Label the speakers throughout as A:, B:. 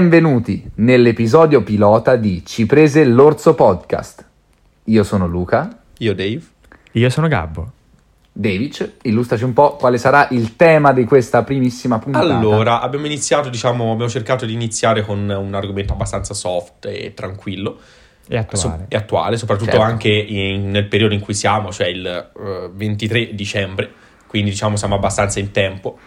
A: Benvenuti nell'episodio pilota di Ci prese l'orso podcast. Io sono Luca.
B: Io Dave.
C: Io sono Gabbo.
A: Davic, illustraci un po' quale sarà il tema di questa primissima puntata.
B: Allora, abbiamo iniziato, diciamo, abbiamo cercato di iniziare con un argomento abbastanza soft e tranquillo.
C: È
B: So-
C: attuale.
B: e attuale, soprattutto
A: Certo.
B: anche in- nel periodo in cui siamo, cioè il eh, 23 dicembre, quindi diciamo siamo abbastanza in tempo.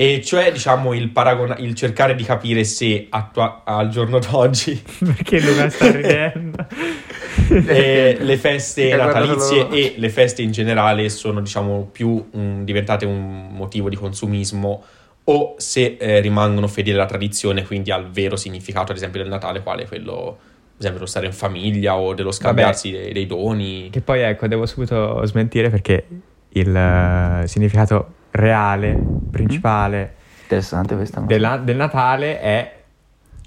B: E cioè, diciamo, il, paragona- il cercare di capire se attua- al giorno d'oggi
C: Perché Luca sta ridendo?
B: eh, le feste
A: Eh, guarda,
B: natalizie
A: lo-
B: e le feste in generale sono, diciamo, più mm, diventate un motivo di consumismo o se eh, rimangono fedeli alla tradizione, quindi al vero significato, ad esempio, del Natale, quale è quello, ad esempio, dello stare in famiglia o dello scambiarsi dei, dei doni.
C: che poi ecco, devo subito smentire perché il eh, significato reale, principale
A: Interessante questa. no?
C: della- del Natale è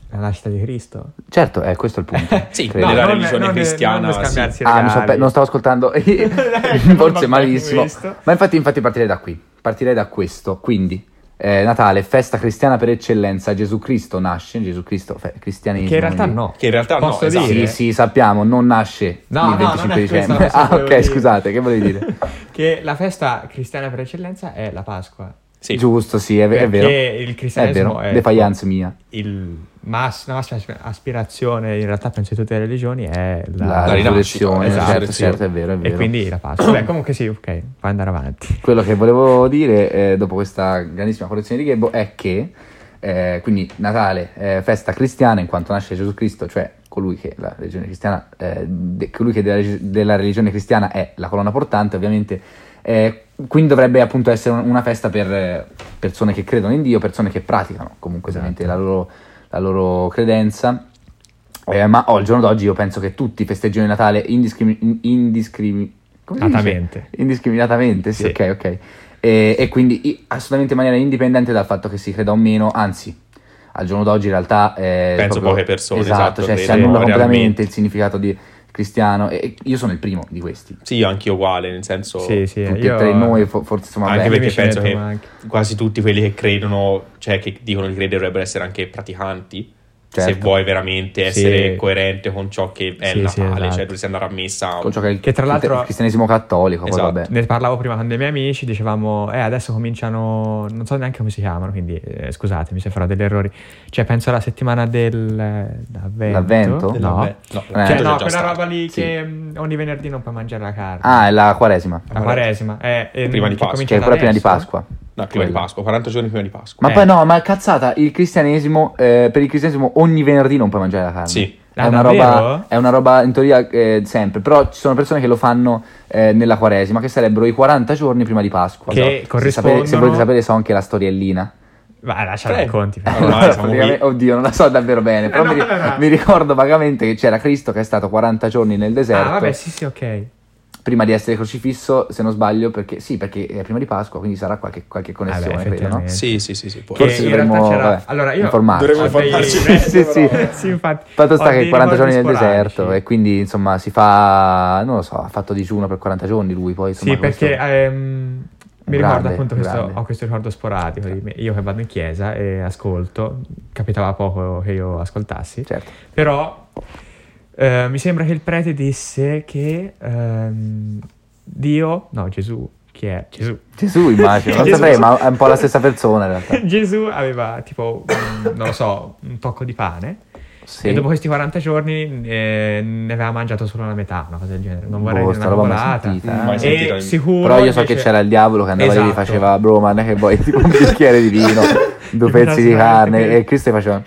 C: la nascita di Cristo.
A: Certo, eh, questo è il punto.
B: Sì,
A: Credo.
B: della
C: non-
B: religione
C: non-
B: cristiana,
C: non
B: sì.
C: scambiarsi
A: Ah, mi so-
C: regali.
A: non stavo ascoltando.
C: Non
A: Forse
C: va
A: malissimo.
C: bene questo.
A: Ma infatti, infatti partirei da qui. Partirei da questo. Quindi, eh, Natale, festa cristiana per eccellenza. Gesù Cristo nasce, Gesù Cristo, fe- cristianesimo.
C: Che in realtà
A: quindi-
C: no.
B: Che in realtà
C: Posso
B: no, esatto.
C: dire?
A: Sì, sì, sappiamo, non nasce
C: No,
A: il
C: no, non è
A: 25
C: questa la
A: dicembre.
C: cosa che
A: Ah, ok,
C: volevo dire.
A: scusate, che volevi dire?
C: che la festa cristiana per eccellenza è la Pasqua.
B: Sì.
A: Giusto, sì, è, è
C: Perché
A: vero.
C: il
A: È
C: cristianesimo
A: vero,
C: è
A: defiance mia.
C: il mass- la massima aspirazione, in realtà penso di tutte le religioni, è
A: La,
C: la,
B: La rinascita,
A: risurrezione,
C: esatto,
A: certo,
B: risurrezione.
A: certo, è vero, è
C: E
A: vero.
C: quindi la Pasqua. Beh, comunque sì, ok, puoi andare avanti.
A: Quello che volevo dire eh, dopo questa grandissima collezione di Gebo è che, eh, quindi Natale, eh, festa cristiana in quanto nasce Gesù Cristo, cioè colui che, la religione cristiana, eh, de- colui che della, regi- della religione cristiana è la colonna portante, ovviamente, eh, quindi dovrebbe appunto essere un- una festa per eh, persone che credono in Dio, persone che praticano comunque ovviamente la loro, la loro credenza. Eh, ma oh, al giorno d'oggi io penso che tutti festeggiano il Natale indiscrimi- in- indiscrimi- come si dice?
C: Esattamente.
A: Indiscriminatamente, sì,
C: Sì.
A: ok, ok. E, e quindi i- assolutamente in maniera indipendente dal fatto che si creda o meno, anzi, al giorno d'oggi in realtà... eh,
B: Penso poche persone,
A: Esatto,
B: esatto,
A: cioè si
B: credano
A: annulla completamente
B: realmente.
A: il significato di cristiano e, e io sono il primo di questi.
B: Sì, io anche uguale, nel senso
C: Sì, sì,
A: Tutti
C: io-
A: e tre noi, fo- forse insomma...
B: eh, Anche
A: beh,
C: io
B: perché
C: mi ci
B: penso
C: metto,
B: che-
C: ma anche-
B: quasi tutti quelli che credono, cioè che dicono di credere dovrebbero essere anche praticanti. Se
A: Certo.
B: vuoi veramente
C: Sì.
B: essere coerente con ciò che è il
C: Sì, sì,
B: Natale,
C: esatto.
B: cioè dovresti andare a messa.
A: con ciò che è il,
C: Che tra l'altro-
A: il cristianesimo cattolico, poi
B: Esatto.
A: vabbè.
C: Ne parlavo prima con dei miei amici, dicevamo, eh, adesso cominciano, non so neanche come si chiamano, quindi eh, scusatemi se farò degli errori. Cioè, penso alla settimana del... L'avvento?
A: L'avvento?
C: No.
B: Dell'avve- no,
A: Eh.
C: Cioè,
B: l'avvento
C: no,
B: c'è già
C: quella
B: stato.
C: roba lì
A: Sì.
C: che mm, ogni venerdì non puoi mangiare la carne.
A: Ah, è la quaresima,
C: la quaresima. Eh, e
B: Prima di
C: che
B: Pasqua.
A: che
C: comincia
A: è quella
C: da
A: prima di
C: adesso.
A: Pasqua.
B: No, prima di
A: Quella.
B: Pasqua, 40 giorni prima di Pasqua.
A: Ma
C: Eh.
A: poi no, ma cazzata, il cristianesimo, eh, per il cristianesimo ogni venerdì non puoi mangiare la carne.
B: Sì.
A: È
C: Ah,
A: una,
C: davvero?
A: roba, è una roba in teoria eh, sempre, però ci sono persone che lo fanno eh, nella quaresima, che sarebbero i 40 giorni prima di Pasqua.
C: Che
A: Se
C: corrispondono-
A: sapete- se volete sapere so anche la storiellina.
C: Vai, lascia
B: Prego.
C: racconti. per
A: Ah,
B: Eh,
C: favore.
B: Ormai siamo
A: Praticamente-
B: qui.
A: Oddio, non la so davvero bene, però
C: Eh, no,
A: mi, ri-
C: no, no.
A: mi ricordo vagamente che c'era Cristo che è stato 40 giorni nel
C: Ah,
A: deserto
C: vabbè, sì, sì, ok.
A: prima di essere crocifisso, se non sbaglio, perché sì, perché è prima di Pasqua, quindi sarà qualche, qualche connessione, credo, no?
C: effettivamente.
B: Sì, sì, sì, sì. Poi.
C: Che
A: Forse
C: in
A: dovremmo,
C: realtà c'era-
A: vabbè,
C: allora, io-
A: informarci.
B: Dovremmo
C: Vabbè,
B: informarci
C: io-
B: meglio,
A: sì, sì.
B: però.
C: Sì, infatti.
A: Fatto sta
C: Ho
A: che
C: dei
A: 40 giorni nel
C: ricordi sporadici.
A: deserto ecco, e quindi insomma si fa, non lo so, ha fatto digiuno per 40 giorni lui poi insomma
C: Sì,
A: questo-
C: perché ehm, mi ricordo
A: grande,
C: appunto questo,
A: grande.
C: ho questo ricordo sporadico di me. Io che vado in chiesa e ascolto, capitava poco che io ascoltassi,
A: Certo,
C: però eh, mi sembra che il prete disse che ehm, Dio, no Gesù, chi è Gesù?
A: Gesù immagino, non
C: Gesù.
A: saprei ma è un po' la stessa persona in realtà.
C: Gesù aveva tipo, un- non lo so, un tocco di pane
A: Sì.
C: e dopo questi 40 giorni eh, ne aveva mangiato solo la metà, una cosa del genere. Non vorrei
A: Boh,
C: dire
A: sta
C: una
A: roba mai
C: cavolata.
A: sentita,
B: Mm, mai
A: eh.
B: sentita.
C: E sicuro
A: Però io so
C: invece-
A: che c'era il diavolo che andava lì e gli
C: Esatto.
A: faceva bro ma non è che vuoi tipo un bicchiere di vino, due
C: Mi
A: pezzi di
C: rassicurante
A: carne
C: che-
A: e Cristo gli faceva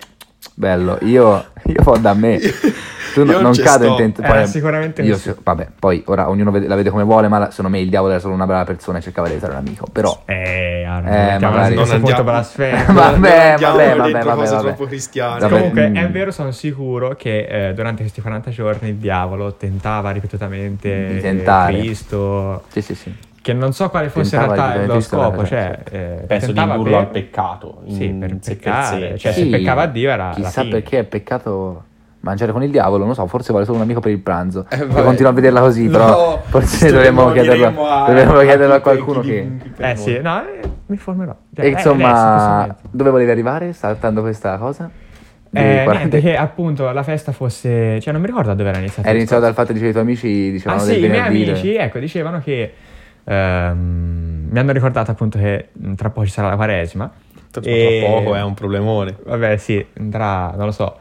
A: bello, io, io fo da me, tu no-
B: Io
A: non
B: ci
A: cado in
B: sto.
A: tento.
C: Era Eh, sicuramente
A: io,
C: così.
A: se- Vabbè, poi ora ognuno vede- la vede come vuole ma la- secondo me il diavolo era solo una brava persona e cercava di aiutare un amico, però...
C: Eh, allora,
A: Eh,
C: mettiamo
A: magari.
C: a questo
B: Non
C: punto
B: andiamo-
C: blasfemo.
A: Ma-
B: Non
A: Vabbè,
B: andiamo
A: vabbè,
B: dentro
A: vabbè,
B: cose
A: vabbè,
B: troppo
A: vabbè.
B: cristiane.
A: Vabbè.
C: Comunque
A: mm.
C: è vero, sono sicuro che eh, durante questi 40 giorni il diavolo tentava ripetutamente
A: Di tentare.
C: eh, Cristo,
A: Sì, sì, sì.
C: che non so quale fosse
A: Tentava
C: in realtà
A: ripetutamente
C: lo
A: Cristo,
C: scopo,
A: vabbè,
C: cioè
A: certo.
C: eh,
B: Penso di
C: tentava
B: indurlo
C: per-
B: al peccato.
C: Sì,
B: in-
C: per
B: se
C: peccare,
B: pezzette.
C: cioè se peccava a Dio era la
A: Chissà
C: fine.
A: perché è peccato mangiare con il diavolo, non lo so, forse vuole solo un amico per il pranzo.
B: Eh,
A: Io
B: vabbè.
A: continuo a vederla così,
B: No,
A: però forse
B: questo
A: dovremmo
B: lo
A: chiederlo,
B: diremo a-
A: dovremmo
B: a
A: chiederlo a
B: chi-
A: qualcuno
B: chi-
A: che...
B: chi- per
C: Eh
B: noi.
C: sì, no, eh, mi informerò.
A: E
C: Eh, adesso, in questo
A: insomma,
C: momento.
A: dove volevi arrivare saltando questa cosa? dei
C: Eh,
A: 40
C: niente, che appunto la festa fosse... Cioè non mi ricordo da dove era iniziata.
A: Era
C: la
A: iniziato
C: risposta.
A: dal fatto che i tuoi amici
C: Ah
A: dicevano del
C: sì, i miei
A: venerdì.
C: amici, ecco, dicevano che... ehm, mi hanno ricordato appunto che mh, tra poco ci sarà la quaresima.
B: Tra
C: E-
B: poco è un problemone.
C: Vabbè, sì, tra... non lo so.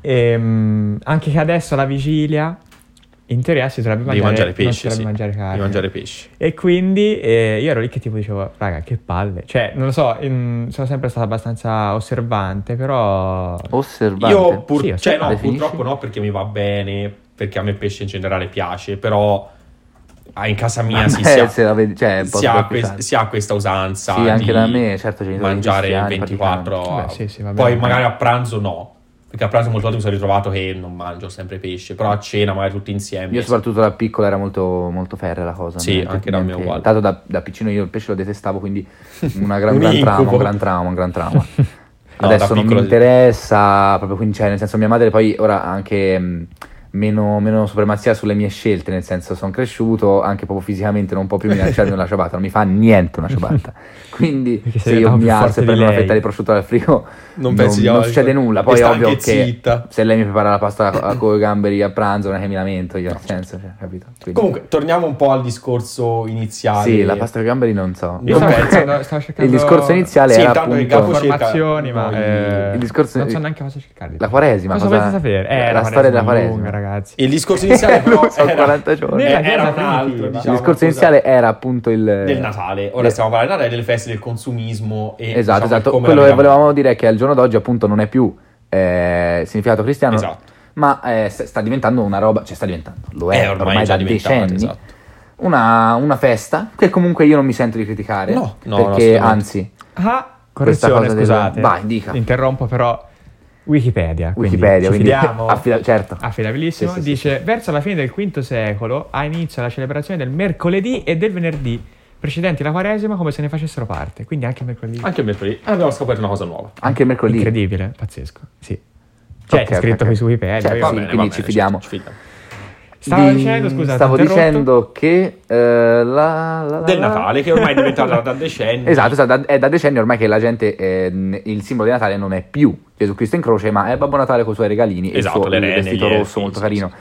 C: Ehm, anche che adesso alla vigilia, in teoria si dovrebbe
B: Devi
C: mangiare,
B: mangiare
C: non
B: pesce,
C: si dovrebbe
B: sì.
C: mangiare carne.
B: Devi mangiare pesce.
C: E quindi eh, io ero lì che tipo dicevo, raga, che palle. Cioè, non lo so, ehm, sono sempre stato abbastanza osservante, però...
A: Osservante.
B: Io pur-
C: Sì,
B: cioè, no,
A: definisci?
B: purtroppo no, perché mi va bene, perché a me il pesce in generale piace, però ah, in casa mia si,
A: Vabbè,
B: si ha,
A: se la vedi- cioè, è un po'
B: si ha
A: troppo
B: que-
A: pesante.
B: si ha questa usanza
A: Sì, anche
B: di
A: da me, certo, i genitori
B: mangiare il
A: cristiani,
B: 24.
C: Vabbè, sì, sì, va bene.
B: Poi magari a pranzo no, perché a pranzo molte volte mi sono ritrovato che non mangio sempre pesce, però a cena magari tutti insieme.
A: Io soprattutto da piccola era molto, molto ferrea la cosa.
B: Sì,
A: niente-
B: anche da me
A: niente-
B: uguale.
A: Tanto da, da piccino io il pesce lo detestavo, quindi una gran,
B: Un
A: gran trauma,
B: incubo.
A: un gran trauma, un gran trauma.
B: No, da
A: Adesso non mi
B: piccolo-
A: interessa, proprio quindi, cioè, nel senso mia madre poi ora ha anche mh, meno, meno supremazia sulle mie scelte, nel senso sono cresciuto anche proprio fisicamente, non può più minacciarmi una ciabatta, non mi fa niente una ciabatta. Quindi
C: Perché
A: se
C: sei
A: io
C: diventato
A: mi
C: più
A: alzo e
C: forte di
A: prendo una
C: lei.
A: fetta di prosciutto dal frigo,
B: Non pensi di
A: non
B: altro.
A: succede nulla,
B: E
A: poi
B: sta
A: ovvio
B: anche
A: che-
B: zitta.
A: se lei mi prepara la pasta con i gamberi a pranzo non è che mi lamento io, nel senso, cioè, capito? Quindi-
B: certo. Comunque, torniamo un po' al discorso iniziale.
A: Sì, la pasta con i gamberi non so.
B: Io
A: Comunque,
B: penso-
C: no, stavo cercando-
A: Il discorso iniziale
B: Sì,
A: era
B: intanto che
A: appunto
B: Gabbo-
C: informazioni,
B: cerca-
C: ma
B: poi-
C: eh,
A: il discorso-
C: non so neanche cosa cercare.
A: la quaresima.
C: Cosa volete sapere? Eh,
A: la,
C: la
A: storia della
C: quaresima è
A: quaresima.
C: lunga, ragazzi.
B: Il discorso iniziale però
A: Sono
B: era,
A: 40 giorni.
B: eh,
C: Nella chiesa
B: era un
C: primitiva.
B: altro,
C: Il
A: il
B: diciamo,
A: discorso
B: cosa-
A: iniziale Eh. era appunto il...
B: del Natale. Ora
A: del-
B: stiamo parlando del Natale, delle feste del consumismo e
A: Esatto,
B: diciamo,
A: esatto.
B: come la
A: Quello che
B: viviamo.
A: volevamo dire è che al giorno d'oggi appunto non è più eh, significato cristiano,
B: Esatto.
A: ma eh, st- sta diventando una roba, cioè sta diventando, lo
B: Eh,
A: è ormai,
B: ormai è già
A: da
B: diventata,
A: decenni,
B: esatto.
A: una, una festa che comunque io non mi sento di criticare,
B: No, no, no,
A: perché
B: assolutamente.
A: anzi,
C: Ah,
A: Questa
C: correzione,
A: cosa del-
C: scusate.
A: Vai, dica.
C: Interrompo però Wikipedia. quindi
A: Wikipedia,
C: ci
A: quindi
C: fidiamo.
A: affida- certo.
B: Ah.
C: Ah, Affidabilissimo.
A: Sì, sì, sì,
C: dice, verso la fine del V secolo ha inizio la celebrazione del mercoledì e del venerdì, precedenti la quaresima come se ne facessero parte. Quindi anche il mercoledì.
A: Ah,
B: Anche mercoledì Eh, abbiamo scoperto una cosa nuova.
A: anche il mercoledì.
C: Incredibile, pazzesco. Sì. Cioè,
A: Ok,
C: è scritto
A: ok, ok.
C: qui su Wikipedia.
A: Cioè,
C: io-
A: va Sì, bene. quindi ci fidiamo.
B: ci fidiamo.
C: Stavo
A: Di-
C: dicendo, scusate,
A: stavo
C: ho interrotto.
A: dicendo che eh, la, la- la-
B: Del
A: la-
B: Natale, che ormai è diventata da decenni.
A: Esatto, esatto, da- è da decenni ormai che la gente, eh, n- il simbolo di Natale non è più Gesù Cristo in croce, ma è Babbo Natale con i suoi regalini e
B: Esatto,
A: il suo
B: le
A: il
B: rene,
A: vestito
B: gli elfi,
A: rosso molto
B: sì,
A: carino.
B: sì,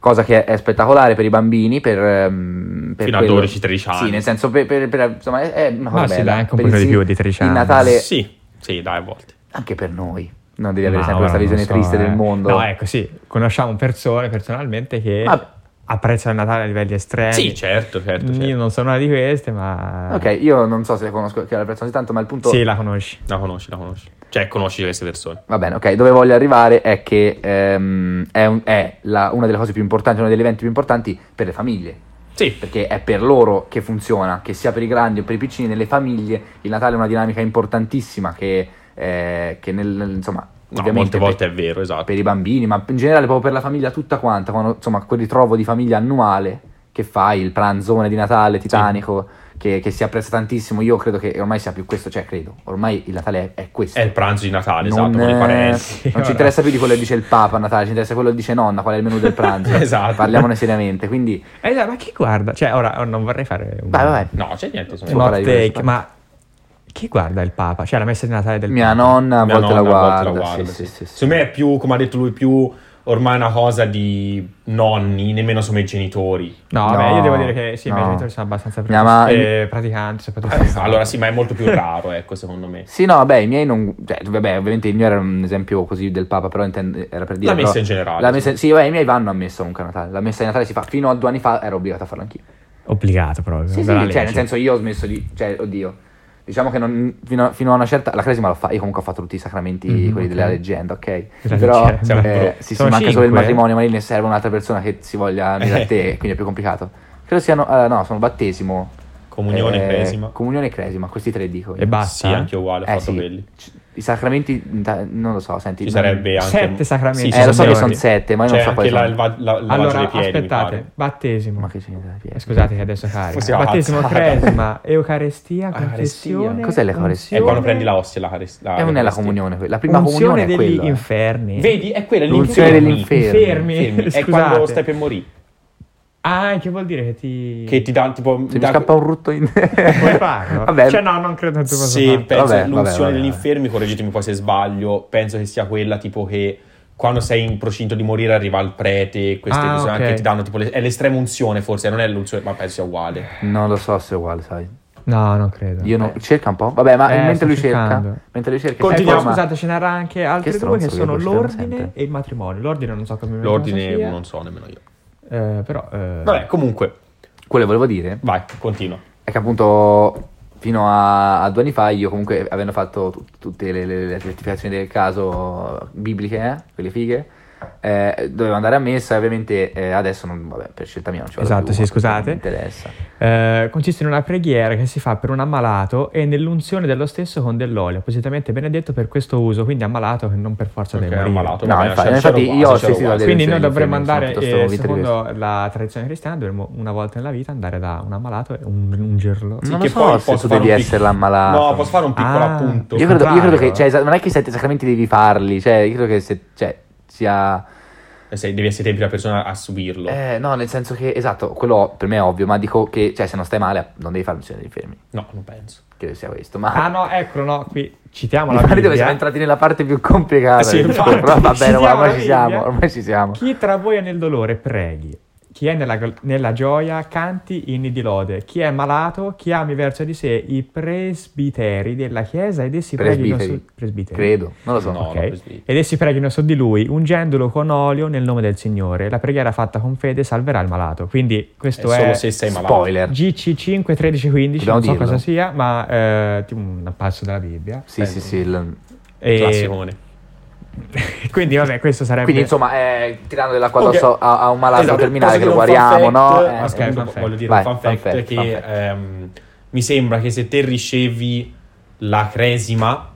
A: Cosa che è spettacolare per i bambini, per, ehm, per
B: Fino a 12-13 anni.
A: Sì, nel senso, per, per- per- insomma, è- è una cosa
C: Ma sì,
A: bella.
C: dai, anche un
A: Per il
C: pochino di
A: sì-
C: più di 13
A: Il
C: anni.
A: Natale,
B: Sì, sì, dai, a volte.
A: anche per noi, non devi avere
C: Ma
A: sempre questa
C: ora non
A: visione
C: so,
A: triste
C: eh.
A: del mondo.
C: No, ecco, sì, conosciamo persone personalmente che
A: Ma-
C: apprezzano il Natale a livelli estremi.
A: Eh,
B: Sì, certo, certo, certo.
C: Io non sono una di queste, ma...
A: Ok, boh. io non so se le conosco, che la persona tanto, ma il punto...
C: Sì, la conosci.
B: La conosci, la conosci. Cioè, conosci queste persone.
A: Va bene, ok, dove voglio arrivare è che ehm, è, un- è la- una delle cose più importanti, uno degli eventi più importanti per le famiglie,
B: Sì,
A: perché è per loro che funziona, che sia per i grandi o per i piccini, nelle famiglie il Natale è una dinamica importantissima che, eh, che nel, nel- insomma,
B: no,
A: ovviamente
B: molte volte
A: per,
B: è vero, esatto.
A: per i bambini, ma in generale proprio per la famiglia tutta quanta, quando, insomma quel ritrovo di famiglia annuale che fai, il pranzone di Natale titanico, che, che si apprezza tantissimo, io credo che ormai sia più questo, cioè credo, ormai il Natale è, è questo
B: È il pranzo di Natale,
A: non,
B: esatto, con
A: eh,
B: i parenti.
A: non
C: ora.
A: ci interessa più di quello che dice il Papa a Natale, ci interessa quello che dice nonna, qual è il menù del pranzo.
B: Esatto.
A: Parliamone seriamente. Quindi,
C: Eh, dai, ma chi guarda? Cioè, ora ora non vorrei fare un,
A: vai, vai,
B: No, c'è niente,
C: un
A: Può
B: insomma.
A: No.
C: hot
A: parlare di
C: take,
A: questo.
C: ma chi guarda il Papa? Cioè, la messa di Natale del
A: Mia
C: Papa?
A: nonna a
B: Mia
A: volte la
B: nonna a
A: guarda.
B: volte guarda,
A: sì, sì,
B: sì.
A: sì, sì.
B: Secondo me è più, come ha detto lui, più ormai una cosa di nonni, nemmeno sono i genitori.
C: No, vabbè,
A: No,
C: io devo dire che sì, i miei
A: no.
C: genitori sono abbastanza
A: Mia ma-
C: eh, praticanti, soprattutto.
A: Esatto.
B: Eh, allora sì, ma è molto più raro, ecco, secondo me.
A: Sì, no, vabbè, i miei non. Cioè, vabbè, ovviamente il mio era un esempio così del Papa, però intende- era per dire.
B: La messa
A: però-
B: in generale.
A: la messa- sì, vabbè, i miei vanno a messa comunque a Natale. La messa di Natale si fa fino a due anni fa, ero obbligato a farlo anch'io.
C: Obbligato proprio.
A: Sì, sì,
C: dalla
A: cioè,
C: legge.
A: nel senso io ho smesso di. Cioè, oddio. Diciamo che non- fino, a, fino a una certa. La cresima l'ho fatta. Io comunque ho fatto tutti i sacramenti,
B: Mm-hmm,
C: Mhm,
A: quelli
C: ok.
A: della leggenda, ok?
C: Della
A: Però
C: leggenda.
B: Siamo
A: eh,
B: pro.
A: sì, sì,
C: Sono
A: manca solo il
C: cinque, eh?
A: matrimonio, ma lì ne serve un'altra persona che si voglia unire
B: Eh.
A: a te, quindi è più complicato. Credo siano. ah, no, sono battesimo.
B: Comunione,
A: eh,
B: cresima.
A: Comunione e cresima, questi tre dico. io.
C: E
B: Sì,
C: basta.
B: anche uguale, ho
A: Eh,
B: fatto
A: sì.
B: quelli.
A: C- I sacramenti, mm, da- non lo so, senti.
B: Ci
A: non-
B: sarebbe anche...
C: Sette sacramenti.
B: Sì, ci
A: Eh, lo so
B: sono
A: che
B: vari.
A: sono sette, ma io
B: C'è
A: non so quali
B: anche la,
A: sono.
B: il va- la- il lavaggio
C: Allora,
B: dei piedi, mi pare. Eh,
C: aspettate, battesimo.
A: Ma che c'è da dire?
C: Eh, scusate che adesso carica.
B: Possiamo
C: Battesimo,
B: ammazzare.
C: cresima, eucaristia,
B: Eucaristia.
C: confessione.
A: Cos'è l'eucaristia?
B: È quando prendi la ostia la caris-
A: Eh, non è la
B: carestia.
A: comunione, que- la prima
C: Unzione
A: comunione è
C: degli
A: quella.
C: inferni.
B: Vedi, è quella
A: L'unzione
B: l'inferno.
A: degli inferni.
C: Infermi.
B: Fermi. È
C: Scusate.
B: quando stai per morire.
C: Ah, che vuol dire che ti...
B: Che ti dà tipo...
A: Se mi
B: dà-
A: scappa un rutto in...
C: Puoi farlo?
A: Vabbè.
C: Cioè no, non credo che tu possa
B: Sì,
C: farlo.
B: penso
A: Vabbè,
B: che
A: vabbè,
B: l'unzione
A: vabbè.
B: degli infermi, correggetemi poi se sbaglio, penso che sia quella tipo che quando sei in procinto di morire arriva il prete, queste
C: Ah,
B: cose
C: ok.
B: che ti danno tipo... le- è l'estrema unzione forse, non è l'unzione, ma penso sia uguale.
A: Non lo so se è uguale, sai.
C: No, non credo.
A: Io no, cerca un po'. Vabbè, ma
C: Eh, sto
A: mentre lui
C: cercando.
A: cerca, mentre lui cerca, Continuiamo.
B: Continuiamo.
C: Ecco, scusate, ce n'era anche altri
A: Che
C: due che
A: stronzo che
C: sono
A: lo scelgo
C: l'ordine
A: sempre.
C: e il matrimonio. L'ordine non so
A: Eh,
C: come
B: L'ordine
C: sia.
B: non so nemmeno io.
C: Eh, però... eh,
B: Vabbè, comunque,
A: quello che volevo dire
B: vai, continua.
A: è che appunto fino a, a due anni fa io comunque avendo fatto tut- tutte le, le- le certificazioni del caso bibliche, eh, quelle fighe, eh, dovevo andare a messa e ovviamente eh, adesso non, vabbè, per scelta mia non ci vado
C: Esatto,
A: più,
C: sì,
A: non
C: scusate.
A: Mi interessa.
C: Eh, consiste in una preghiera che si fa per un ammalato e nell'unzione dello stesso con dell'olio, appositamente benedetto per questo uso, quindi ammalato che non per forza
B: Ok,
C: deve morire.
B: ammalato.
A: No,
B: vabbè,
A: infatti-
B: c'ero- c'ero
A: infatti
B: quasi,
A: io ho
B: c'ero
A: assistito
B: quasi.
A: alle-
C: Quindi noi
A: lezioni
C: dovremmo
A: infermiere
C: andare,
A: sono piuttosto
C: eh,
A: vitrive.
C: secondo la tradizione cristiana, dovremmo una volta nella vita andare da un ammalato e un, un gerlo.
A: non
B: che
A: lo so
B: poi
A: se
B: posso
A: tu
B: fare
A: devi
B: un pic-
A: essere ammalato.
B: No, posso fare un piccolo
C: Ah.
B: appunto.
A: Io credo, io credo
C: contrario.
A: che, cioè, non è che i sette sacramenti devi farli, cioè, io credo che se, cioè, sia...
B: Eh, Se devi essere te la prima persona a subirlo.
A: Eh, no, nel senso che, esatto, quello per me è ovvio, ma dico che, cioè, se non stai male non devi fare l'unzione dei fermi,
B: No, non penso.
A: credo sia questo, ma...
C: Ah no, eccolo, no, qui citiamo
A: Mi
C: la
A: pare che
C: Bibbia.
A: siamo entrati nella parte più complicata.
B: Sì,
A: del
B: infatti.
A: discorso, però va
C: Ci
A: bene,
C: siamo,
A: ormai ci
C: Bibbia?
A: siamo, ormai ci siamo.
C: Chi tra voi è nel dolore, preghi. Chi è nella, gl- nella gioia, canti inni di lode. Chi è malato, chiami verso di sé i presbiteri della chiesa ed essi preghino su...
A: Presbiteri.
C: Presbiteri.
A: Credo, non lo so.
B: No,
C: Ok.
B: no, presbiteri.
C: Ed essi preghino su di lui, ungendolo con olio nel nome del Signore. La preghiera fatta con fede salverà il malato. Quindi
B: È
C: questo
B: solo
C: è,
B: se sei malato.
A: Spoiler.
C: GC5 13 15,
A: Dobbiamo
C: non so
A: dirlo.
C: cosa sia, ma eh, tipo un passo della Bibbia.
A: Sì, sì, sì. il-
C: E-
A: Eh,
B: Classicone.
C: quindi vabbè, questo sarebbe
A: Quindi, insomma, eh, tirando dell'acqua
B: Ok.
A: addosso a, a un malato
B: Esatto,
A: terminale
B: posso
A: che lo
B: dire un fun
A: guariamo, no?
B: fact?
A: Eh,
B: Aspetta,
C: ok, fun
B: voglio
C: fact.
B: dire
A: Vai,
B: un fun
A: fun
B: fact,
A: fact,
B: che
A: fun fact.
B: ehm, mi sembra che se te ricevi la cresima,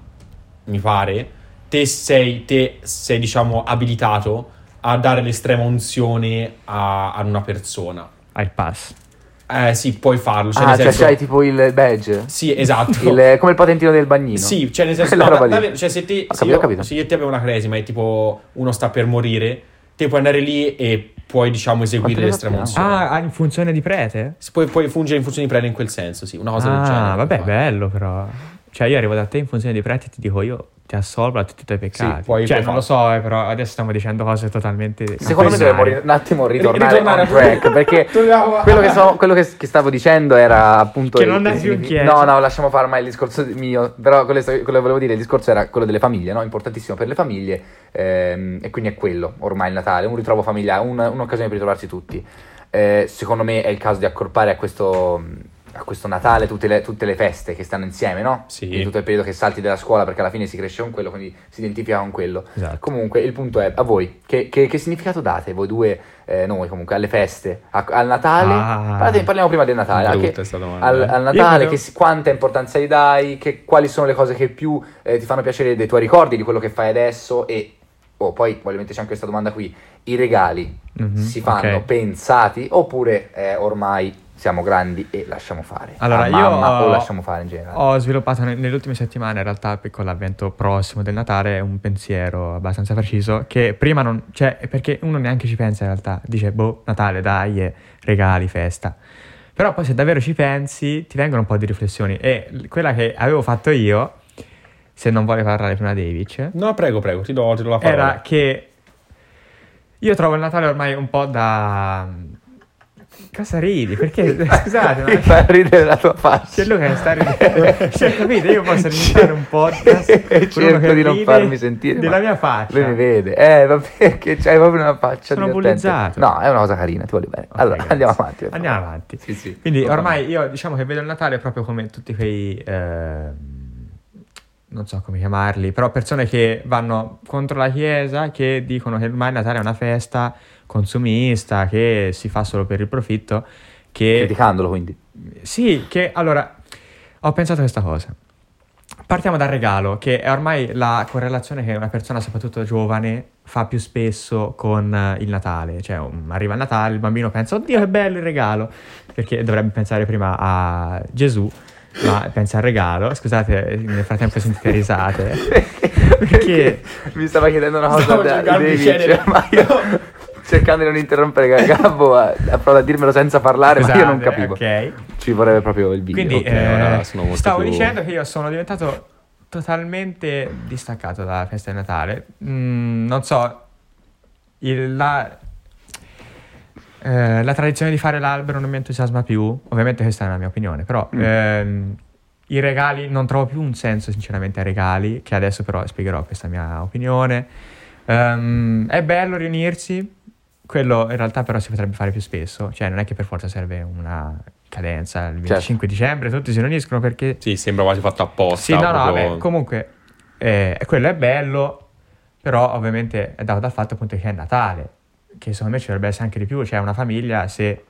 B: mi pare, te sei, te sei diciamo abilitato a dare l'estrema unzione a, ad una persona.
C: al pass.
B: Eh sì, puoi farlo. Cioè,
A: ah,
B: nel
A: cioè,
B: senso-
A: c'hai tipo il badge.
B: Sì, esatto.
A: Il- come il patentino del bagnino.
B: Sì, cioè nel senso,
A: Quella
B: no,
A: roba lì.
B: davvero, cioè se, ti,
A: Ho
B: se,
A: capito, ho
B: io,
A: capito.
B: se io ti avevo una cresima e tipo uno sta per morire, te puoi andare lì e puoi diciamo
A: Quante
B: eseguire
A: ne
B: l'estrema
A: sappiamo?
B: unzione.
C: Ah, ah, in funzione di prete?
B: Si può, puoi fungere in funzione di preda in quel senso, sì, una cosa del genere.
C: Ah, vabbè,
B: Vai.
C: bello però. Cioè, io arrivo da te in funzione di prete e ti dico io ti assolvo a tutti i tuoi peccati.
B: puoi-
C: cioè,
B: puoi
C: non lo so, eh, però adesso stiamo dicendo cose totalmente...
A: Secondo me
C: capillari.
A: dovremmo ri- un attimo ritornare,
B: ritornare
A: on
B: a-
A: track perché
B: Torniamo a-
A: quello, che, so- quello che- che stavo dicendo era appunto
C: Che
A: il-
C: non è
A: il
C: più
A: signifi- No,
C: chiesto.
A: no, lasciamo fare ormai il discorso di- mio, però quello, sta- quello che volevo dire, il discorso era quello delle famiglie, no? Importantissimo per le famiglie ehm, e quindi è quello ormai il Natale, un ritrovo familiare, un- un'occasione per ritrovarsi tutti. Eh, secondo me è il caso di accorpare a questo a questo Natale tutte le, tutte le feste che stanno insieme, no?
B: Sì.
A: Quindi tutto il periodo che salti dalla scuola perché alla fine si cresce con quello, quindi si identifica con quello.
C: Esatto.
A: Comunque, il punto è a voi, che, che- che significato date voi due, eh, noi comunque, alle feste, a- al Natale?
C: Ah.
A: Parlate- parliamo prima del Natale. a
B: Brutta
A: Ah, che-
B: sta domanda,
A: al,
B: eh.
A: al
C: Io
A: Natale,
C: volevo-
A: che si- quanta importanza gli dai, che- quali sono le cose che più eh, ti fanno piacere dei tuoi ricordi, di quello che fai adesso e... Oh, poi voglio metterci anche questa domanda qui. I regali
C: Mhm,
A: si fanno
C: ok.
A: pensati oppure eh, ormai siamo grandi e lasciamo fare?
C: Allora,
A: a
C: io
A: mamma
C: ho-
A: o lasciamo fare in generale?
C: Ho sviluppato ne- nelle ultime settimane, in realtà, per- con l'avvento prossimo del Natale, un pensiero abbastanza preciso che prima non... Cioè, perché uno neanche ci pensa in realtà. Dice, boh, Natale, dai, eh, regali, festa. Però poi se davvero ci pensi, ti vengono un po' di riflessioni. E l- quella che avevo fatto io, se non vuole parlare prima Davic,
B: No, prego, prego, ti do, ti do la parola.
C: era che io trovo il Natale ormai un po' da... Cosa ridi? Perché, scusate,
A: mi
C: ma...
A: fa ridere la tua faccia.
C: C'è Luca che sta ridendo. Cioè, capite? Io posso iniziare un podcast con uno
A: cerco
C: che
A: di non
C: ride
A: farmi sentire.
C: della
A: ma
C: mia faccia.
A: Lui mi vede. Eh, vabbè, che c'hai proprio una faccia
C: Sono
A: divertente.
C: bullizzato.
A: No, è una cosa carina, ti voglio bene.
C: Ok,
A: allora,
C: grazie.
A: andiamo avanti. ecco. per
C: Andiamo
A: favore.
C: avanti.
A: Sì, sì.
C: Quindi
A: Lo
C: ormai io diciamo che vedo il Natale proprio come tutti quei... ehm, non so come chiamarli, però persone che vanno contro la Chiesa, che dicono che ormai il Natale è una festa consumista, che si fa solo per il profitto,
A: fanno.
C: che
A: Criticandolo, quindi.
C: Sì, che allora ho pensato a questa cosa. Partiamo dal regalo, che è ormai la correlazione che una persona, soprattutto giovane, fa più spesso con eh, il Natale. Cioè, um, arriva il Natale, il bambino pensa, oddio, che bello il regalo, perché dovrebbe pensare prima a Gesù, ma pensa al regalo. Scusate, nel frattempo sentite risate. Perché-
A: mi stava chiedendo una cosa
B: Stavo
A: da
B: cercando di
A: David,
B: chiedere.
A: cioè, ma io... cercando di non interrompere Gabbo, ha ha provato a dirmelo senza parlare, ma io non
C: Scusate,
A: capivo.
C: ok.
A: Ci vorrebbe proprio il video.
C: Quindi
A: ok.
C: eh,
D: ora sono molto
C: stavo
D: più-
C: dicendo che io sono diventato totalmente distaccato dalla festa di Natale. Mm, non so, il- la, eh, la tradizione di fare l'albero non mi entusiasma più. Ovviamente questa è la mia opinione, però
A: Mm.
C: ehm, i regali non trovo più un senso sinceramente ai regali, che adesso però spiegherò questa mia opinione. Ehm, è bello riunirsi, quello in realtà però si potrebbe fare più spesso, cioè non è che per forza serve una cadenza il
D: Certo.
C: 25 dicembre, tutti si riuniscono perché...
B: Sì, sembra quasi fatto apposta.
C: Sì, no, no,
B: proprio-
C: vabbè, comunque eh, quello è bello, però ovviamente è dato dal fatto appunto che è Natale, che secondo me ci dovrebbe essere anche di più, cioè una famiglia se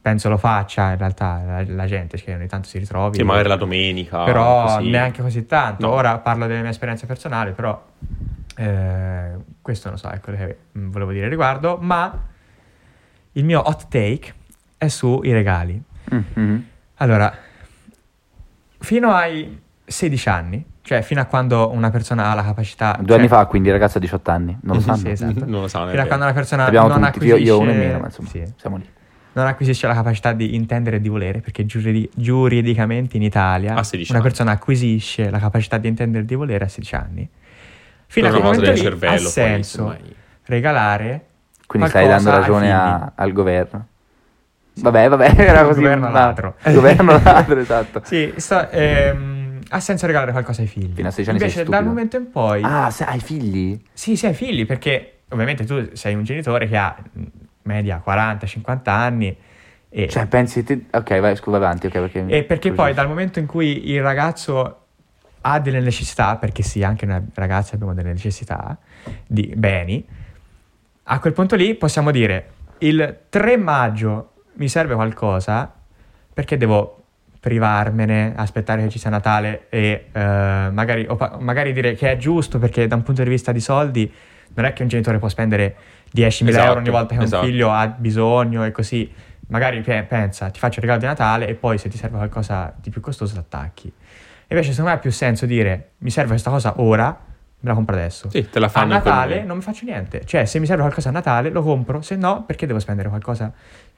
C: penso lo faccia in realtà la, la gente, che ogni tanto si ritrovi.
B: Sì, magari la domenica.
C: Però
B: così.
C: neanche così tanto.
B: No.
C: Ora parlo delle mie esperienze personali, però eh, questo non so, è quello che mm, volevo dire al riguardo, ma il mio hot take è sui regali.
A: Mhm.
C: Allora, fino ai 16 anni, cioè fino a quando una persona ha la capacità...
A: Due
C: cioè-
A: anni fa, quindi, ragazzo a 18 anni, non lo
C: Sì,
A: sanno.
C: sì, esatto.
B: Non lo so, non è
C: Fino a
B: vero.
C: quando una persona
A: Abbiamo
C: non
A: tutti, io,
C: acquisisce...
A: io uno e meno, ma insomma,
C: Sì.
A: siamo lì.
C: non acquisisce la capacità di intendere e di volere, perché giuri- giuridicamente in Italia
B: A 16
C: una
B: anni.
C: persona acquisisce la capacità di intendere e di volere a 16 anni. Fino
B: Però
C: a quel
B: è una cosa
C: momento
B: del
C: lì
B: cervello,
C: ha
B: poi,
C: senso
B: insomma,
C: regalare
A: Quindi stai dando
C: qualcosa ai
A: ragione a-
C: figli.
A: al governo. Vabbè, vabbè, era
C: Il
A: così.
C: governo
A: ma-
C: ladro.
A: il governo ladro, esatto.
C: Sì, sta- ehm, ha senso regalare qualcosa ai figli.
A: Fino a 16 anni sei
C: Invece dal
A: stupido.
C: momento in poi...
A: Ah, se hai figli?
C: Sì, sì, ai figli, perché ovviamente tu sei un genitore che ha in media 40-50 anni e...
A: Cioè, pensi... Te... Ok, vai, scusa, vai avanti. ok, perché...
C: E perché
A: così.
C: poi dal momento in cui il ragazzo ha delle necessità, perché sì, anche noi ragazzi abbiamo delle necessità di beni, a quel punto lì possiamo dire il 3 maggio mi serve qualcosa perché devo privarmene, aspettare che ci sia Natale e eh, magari, o pa- magari dire che è giusto perché da un punto di vista di soldi non è che un genitore può spendere 10.000 euro ogni
B: Esatto,
C: volta che
B: esatto.
C: un figlio ha bisogno e così magari pe- pensa ti faccio il regalo di Natale e poi se ti serve qualcosa di più costoso l'attacchi. Invece secondo me ha più senso dire mi serve questa cosa ora, me la compro adesso.
B: Sì, te la
C: A
B: fanno in quel
C: Natale
B: momento.
C: non mi faccio niente, cioè se mi serve qualcosa a Natale lo compro, se no perché devo spendere qualcosa,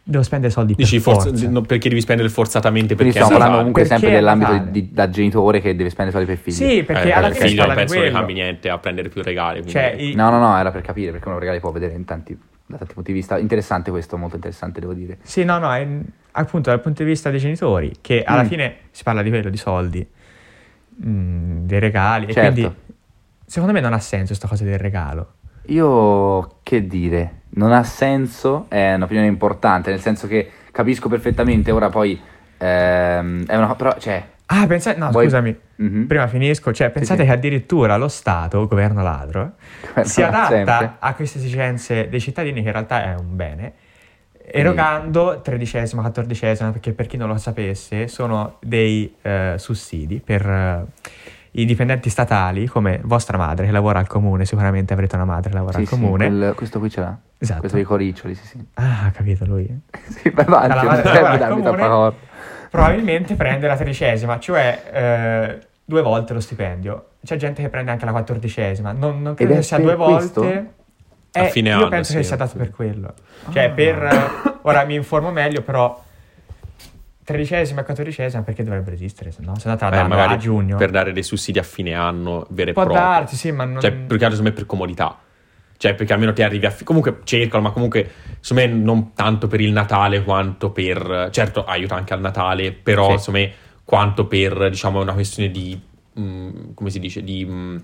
C: devo spendere soldi
B: Dici
C: per
B: forza-
C: forza.
B: no, perché devi spendere forzatamente
A: Quindi
B: perché
A: stiamo
B: è
A: parlando
B: Natale.
A: comunque
C: Perché
A: sempre
C: è
A: dell'ambito
C: Natale.
A: di- da genitore che deve spendere soldi per figli.
C: Sì, perché
B: Eh,
C: alla
B: il
C: fine si
B: figlio non
C: parla di
B: penso che
C: quello.
B: cambi niente a prendere più regali. quindi-
C: Cioè, i-
A: No, no, no, era per capire, perché uno regali può vedere in tanti, da tanti punti di vista. Interessante questo, molto interessante, devo dire.
C: Sì, no, no, è- appunto dal punto di vista dei genitori, che alla
A: Mm.
C: fine si parla di quello, di soldi, mm, dei regali, e
A: Certo.
C: quindi secondo me non ha senso questa cosa del regalo.
A: Io, che dire, non ha senso, è un'opinione importante, nel senso che capisco perfettamente, ora poi... ehm, è una cosa, però, cioè...
C: Ah, pensate, no,
A: Vuoi-
C: scusami,
A: Mhm.
C: prima finisco, cioè pensate
A: sì.
C: che addirittura lo Stato, il governo ladro, si adatta
A: Sempre.
C: a queste esigenze dei cittadini, che in realtà è un bene, erogando tredicesima, quattordicesima, perché per chi non lo sapesse, sono dei eh, sussidi per eh, i dipendenti statali, come vostra madre che lavora al comune, sicuramente avrete una madre che lavora
A: Sì,
C: al
A: sì,
C: comune.
A: quel- questo qui ce l'ha.
C: Esatto.
A: Questo dei coriccioli, sì, sì.
C: Ah, ha capito lui.
A: Sì, vai avanti,
C: Alla
A: non
C: madre
A: serve
C: lavora al
A: darmi
C: comune.
A: troppa corda.
C: Probabilmente prende la tredicesima, cioè eh, due volte lo stipendio. C'è gente che prende anche la quattordicesima, non, non credo
A: Ed è
C: che sia
A: per
C: due
A: questo?
C: volte.
B: A
C: Eh,
B: fine
C: io
B: anno,
C: penso
B: sì.
C: che sia dato per quello.
A: Ah.
C: Cioè, per... Ora mi informo meglio, però... Tredicesima e quattordicesima perché dovrebbero esistere? Se no, se no te la
B: Eh,
C: danno
B: magari
C: a giugno.
B: per dare dei sussidi a fine anno vero e
C: Può
B: proprio.
C: darsi, sì, ma non...
B: Cioè, più che altro, secondo me, per comodità. Cioè, perché almeno ti arrivi a... fi- comunque, cercalo, ma comunque, secondo me, non tanto per il Natale quanto per... Certo, aiuta anche al Natale, però,
C: Sì.
B: secondo me, quanto per, diciamo, una questione di... mm, come si dice? Di... mm,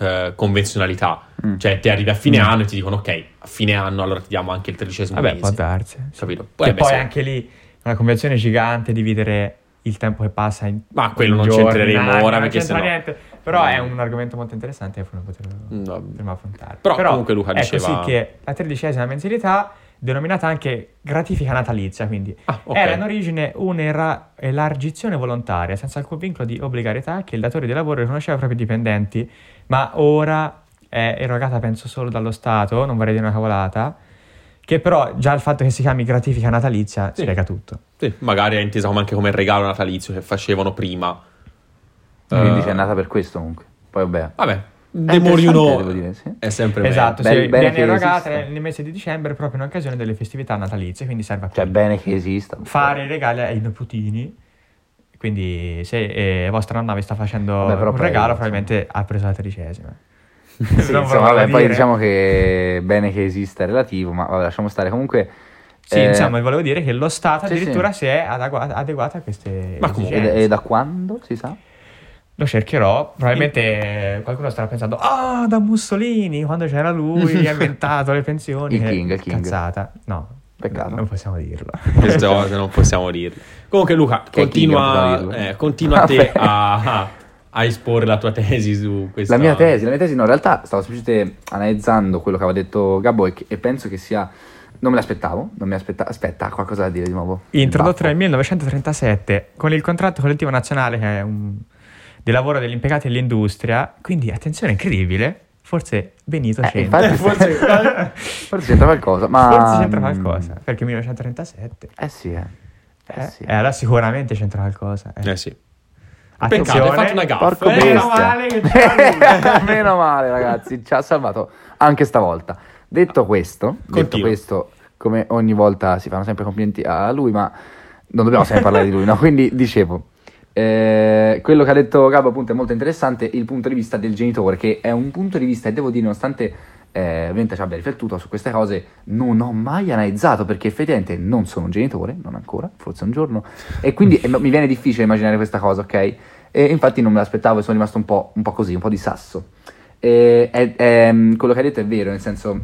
B: eh, convenzionalità.
A: Mm.
B: Cioè, ti arrivi a fine
C: Mm.
B: anno e ti dicono, ok, a fine anno allora ti diamo anche il tredicesimo
C: Vabbè, può
B: mese.
C: darsi. sì.
B: Capito? Poi,
C: Che
B: beh,
C: poi
B: sì.
C: anche lì è una convenzione gigante dividere il tempo che passa in
B: Ma quello
C: in
B: non
C: giorni,
B: c'entreremo
C: in
B: ora,
C: anni, non
B: perché
C: c'entra
B: sennò-
C: niente. Però è
B: Mm.
C: un argomento molto interessante che non potremo
B: No.
C: prima affrontare.
B: Però comunque Luca
C: è
B: diceva-
C: così che la tredicesima mensilità denominata anche gratifica natalizia, quindi
B: Ah, ok.
C: era in origine un'elargizione volontaria, senza alcun vincolo di obbligarietà che il datore di lavoro riconosceva ai propri dipendenti, ma ora è erogata penso solo dallo Stato, non vorrei dire una cavolata, che però già il fatto che si chiami gratifica natalizia
B: Sì.
C: spiega tutto.
B: Sì, magari è intesa come- anche come regalo natalizio che facevano prima.
A: Quindi
B: Eh,
A: c'è nata per questo comunque. Poi vabbè.
B: Vabbè, The more you know.
A: devo dire, sì.
B: È sempre meglio.
C: Esatto,
A: Bene-
C: sì,
A: bene
C: viene
A: che
C: erogata
A: esista.
C: nel mese di dicembre proprio in occasione delle festività natalizie, quindi serve a
A: Cioè,
C: quello.
A: bene che esista.
C: fare i regali ai nipotini. Quindi se eh, vostra nonna vi sta facendo
A: Vabbè, però
C: un
A: poi-
C: regalo, probabilmente ha preso la tredicesima.
A: Sì,
C: Non
A: insomma,
C: volevo
A: vabbè, poi
C: dire.
A: diciamo che bene che esista è relativo, ma vabbè, lasciamo stare comunque.
C: Sì,
A: eh,
C: insomma, volevo dire che lo Stato
A: sì,
C: addirittura
A: sì.
C: si è adegua- adeguato a queste
B: Ma comunque-
A: E,
C: esigenze.
A: e da quando si sa?
C: Lo cercherò, probabilmente eh, qualcuno starà pensando Ah, da Mussolini, quando c'era lui, ha inventato le pensioni
A: Il
C: Eh,
A: King, il King.
C: Cazzata, no,
A: Peccato.
C: non possiamo dirlo
B: Queste cose non possiamo dirle. Comunque, Luca,
A: Che
B: continua,
A: chiglia,
B: eh, continua te
A: Vabbè.
B: a, a esporre la tua tesi su questa.
A: La mia tesi, la mia tesi no, in realtà stavo semplicemente analizzando quello che aveva detto Gabbo e, che- e penso che sia... Non me l'aspettavo, non mi aspettavo... Aspetta, ha qualcosa da dire di nuovo.
C: Introdotto nel
A: Baffo.
C: 1937 con il contratto collettivo nazionale che è un- del lavoro degli impiegati dell'industria, quindi attenzione incredibile, forse Benito
A: Eh,
C: c'entra.
A: infatti-
B: Forse-
A: Forse c'entra qualcosa, ma... mm.
C: Forse c'entra qualcosa, perché 1937.
A: Eh sì, eh. Eh sì.
C: Eh, allora sicuramente c'entra qualcosa. eh.
B: Eh sì. Peccato, hai
C: Attenzione.
B: fatto una gaffa.
A: Porco
B: eh.
A: bestia.
C: Meno male che c'era lui.
A: Meno male, ragazzi, ci ha salvato anche stavolta. Detto questo, detto
B: Continua.
A: questo, come ogni volta si fanno sempre complimenti a lui, ma non dobbiamo sempre parlare di lui, no? Quindi dicevo, eh, quello che ha detto Gabbo appunto è molto interessante, il punto di vista del genitore, che è un punto di vista, e devo dire, nonostante eh, ovviamente ci abbia riflettuto su queste cose, non ho mai analizzato, perché effettivamente non sono un genitore, non ancora, forse un giorno, e quindi eh, mi viene difficile immaginare questa cosa, ok? E infatti non me l'aspettavo e sono rimasto un po', un po' così, un po' di sasso. E, è- è, mm, quello che hai detto è vero, nel senso,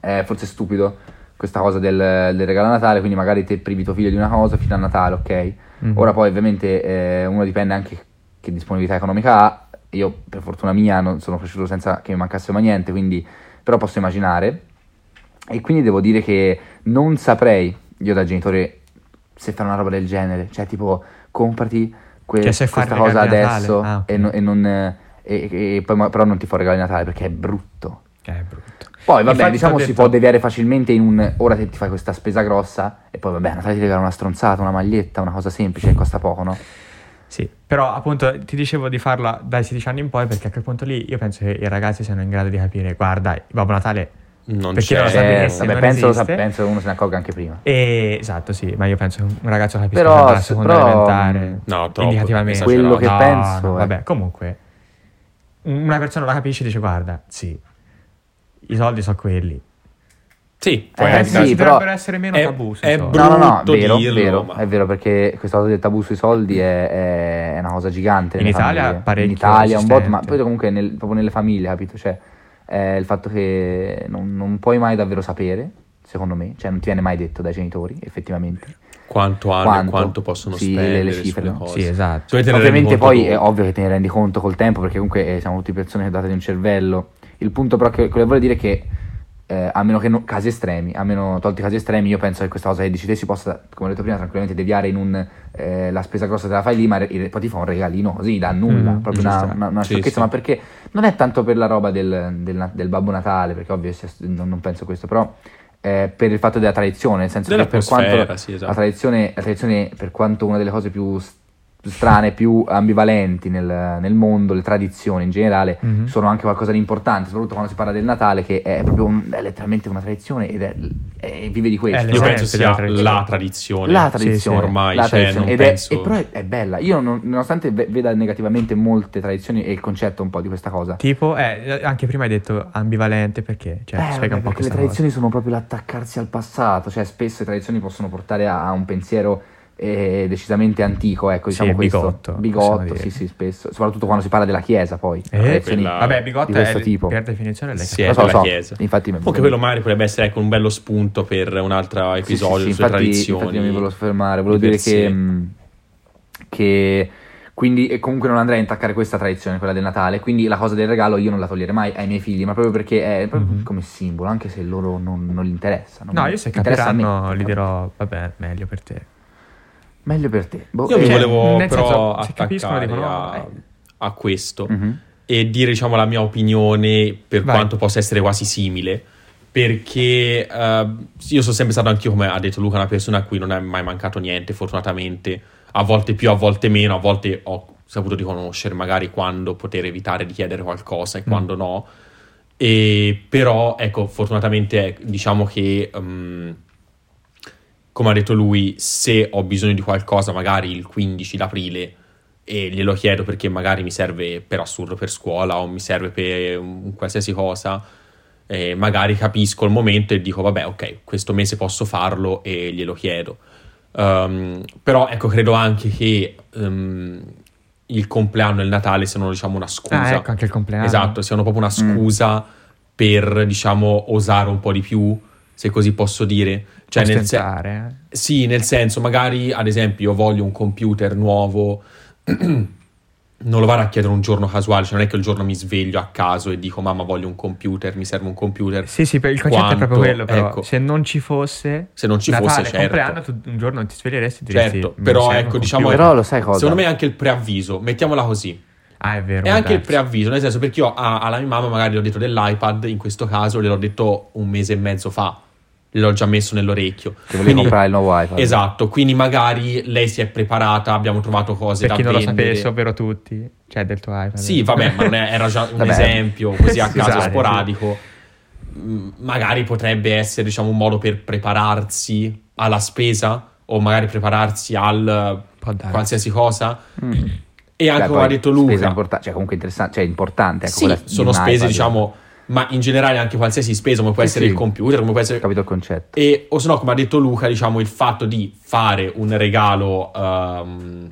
A: è forse stupido questa cosa del, del regalo a Natale, quindi magari te privi tuo figlio di una cosa fino a Natale, ok?
C: Mhm.
A: Mm. Ora poi ovviamente eh, uno dipende anche che disponibilità economica ha, io per fortuna mia non sono cresciuto senza che mi mancasse mai niente, quindi però posso immaginare e quindi devo dire che non saprei io da genitore se fare una roba del genere, cioè tipo comprati que-
C: Cioè, se fare
A: questa
C: regali
A: cosa
C: di Natale.
A: adesso
C: Ah, ok.
A: e, no- e non... eh, e- e poi ma- però non ti fa regalare Natale perché è brutto.
C: Eh, è brutto.
A: Poi vabbè,
C: Infatti
A: diciamo
C: t'ho
A: si
C: detto-
A: può deviare facilmente in un ora che ti fai questa spesa grossa e poi vabbè, a Natale ti regala una stronzata, una maglietta, una cosa semplice che costa poco, no?
C: Sì, però appunto ti dicevo di farla dai 16 anni in poi perché a quel punto lì io penso che i ragazzi siano in grado di capire, guarda, Babbo Natale...
B: Non
C: Perché
B: c'è.
C: non lo sa
A: Eh,
C: benissimo,
A: vabbè,
C: non
A: penso, lo sa-
C: esiste.
A: penso che uno se ne accorga anche prima.
C: E- esatto, sì, ma io penso che un ragazzo capisca
A: Però-
C: già dalla seconda
A: però- mm,
C: elementare.
B: No, troppo.
C: Indicativamente.
A: Quello che
C: No,
A: penso eh.
C: no,
A: è-
C: vabbè, comunque, una persona la capisce e dice, guarda, sì, i soldi sono quelli. Cioè,
B: Sì,
A: Eh,
B: può
A: sì,
B: essere.
A: però-
C: dovrebbero essere meno
B: è-
C: tabù. sui
B: è
C: soldi.
B: brutto.
A: No, no, no, vero,
B: dirlo,
A: vero,
B: ma-
A: è vero perché questa cosa del tabù sui soldi è, è- è una cosa gigante.
C: In
A: nelle
C: Italia
A: famiglie.
C: parecchio
A: In Italia un bot, ma
C: esistente.
A: poi comunque nel- proprio nelle famiglie, capito? Cioè, è il fatto che non, non puoi mai davvero sapere, secondo me, cioè non ti viene mai detto dai genitori, effettivamente.
B: Quanto hanno e
A: Quanto?
B: quanto possono
A: Sì, le- le
B: spendere
A: cifre,
B: sulle
A: no?
B: cose.
C: Sì,
B: Se te
C: esatto.
B: ne rendi
A: Ovviamente
B: conto
A: poi
B: dopo.
A: è ovvio che te ne rendi conto col tempo perché comunque eh, siamo tutti persone dotate di un cervello. Il punto però che quello che voglio dire è che eh, a meno che no- casi estremi, a meno tolti casi estremi, io penso che questa cosa che dici te si possa, come ho detto prima, tranquillamente deviare in un eh, la spesa grossa te la fai lì, ma re- poi ti fa un regalino così da nulla,
C: Mm,
A: proprio
B: ci
A: una,
B: sta.
A: una, una
B: Sì,
A: sciocchezza,
B: sì.
A: ma perché non è tanto per la roba del, del na- del Babbo Natale, perché ovvio sia- non, non penso questo, però eh, per il fatto della tradizione, nel senso che per quanto
B: Dell'atmosfera, sì, esatto.
A: la tradizione, la tradizione, per quanto una delle cose più s- strane, più ambivalenti nel, nel mondo, le tradizioni in generale,
B: Mm-hmm.
C: Mhm.
A: sono anche qualcosa di importante, soprattutto quando si parla del Natale, che è proprio un- è letteralmente una tradizione ed è, è- vive di questo. Cioè,
B: Eh,
C: È
B: Io
C: Esatto,
B: penso sia
C: della tradizione.
B: la tradizione.
A: La
C: Sì, sì.
A: tradizione,
B: Ormai,
A: la
B: cioè,
A: tradizione.
B: non
A: Ed è-
B: penso-
A: e però è, è bella. Io, non- nonostante ve- veda negativamente molte tradizioni e il concetto un po' di questa cosa,
C: Tipo, eh, anche prima hai detto ambivalente perché, cioè,
A: Eh,
C: spiega
A: vabbè,
C: un
A: perché
C: po'
A: le
C: questa
A: tradizioni sono proprio l'attaccarsi al passato, cioè spesso le tradizioni possono portare a, a un pensiero eh, decisamente antico, ecco,
C: Sì,
A: diciamo questo.
C: bigotto, possiamo
A: Bigotto,
C: dire.
A: sì, sì, spesso, soprattutto quando si parla della Chiesa poi.
C: Eh,
A: tradizioni-
B: quella-
C: Vabbè, Bigotta
A: di questo
C: è
A: tipo.
C: per definizione lei
B: Sì, è
A: Lo so, lo
B: della
A: so,
B: eh, Chiesa.
A: infatti mi-
B: Comunque quello magari potrebbe essere ecco, un bello spunto per un altro
A: Sì, sì,
B: episodio
A: sì,
B: sulle
A: infatti,
B: tradizioni.
A: infatti non mi volevo fermare, volevo
B: di
A: dire
B: per
A: che,
B: sé.
A: mh, che quindi e comunque non andrei a intaccare questa tradizione, quella del Natale, quindi la cosa del regalo io non la toglierei mai ai miei figli, ma proprio perché è proprio
C: Mhm.
A: come simbolo, anche se loro non, non gli interessa. non-
C: No, io se
A: interessa a me.
C: capiranno li dirò, vabbè, meglio per te.
A: Meglio per te. Boh,
B: Io mi
A: eh,
B: volevo
C: Cioè, nel
B: però
C: senso, se capiscono,
B: attaccare
C: dicono,
B: a,
C: "Vabbè".
B: a questo
A: Mhm.
B: e dire diciamo la mia opinione per
C: Vai.
B: quanto possa essere quasi simile perché eh, io sono sempre stato anch'io come ha detto Luca una persona a cui non è mai mancato niente fortunatamente a volte più a volte meno a volte ho saputo riconoscere magari quando poter evitare di chiedere qualcosa e quando no. E però, ecco, fortunatamente eh, diciamo che, ehm, come ha detto lui, se ho bisogno di qualcosa magari il 15 d'aprile e glielo chiedo perché magari mi serve per assurdo per scuola o mi serve per un qualsiasi cosa, eh, magari capisco il momento e dico vabbè ok, questo mese posso farlo e glielo chiedo. Ehm, però ecco, credo anche che ehm, il compleanno e il Natale siano diciamo una scusa.
C: Ah, ecco anche il compleanno. Mm.
B: Esatto, siano proprio una scusa per, diciamo, osare un po' di più, se così posso dire. Cioè, nel sen-
C: Ostentare, eh.
B: sì, nel senso, magari, ad esempio, io voglio un computer nuovo, non lo vado a chiedere un giorno casuale, cioè non è che il giorno mi sveglio a caso e dico, mamma, voglio un computer, mi serve un computer.
C: Sì, sì, per- il concetto è proprio
B: Quanto?
C: quello, però
B: Ecco.
C: se non ci fosse
B: Se non ci
C: Natale,
B: fosse, certo.
C: compleanno, tu un giorno non ti sveglieresti e diresti
B: Certo,
C: "Mi
B: però,
C: serve un
B: ecco, diciamo-
C: computer".
A: Però lo sai cosa?
B: Secondo me anche il preavviso, mettiamola così.
C: Ah, è vero.
B: E
C: ma
B: anche
C: dai.
B: il preavviso, nel senso perché io a- alla mia mamma magari le ho detto dell'iPad, in questo caso gliel'ho detto un mese e mezzo fa, l'ho già messo nell'orecchio.
A: Che volevi comprare il nuovo iPad.
B: Esatto, quindi magari lei si è preparata, abbiamo trovato cose
C: Per chi
B: da
C: non lo
B: vendere.
C: sapesse, ovvero tutti, cioè del tuo iPad.
B: Sì, vabbè, ma non è- era già un
A: Vabbè.
B: esempio così a
A: Sì, esatto.
B: caso
A: dai, sì.
B: sporadico. Mm, Magari potrebbe essere, diciamo, un modo per prepararsi alla spesa o magari prepararsi al
C: Può darsi.
B: qualsiasi cosa.
A: Mm.
B: E anche
A: Beh,
B: come
A: poi
B: ha detto
A: spesa
B: Luca,
A: importa- cioè comunque interessante, cioè importante. Ecco,
B: sì,
A: quella di
B: sono
A: un
B: spese,
A: iPad.
B: diciamo, ma in generale anche qualsiasi spesa, come può
A: Sì,
B: essere
A: sì.
B: il computer, come può essere...
A: Capito il concetto.
B: E, o se no, come ha detto Luca, diciamo, il fatto di fare un regalo ehm,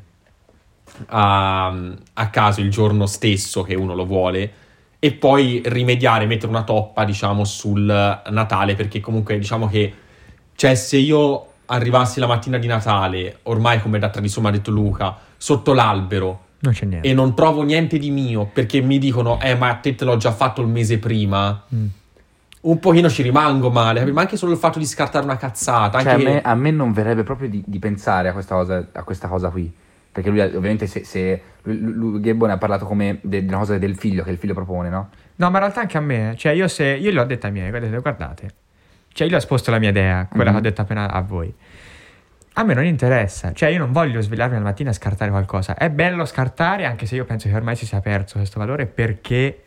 B: a, a caso il giorno stesso che uno lo vuole e poi rimediare, mettere una toppa, diciamo, sul Natale, perché comunque diciamo che, cioè, se io arrivassi la mattina di Natale, ormai come da tradizione ha detto Luca, sotto l'albero
C: Non c'è niente.
B: e non trovo niente di mio perché mi dicono, eh, ma a te te l'ho già fatto il mese prima
C: Mm.
B: un pochino ci rimango male, capi? ma anche solo il fatto di scartare una cazzata.
A: Cioè, a,
B: anche-
A: me, a me non verrebbe proprio di, di pensare a questa, cosa, a questa cosa qui. Perché lui, ovviamente, se, se lui- lui- Ghebbone ha parlato come de- di una cosa del figlio, che il figlio propone, no?
C: No, ma in realtà anche a me, cioè io se io l'ho detta a miei, guardate, guardate. Cioè io ho esposto la mia idea, quella
A: Mhm.
B: Mm-hmm.
C: che ho detto appena a voi. A me non interessa, cioè io non voglio svegliarmi la mattina e scartare qualcosa. È bello scartare, anche se io penso che ormai si sia perso questo valore perché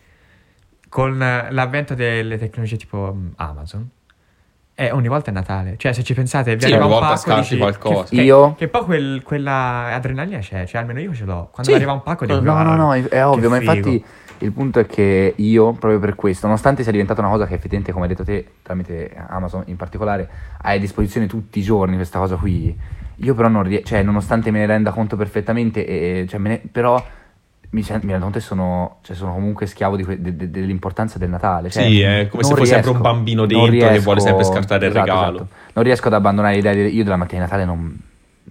C: con eh, l'avvento delle tecnologie tipo mm, Amazon eh, ogni volta è Natale, cioè se ci pensate, vi
B: Sì,
C: arriva
B: ogni
C: un
B: volta
C: pacco
B: scarti
C: dici,
B: qualcosa.
C: Che, che-
A: Io-
C: che poi quel- quella adrenalina c'è, cioè almeno io ce l'ho. Quando
B: Sì.
C: arriva un pacco dico
A: No, no,
C: "Guarda,
A: no, è-
C: che
A: è ovvio, ma
C: figo".
A: infatti il punto è che io, proprio per questo, nonostante sia diventata una cosa che effettivamente, come hai detto te, tramite Amazon in particolare, hai a disposizione tutti i giorni questa cosa qui, io però non riesco, cioè nonostante me ne renda conto perfettamente, e- cioè, me ne- però mi, sen- mi rendo conto che sono, cioè, sono comunque schiavo di que- de- de- dell'importanza del Natale. cioè,
B: Sì, è come se
A: non
B: fosse sempre un
A: riesco,
B: bambino
A: non
B: dentro che
A: riesco-
B: vuole sempre scartare il
A: esatto,
B: regalo.
A: esatto. Non riesco ad abbandonare l'idea di io della mattina di Natale non...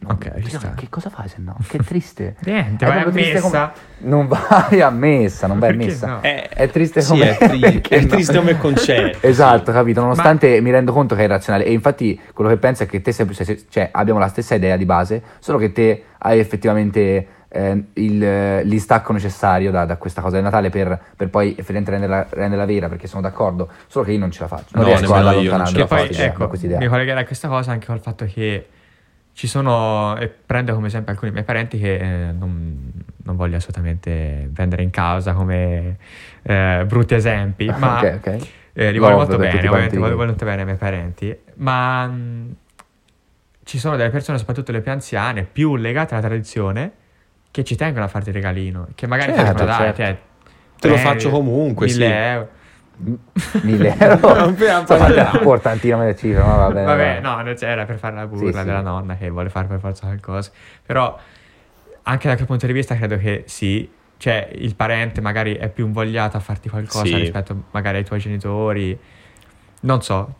A: non-
C: Ok, ci
A: che,
C: sta.
A: che cosa fai se no? Che triste.
C: Niente,
A: È
C: vai a
A: proprio triste come-
C: messa.
A: non vai a messa, non vai a
C: Perché
A: messa.
C: no?
B: Eh,
A: È triste
B: sì,
A: come-
B: è, tri-
A: perché
B: è
A: no?
B: triste come concetto.
A: Esatto, capito? Nonostante mi rendo conto che è irrazionale. E infatti quello che penso è che te sei, se- se- cioè, abbiamo la stessa idea di base, solo che te hai effettivamente eh, il, eh, l'istacco necessario da, da questa cosa del Natale per, per poi effettivamente renderla, renderla vera, perché sono d'accordo, solo che io non ce la faccio. Non
B: No,
A: riesco ad
B: nemmeno io, non
A: allontanarmi
B: ce
C: Che
A: da
B: la
C: poi,
A: questa idea, da
C: ecco,
A: cioè, questa idea.
C: mi collegherei a questa cosa anche col fatto che ci sono, e prendo come esempio alcuni miei parenti che eh, non, non voglio assolutamente prendere in causa come eh, brutti esempi, ma
A: Ah, Ok, ok.
C: eh, li voglio
A: Love
C: molto
A: per
C: bene,
A: tutti
C: ovviamente
A: quanti.
C: voglio molto bene ai miei parenti, ma mh, ci sono delle persone, soprattutto le più anziane, più legate alla tradizione, che ci tengono a farti il regalino, che magari
A: Certo,
C: dicono, dai,
A: certo.
C: cioè,
B: Te lo
C: eh,
B: faccio comunque, sì.
C: 1000 euro.
A: 1000 euro.
B: Non per-
A: Insomma, dai, portantino me le cifre, ma va bene.
C: Vabbè, no, non c'era per fare la burla
A: Sì, sì.
C: della nonna che vuole fare per forza qualcosa. Però anche da quel punto di vista credo che sì, cioè il parente magari è più invogliato a farti qualcosa
B: Sì.
C: rispetto magari ai tuoi genitori. Non so.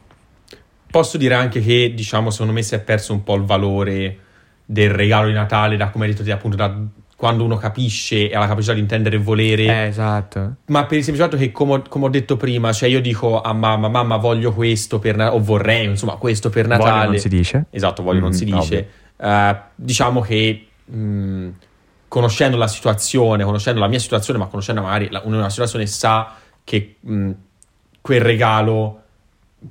B: Posso dire anche che, diciamo, secondo me si è perso un po' il valore del regalo di Natale, da come hai detto te, appunto, da quando uno capisce e ha la capacità di intendere e volere.
C: Eh, esatto.
B: Ma per il semplice fatto che, come ho, come ho detto prima, cioè io dico a mamma, mamma voglio questo per Natale, o vorrei, insomma, questo per
C: Voglio
B: Natale.
C: non si dice.
B: Esatto, voglio non
A: Mhm,
B: si dice. Eh, diciamo che mh, conoscendo la situazione, conoscendo la mia situazione, ma conoscendo magari la, una situazione, sa che mh, quel regalo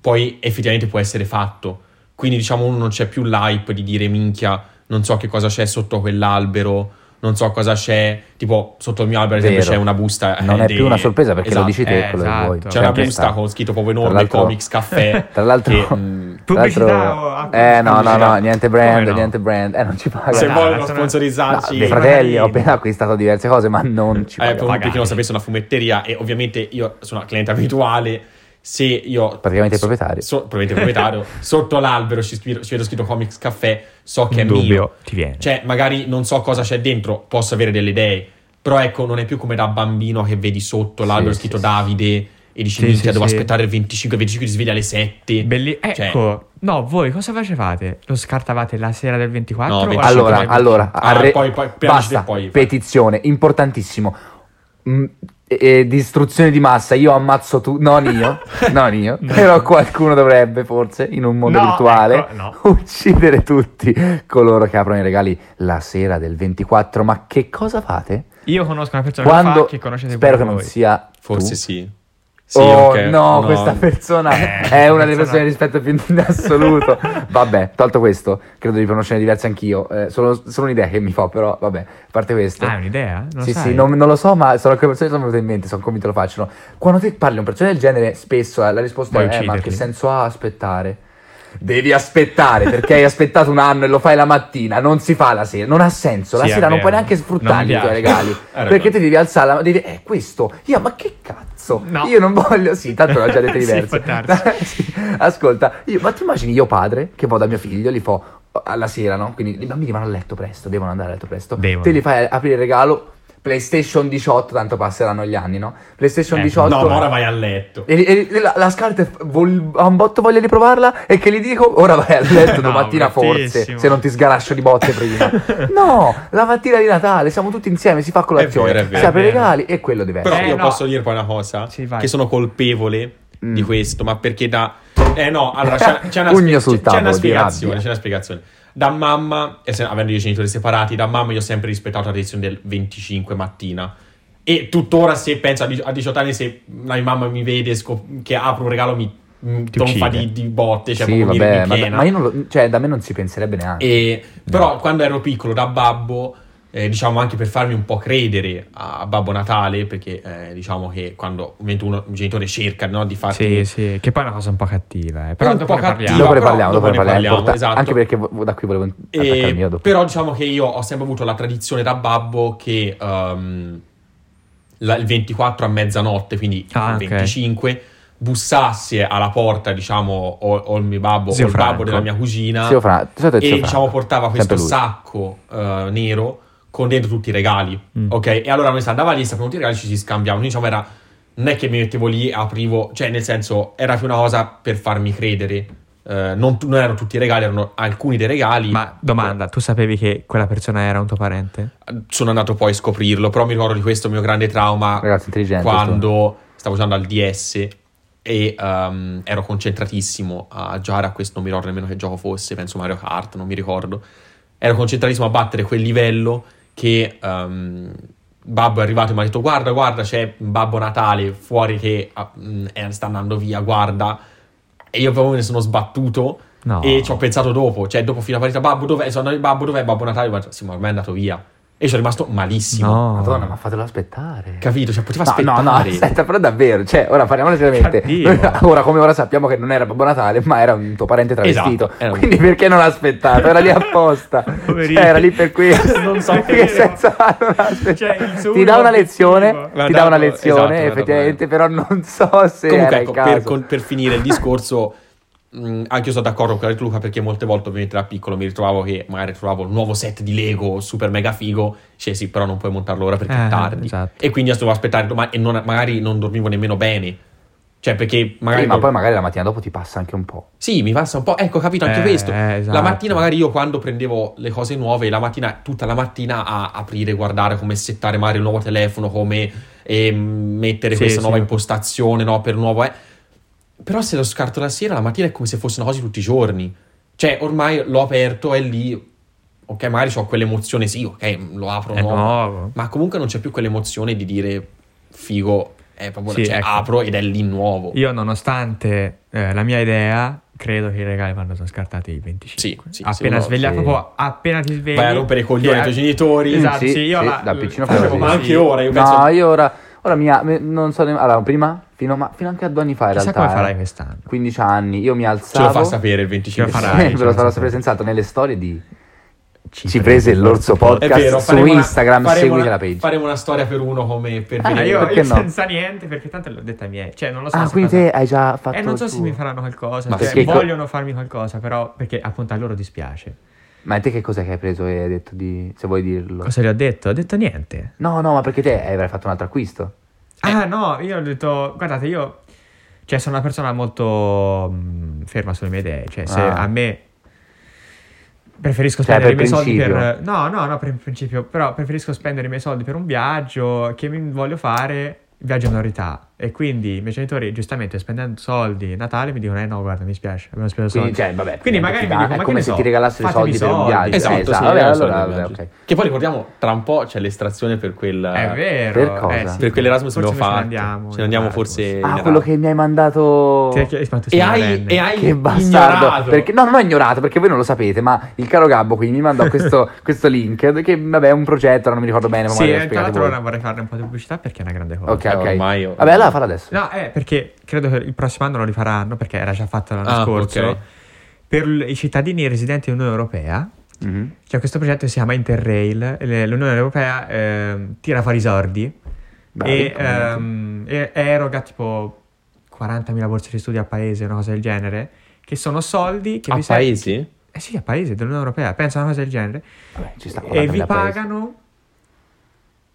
B: poi effettivamente può essere fatto. Quindi diciamo uno non c'è più l'hype di dire minchia, non so che cosa c'è sotto quell'albero non so cosa c'è, tipo sotto il mio albero ad
A: Vero.
B: esempio c'è una busta. eh,
A: Non è
B: dei-
A: più una sorpresa perché
B: Esatto.
A: lo dici te
C: eh,
A: quello che vuoi.
C: esatto.
B: C'è
A: Cioè,
B: una
A: anche
B: busta
A: sta-
B: con scritto proprio
A: tra
B: enorme
A: l'altro-
B: comics caffè.
A: Tra l'altro,
B: che, mm,
C: Pubblicità
A: tra l'altro-
C: o altro?
A: eh no, no, no,
B: Pubblicità.
A: niente brand,
C: Come no?
A: niente brand, eh non ci pagano.
B: se
C: dai,
B: vogliono
C: sono-
A: No,
B: sponsorizzarci,
A: dei fratelli, ho appena acquistato diverse cose, ma non ci
B: Eh,
A: pagano.
B: per chi
C: Magari.
B: non sapesse una fumetteria e ovviamente io sono una cliente abituale se io
A: Praticamente il proprietario.
B: so- probabilmente il proprietario sotto l'albero ci, scri- ci vedo scritto Comics Caffè so che è
C: In
B: mio
C: dubbio ti viene.
B: cioè magari non so cosa c'è dentro posso avere delle idee però ecco non è più come da bambino che vedi sotto
A: Sì,
B: l'albero
A: sì,
B: scritto
A: sì.
B: Davide e dici
C: Sì,
B: minchia
C: sì,
B: devo
C: sì.
B: aspettare il 25 25 ti svegli alle 7
C: Belli-
B: Cioè-
C: ecco, no, voi cosa facevate? Lo scartavate la sera del 24?
B: No,
C: o-
B: 25.
A: Allora,
B: Poi-
A: allora,
B: Ah,
A: arre-
B: poi- poi- poi
A: basta,
B: e poi-
A: petizione, importantissimo. Mm, e- e distruzione di massa, io ammazzo tu, non io, non io,
C: No.
A: però qualcuno dovrebbe forse in un mondo
C: No,
A: virtuale
C: ecco, no.
A: uccidere tutti coloro che aprono i regali la sera del 24, ma che cosa fate?
C: Io conosco una persona che lo
A: Quando
C: Cioè, fa, che conoscete
A: spero che
C: pure
A: non
C: voi.
A: sia
B: forse
A: tu.
B: sì Sì,
A: Oh
B: ok,
A: no, questa persona
C: Eh,
A: è una delle
C: persona-
A: persone che rispetto più in assoluto. vabbè, tolto questo, credo di conoscerne diverse anch'io. eh, solo, solo un'idea che mi fa, però vabbè, a parte questo.
C: Ah, è un'idea? Non lo
A: sì,
C: sai?
A: sì, non, non lo so, ma sono quelle persone che sono venute in mente, sono convinto lo facciano. Quando te parli a un personaggio del genere, spesso eh, la risposta
C: Vuoi
A: è: eh, ma che
C: ucciderli?"
A: senso ha aspettare? Devi aspettare perché hai aspettato un anno e lo fai la mattina, non si fa la sera, non ha senso. La
C: Sì, è
A: sera non
C: vero.
A: puoi neanche
C: Non
A: sfruttare
C: mi
A: i tuoi
C: piace.
A: regali
B: Hai
A: perché
B: ragione.
A: ti devi alzare la devi... Eh, questo, io, ma che cazzo?
C: No.
A: Io non voglio, sì, tanto l'ho già detto
C: Sì,
A: diverso.
C: può darsi.
A: Sì. Ascolta, io- ma ti immagini io padre che vado da mio figlio, li fo alla sera, no? Quindi i bambini vanno a letto presto, devono andare a letto presto.
C: Devono.
A: Te li fai aprire il regalo PlayStation 18, tanto passeranno gli anni, no? PlayStation
C: Eh,
A: 18.
B: no ma ora vai a letto
A: E- e- e la, la scarta è- vol- ha un botto voglia di provarla e che gli dico ora vai a letto
C: No,
A: domattina forse
C: bruttissimo.
A: se non ti sgarascio di botte prima no la mattina di Natale siamo tutti insieme si fa colazione
B: vero, è vero,
A: si
B: è
A: apre i
C: vero.
A: regali e quello diventa
B: Però
C: Eh,
B: io
C: no.
B: posso dire poi una cosa
C: Sì, vai.
B: che sono colpevole
A: Mm.
B: di questo, ma perché da eh no, allora c'è, c'è una,
A: Pugno sul
B: c'è- c'è
A: tavolo
B: una
A: di
B: spiegazione,
A: rabbia.
B: c'è una spiegazione. Da mamma, e se- avendo i genitori separati, da mamma io ho sempre rispettato la tradizione del 25 mattina. E tuttora se penso a di- a 18 anni se la mia mamma mi vede scop- che apro un regalo mi mi
C: Ti
B: tonfa
C: uccide.
B: di, di botte, cioè
A: sì
B: proprio mi- mi
A: vabbè ma,
B: piena.
A: ma io non lo, cioè da me non si penserebbe neanche
B: E- però quando ero piccolo da babbo, eh, diciamo anche per farmi un po' credere a, a Babbo Natale, perché eh, diciamo che quando ovviamente uno, un genitore cerca no, di farti
C: Sì, sì, che poi è una cosa un po' cattiva, eh. però
B: Ah, Un
C: dopo
B: po'
C: ne parliamo.
B: cattiva.
A: dopo ne
B: però
A: parliamo dopo ne parliamo, è
B: dopo ne parliamo,
A: importante.
B: esatto.
A: anche perché vo- da qui volevo attaccare il
B: E-
A: mio dopo
B: però diciamo che io ho sempre avuto la tradizione da babbo che ehm, la- il 24 a mezzanotte, quindi
C: Ah,
B: il
C: ok.
B: 25, bussasse alla porta, diciamo, o, o il mio babbo
C: Zio
B: o il
C: Franco.
B: babbo della mia cugina.
A: Zio Fra- zio Fra-
B: e
A: zio Fra-
B: diciamo portava
A: sempre
B: questo
A: lui.
B: sacco eh, nero con dentro tutti i regali,
C: Mm.
B: ok? E allora noi si andava lì, sapevamo tutti i regali, ci si scambiavano, Quindi, diciamo era... Non è che mi mettevo lì, aprivo, cioè nel senso era più una cosa per farmi credere. Eh, non, tu- non erano tutti i regali, erano alcuni dei regali.
C: Ma domanda, tu sapevi che quella persona era un tuo parente?
B: Sono andato poi a scoprirlo, però mi ricordo di questo mio grande trauma
A: ragazzi intelligenti
B: quando stavo usando al DS e ehm, ero concentratissimo a giocare a questo, non mi ricordo nemmeno che gioco fosse, penso Mario Kart, non mi ricordo. Ero concentratissimo a battere quel livello che ehm, Babbo è arrivato e mi ha detto guarda, guarda, c'è Babbo Natale fuori che ah, mm, è- sta andando via, guarda. E io proprio me ne sono sbattuto
C: No.
B: e ci ho pensato dopo, cioè dopo fino a partita, babbo dov'è? Sono andato Babbo dov'è? Babbo Natale, guarda, sì, ma ormai è andato via. E ci sono rimasto malissimo.
C: No.
A: madonna ma fatelo aspettare
B: Capito? Cioè, poteva
A: No,
B: aspettare.
A: no, no, aspetta, però davvero, cioè, ora parliamone seriamente.
C: Cattivo.
A: Ora come ora sappiamo che non era Babbo Natale, ma era un tuo parente travestito.
B: Esatto, era un-
A: Quindi perché non aspettato? Era lì apposta.
C: Poverino.
A: Cioè, era lì per questo.
C: Non so
A: perché
C: che-
A: senza non aspettare.
C: Cioè, il suo
A: ti dà una
C: unico
A: lezione,
C: obiettivo.
B: L'ha
A: ti dà una
B: dato-
A: lezione,
B: esatto, l'ha
A: effettivamente, però non so se
B: Comunque,
A: era
B: ecco,
A: il caso.
B: per, con- per finire il discorso, mh, anche io sono d'accordo con quello che ha detto Luca perché molte volte, ovviamente, da piccolo mi ritrovavo che magari trovavo il nuovo set di Lego super mega figo. Cioè, sì, però non puoi montarlo ora perché
C: Eh,
B: è tardi.
C: esatto.
B: E quindi io dovevo aspettare domani e non- magari non dormivo nemmeno bene. Cioè, perché
A: Sì,
B: magari.
A: ma
B: non-
A: poi magari la mattina dopo ti passa anche un po'.
B: Sì, mi passa un po'. Ecco, capito anche
C: Eh,
B: questo.
C: eh, esatto.
B: La mattina, magari io quando prendevo le cose nuove, la mattina, tutta la mattina a aprire, guardare come settare magari il nuovo telefono, come ehm, mettere
C: Sì,
B: questa
C: sì.
B: nuova impostazione, no, per nuovo. eh. Però se lo scarto la sera, la mattina è come se fosse una cosa di tutti i giorni. Cioè, ormai l'ho aperto, è lì. Ok, magari ho quell'emozione, sì, ok, lo apro,
C: È
B: no.
C: nuovo.
B: Ma comunque non c'è più quell'emozione di dire figo, è proprio,
C: Sì,
B: cioè,
C: ecco.
B: apro ed è lì nuovo.
C: Io nonostante eh, la mia idea credo che i regali vanno scartati i 25.
B: Sì, sì,
C: appena
B: sì,
C: svegliato,
A: sì.
C: proprio appena ti svegli.
B: Vai a rompere i coglioni ai tuoi genitori.
C: Esatto,
A: Sì,
C: sì, io
A: sì,
C: la-
A: da piccino
C: la
A: facevo
C: facevo
A: così.
B: Ma anche ora, Eh, io penso...
A: No, io ora, ora mia, me- non so nemmeno. Allora, prima, fino, ma fino anche a due anni fa in
C: Chissà
A: realtà.
C: come
A: eh,
C: farai quest'anno.
A: 15 anni, io mi
B: Ce lo
A: alzavo.
B: fa sapere il 25
C: Ce lo
A: Sì,
C: farai,
A: ve
C: ce
A: lo farò
C: lo sapere.
A: sapere senz'altro nelle storie di Ci,
C: Ci
A: prese
C: prese
A: l'orso
C: l'orso
A: podcast
B: È vero,
A: su
B: faremo una-
A: Instagram,
B: faremo
A: seguite
B: una-
A: la page.
B: Faremo una storia per uno come per
A: Ah,
C: Ah,
B: vedere.
C: io,
A: perché
C: io
A: no?
C: senza niente, perché tanto l'ho detta a miei. Cioè, non lo so.
A: Ah,
C: se
A: quindi
C: cosa-
A: te hai già fatto
C: Eh, non so
A: il
C: se
A: tuo.
C: mi faranno qualcosa.
B: Ma
C: cioè,
A: perché co-
C: vogliono farmi qualcosa, però. Perché appunto a loro dispiace.
A: Ma te che cos'è che hai preso e hai detto di se vuoi dirlo?
C: Cosa gli ho detto? Ho detto niente.
A: No, no, ma perché te eh, avrai fatto un altro acquisto?
C: Ah, no, io ho detto. Guardate, io. Cioè, sono una persona molto mh, ferma sulle mie idee. Cioè, se
A: Ah.
C: a me. Preferisco
A: Cioè,
C: spendere
A: per
C: i miei soldi per.
A: principio.
C: No, no, no, per principio. Però preferisco spendere i miei soldi per un viaggio che mi voglio fare. Viaggio in priorità. E quindi i miei genitori, giustamente, spendendo soldi Natale, mi dicono: Eh no, guarda, mi spiace, abbiamo speso soldi.
A: Quindi, cioè, vabbè,
C: Quindi magari mi dico,
A: è
C: ma
A: come
C: che
A: se
C: ne
A: ti
C: so,
A: regalassero i soldi,
C: fatemi
A: per un
C: soldi.
A: viaggio.
B: Esatto,
A: Eh,
B: sì,
A: vabbè,
B: io lo so
A: allora,
B: del
A: vabbè,
B: viaggio.
A: ok.
B: Che poi ricordiamo, tra un po' c'è l'estrazione per quel...
C: È vero.
A: cioè, Per cosa?
C: eh sì.
B: Per quell'Erasmus
C: Forse
B: abbiamo
C: noi
B: fatto.
C: Ce ne andiamo. esatto.
B: Ce ne andiamo
C: in Erasmus.
B: forse in
A: Ah,
B: Erasmus.
A: quello che mi hai mandato.
C: Ti hai chiesto quanto sei
B: E hai,
C: minorenne.
B: e hai
A: Che
B: ignorato.
A: bastardo! Perché, no, non ho ignorato perché voi non lo sapete, ma il caro Gabbo qui mi mandò questo, questo link. Che vabbè, è un progetto, non mi ricordo bene. ma
C: Sì,
A: magari lo
C: eh, tra
A: spiegate
C: l'altro
A: voi.
C: ora vorrei farne un po' di pubblicità perché è una grande cosa.
A: Ok, ok.
B: Eh, ormai io-
A: Vabbè, allora fallo adesso.
C: No, eh, perché credo che il prossimo anno lo rifaranno perché era già fatto l'anno
B: Ah,
C: scorso.
B: ok.
C: Per l- i cittadini residenti dell'Unione Europea
A: Mhm.
C: c'è questo progetto che si chiama Interrail. e le- L'Unione Europea ehm, tira fuori i sordi
A: Bravi,
C: e,
A: complimenti.
C: ehm, e eroga tipo 40.000 borse di studio a paese, una cosa del genere, che sono soldi che
B: A
C: vi ser-
B: paesi?
C: Eh sì, a paese dell'Unione Europea, pensa a una cosa del genere.
A: Vabbè, ci sta
C: e
A: 40.000
C: vi
A: paesi.
C: pagano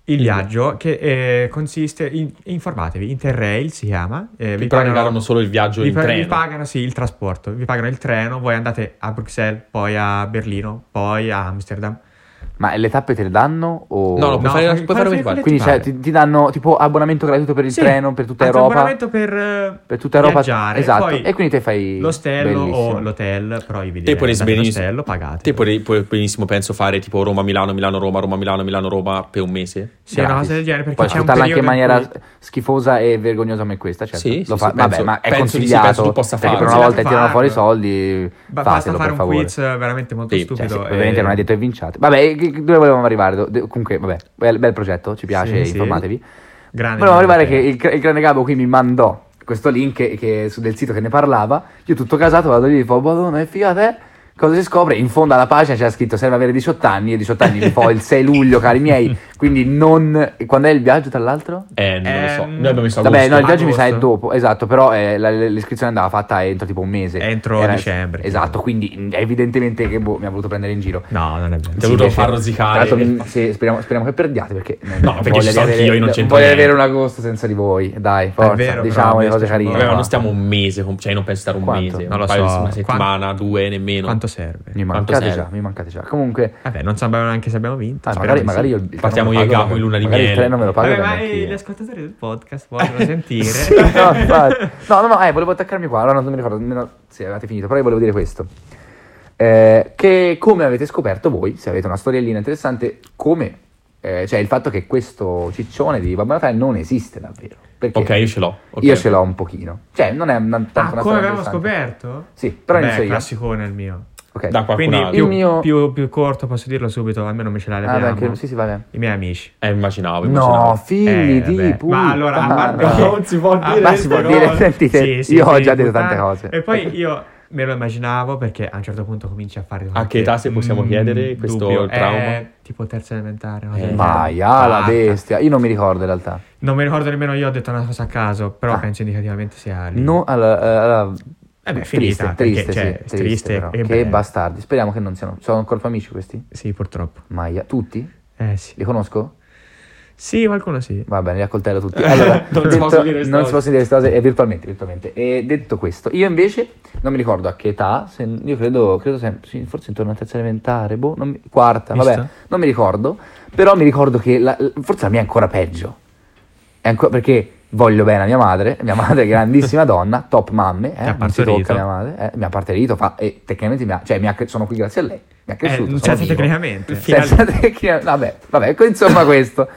C: il viaggio che eh, consiste in, informatevi, Interrail si chiama. eh,
B: Però regalano solo il viaggio
C: vi
B: in
C: pa-
B: treno.
C: Vi pagano sì il trasporto, vi pagano il treno, voi andate a Bruxelles, poi a Berlino, poi a Amsterdam.
A: Ma le tappe te le danno? O...
B: No, no, Oh, puoi
C: No,
B: fare,
C: fai-
B: puoi
C: fai-
B: fare come
C: fai
B: ti pare.
C: quello
A: Quindi
C: ti
A: cioè,
C: pare.
A: ti, ti danno tipo abbonamento gratuito per il
C: Sì,
A: treno, per tutta
C: anzi,
A: Europa.
C: abbonamento per, eh,
A: per tutta Europa.
C: viaggiare,
A: esatto.
C: poi
A: e quindi te fai
C: L'ostello
A: Bellissimo.
C: o l'hotel, però io vi
B: Te
C: direi
B: puoi
C: andate
B: benissimo-
C: all'ostello, pagate.
B: Te puoi, puoi benissimo, penso, fare tipo Roma-Milano, Milano-Roma, Roma-Milano, Milano-Roma per un mese.
C: Sì, una
A: Gratis.
C: cosa del genere perché
A: Puoi
C: c'è un
A: sfruttarla anche in
C: periodo in
A: maniera
C: cui-
A: schifosa e vergognosa come questa, certo.
B: Sì, sì,
A: Lo fa-
B: sì,
A: vabbè,
B: penso-
A: ma è
B: penso di sì,
A: consigliato
B: penso tu possa
A: perché per
B: farlo.
A: una volta tirano
C: Consigliato
A: fuori i
C: farlo.
A: soldi,
C: Ba- basta
A: fatelo per
C: fare un
A: favore.
C: quiz eh, veramente molto
B: Sì, cioè,
A: Cioè,
C: stupido. eh,
A: sì,
C: e-
A: ovviamente non hai detto e vinciate. Vabbè, che- che- dove volevamo arrivare? Do- de- Comunque, vabbè, bel, bel progetto, ci piace,
C: Sì, sì.
A: informatevi.
C: Grande
A: Volevo arrivare che
C: idea.
A: il, il grande Gabo qui mi mandò questo link che, che- su del sito che ne parlava. Io tutto casato vado lì e dico, madonna, è figata, eh? Cosa si scopre? In fondo alla pagina c'è scritto serve avere 18 anni, e 18 anni mi fa il 6 luglio, cari miei. Quindi non... Quando è il viaggio, tra l'altro?
B: Eh, non lo so.
C: Ehm,
B: Noi abbiamo visto
A: Vabbè,
B: agosto.
A: no, il viaggio mi sa è
C: Agosto.
A: dopo, esatto, però eh, la- l'iscrizione andava fatta entro tipo un mese.
C: Entro dicembre.
A: Esatto, quindi mm, evidentemente che boh, mi ha voluto prendere in giro.
C: No, non è vero.
B: Ti ha voluto far rosicare.
A: Tra l'altro, mm, sì, speriamo, speriamo che perdiate perché
B: No, perché ci sono anch'io, io non c'entro
A: Voglio
B: niente.
A: avere un agosto senza di voi, dai, forza,
C: vero,
A: diciamo
C: però,
A: le cose
C: mi
A: carine.
C: dispiace.
B: Vabbè, ma
A: no?
B: non stiamo un mese, con- cioè io non penso stare un
A: Quanto?
B: mese,
C: Non lo
B: un paio di-
C: so.
B: una settimana, due nemmeno.
C: Quanto serve?
A: Mi
B: Quanto
A: mancate
B: serve?
A: già, mi mancate già. Comunque,
C: Vabbè, non sappiamo neanche se abbiamo vinto.
A: ah, magari,
C: speriamo di
A: magari
C: sì.
A: io il treno
B: Partiamo
A: me
B: io
A: lo
B: e
A: pago,
B: Gabbo in luna di
A: magari il
B: miele.
A: treno me lo pago.
C: Vabbè,
A: e
C: ma
A: vengo
C: gli
A: anch'io.
C: ascoltatori del podcast vogliono sentire. Ah,
A: Sì, no, infatti. no, no, no, eh, volevo attaccarmi qua. Allora non mi ricordo nemmeno se avevate finito, però io volevo dire questo. Eh, che come avete scoperto voi, se avete una storiellina interessante, come eh, cioè il fatto che questo ciccione di Babbo Natale non esiste davvero. Perché
B: Ok, io ce l'ho. ok.
A: io ce l'ho un pochino. Cioè, non è una, tanto
C: Ah,
A: una
C: come
A: storia
C: abbiamo
A: interessante.
C: scoperto?
A: Sì, però
C: Beh,
A: inizio io.
C: classicone il mio.
A: Ok.
B: Da qualcun
C: Quindi
B: altro.
C: più,
A: Il mio-
C: più, più corto, posso dirlo subito, almeno me ce la
A: Ah,
C: leviamo.
A: beh, anche- sì, sì, va bene.
C: I miei amici.
B: Eh, immaginavo, immaginavo.
A: No, figli
C: Eh,
A: di
C: vabbè. Eh.
A: puttana.
C: Ma allora, a parte
B: Non si può
C: a
B: dire
A: Ma si
B: queste
A: può dire,
B: cose.
A: sentite, io ho
C: sì,
A: già detto
C: puttana.
A: tante cose.
C: E poi io me lo immaginavo perché a un certo punto cominci a fare...
B: A che età, se possiamo chiedere, questo trauma?
C: È Eh, tipo terza elementare. una
B: Eh,
C: cosa del
A: Ma
C: genere.
A: ya, la
C: Ah,
A: bestia, io non mi ricordo in realtà.
C: Non mi ricordo nemmeno io, ho detto una cosa a caso, però
A: Ah.
C: penso indicativamente sia lì.
A: No, allora, eh, allora,
C: Eh beh,
A: triste,
C: finita,
A: triste,
C: perché, cioè,
A: sì, triste,
C: triste,
A: però.
C: e
A: Che
C: beh.
A: bastardi. Speriamo che non siano. Sono ancora tuoi amici questi?
C: Sì, purtroppo.
A: Maia, tutti?
C: Eh sì.
A: Li conosco?
C: Sì, qualcuno sì. Eh,
A: Va bene, li accoltello tutti. Allora,
B: Non si
A: detto-
B: possono dire queste
A: non si
B: cose.
A: possono dire queste cose, eh, virtualmente, virtualmente. E detto questo, io invece non mi ricordo a che età, se- io credo, credo sempre, sì, forse intorno alla terza elementare, boh, non mi- quarta,
C: Mister?
A: vabbè, non mi ricordo, però mi ricordo che la- forse la mia è ancora peggio. È ancora- perché voglio bene a mia madre, mia madre è grandissima donna, top mamme,
C: Ti
A: eh,
C: ha
A: non si
C: partorito.
A: tocca mia madre, eh, mi ha partorito, fa, e tecnicamente mi ha, cioè, mi ha cre- sono qui grazie a lei, mi ha
C: Eh,
B: certo,
A: cresciuto. sono
C: senza
A: vivo.
C: tecnicamente.
A: Senza tecnica- vabbè, vabbè, ecco, insomma questo.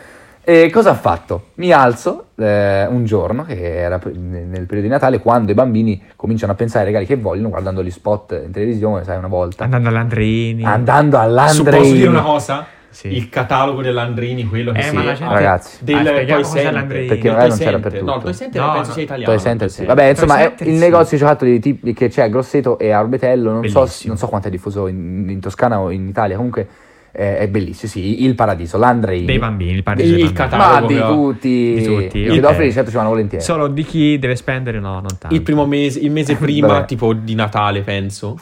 A: E E cosa ha fatto? Mi alzo eh, un giorno, che era pre- nel nel periodo di Natale, quando i bambini cominciano a pensare ai regali che vogliono, guardando gli spot in televisione, sai, una volta.
C: Andando all'Andrini.
A: Andando
B: Su,
A: all'Andrei.
B: posso dire una cosa?
C: Sì.
B: Il catalogo dell'Andrini, quello che
C: Eh,
B: si
C: ma la gente-
A: Ragazzi.
B: del
C: Ah, spieghiamo
B: Toy
C: cos'è
B: Center.
C: l'Andrini.
A: Perché
B: No,
A: magari
B: Toy
A: non c'era
B: Center.
A: per
B: No,
A: tutto.
B: il Toy Center
C: No,
B: penso
C: no.
B: sia italiano.
A: Toy Center, sì.
B: Sì.
A: Vabbè, insomma,
C: Toy
A: è
C: Center,
A: il
C: sì.
A: negozio giocattoli di tipi che c'è a Grosseto e a Orbetello, non so,
C: Bellissimo.
A: non so quanto è diffuso in, in Toscana o in Italia, comunque eh, è bellissimo, sì, il paradiso, l'Andrei.
C: Dei bambini, il paradiso
B: Il
C: dei bambini.
B: catalogo.
A: Ma di
B: però.
A: tutti,
C: Di tutti,
A: i
C: ok.
A: pedofili certo ci vanno volentieri.
C: Solo di chi deve spendere, no, non tanto.
B: Il primo mese, il mese prima,
A: Vabbè.
B: tipo di Natale, penso.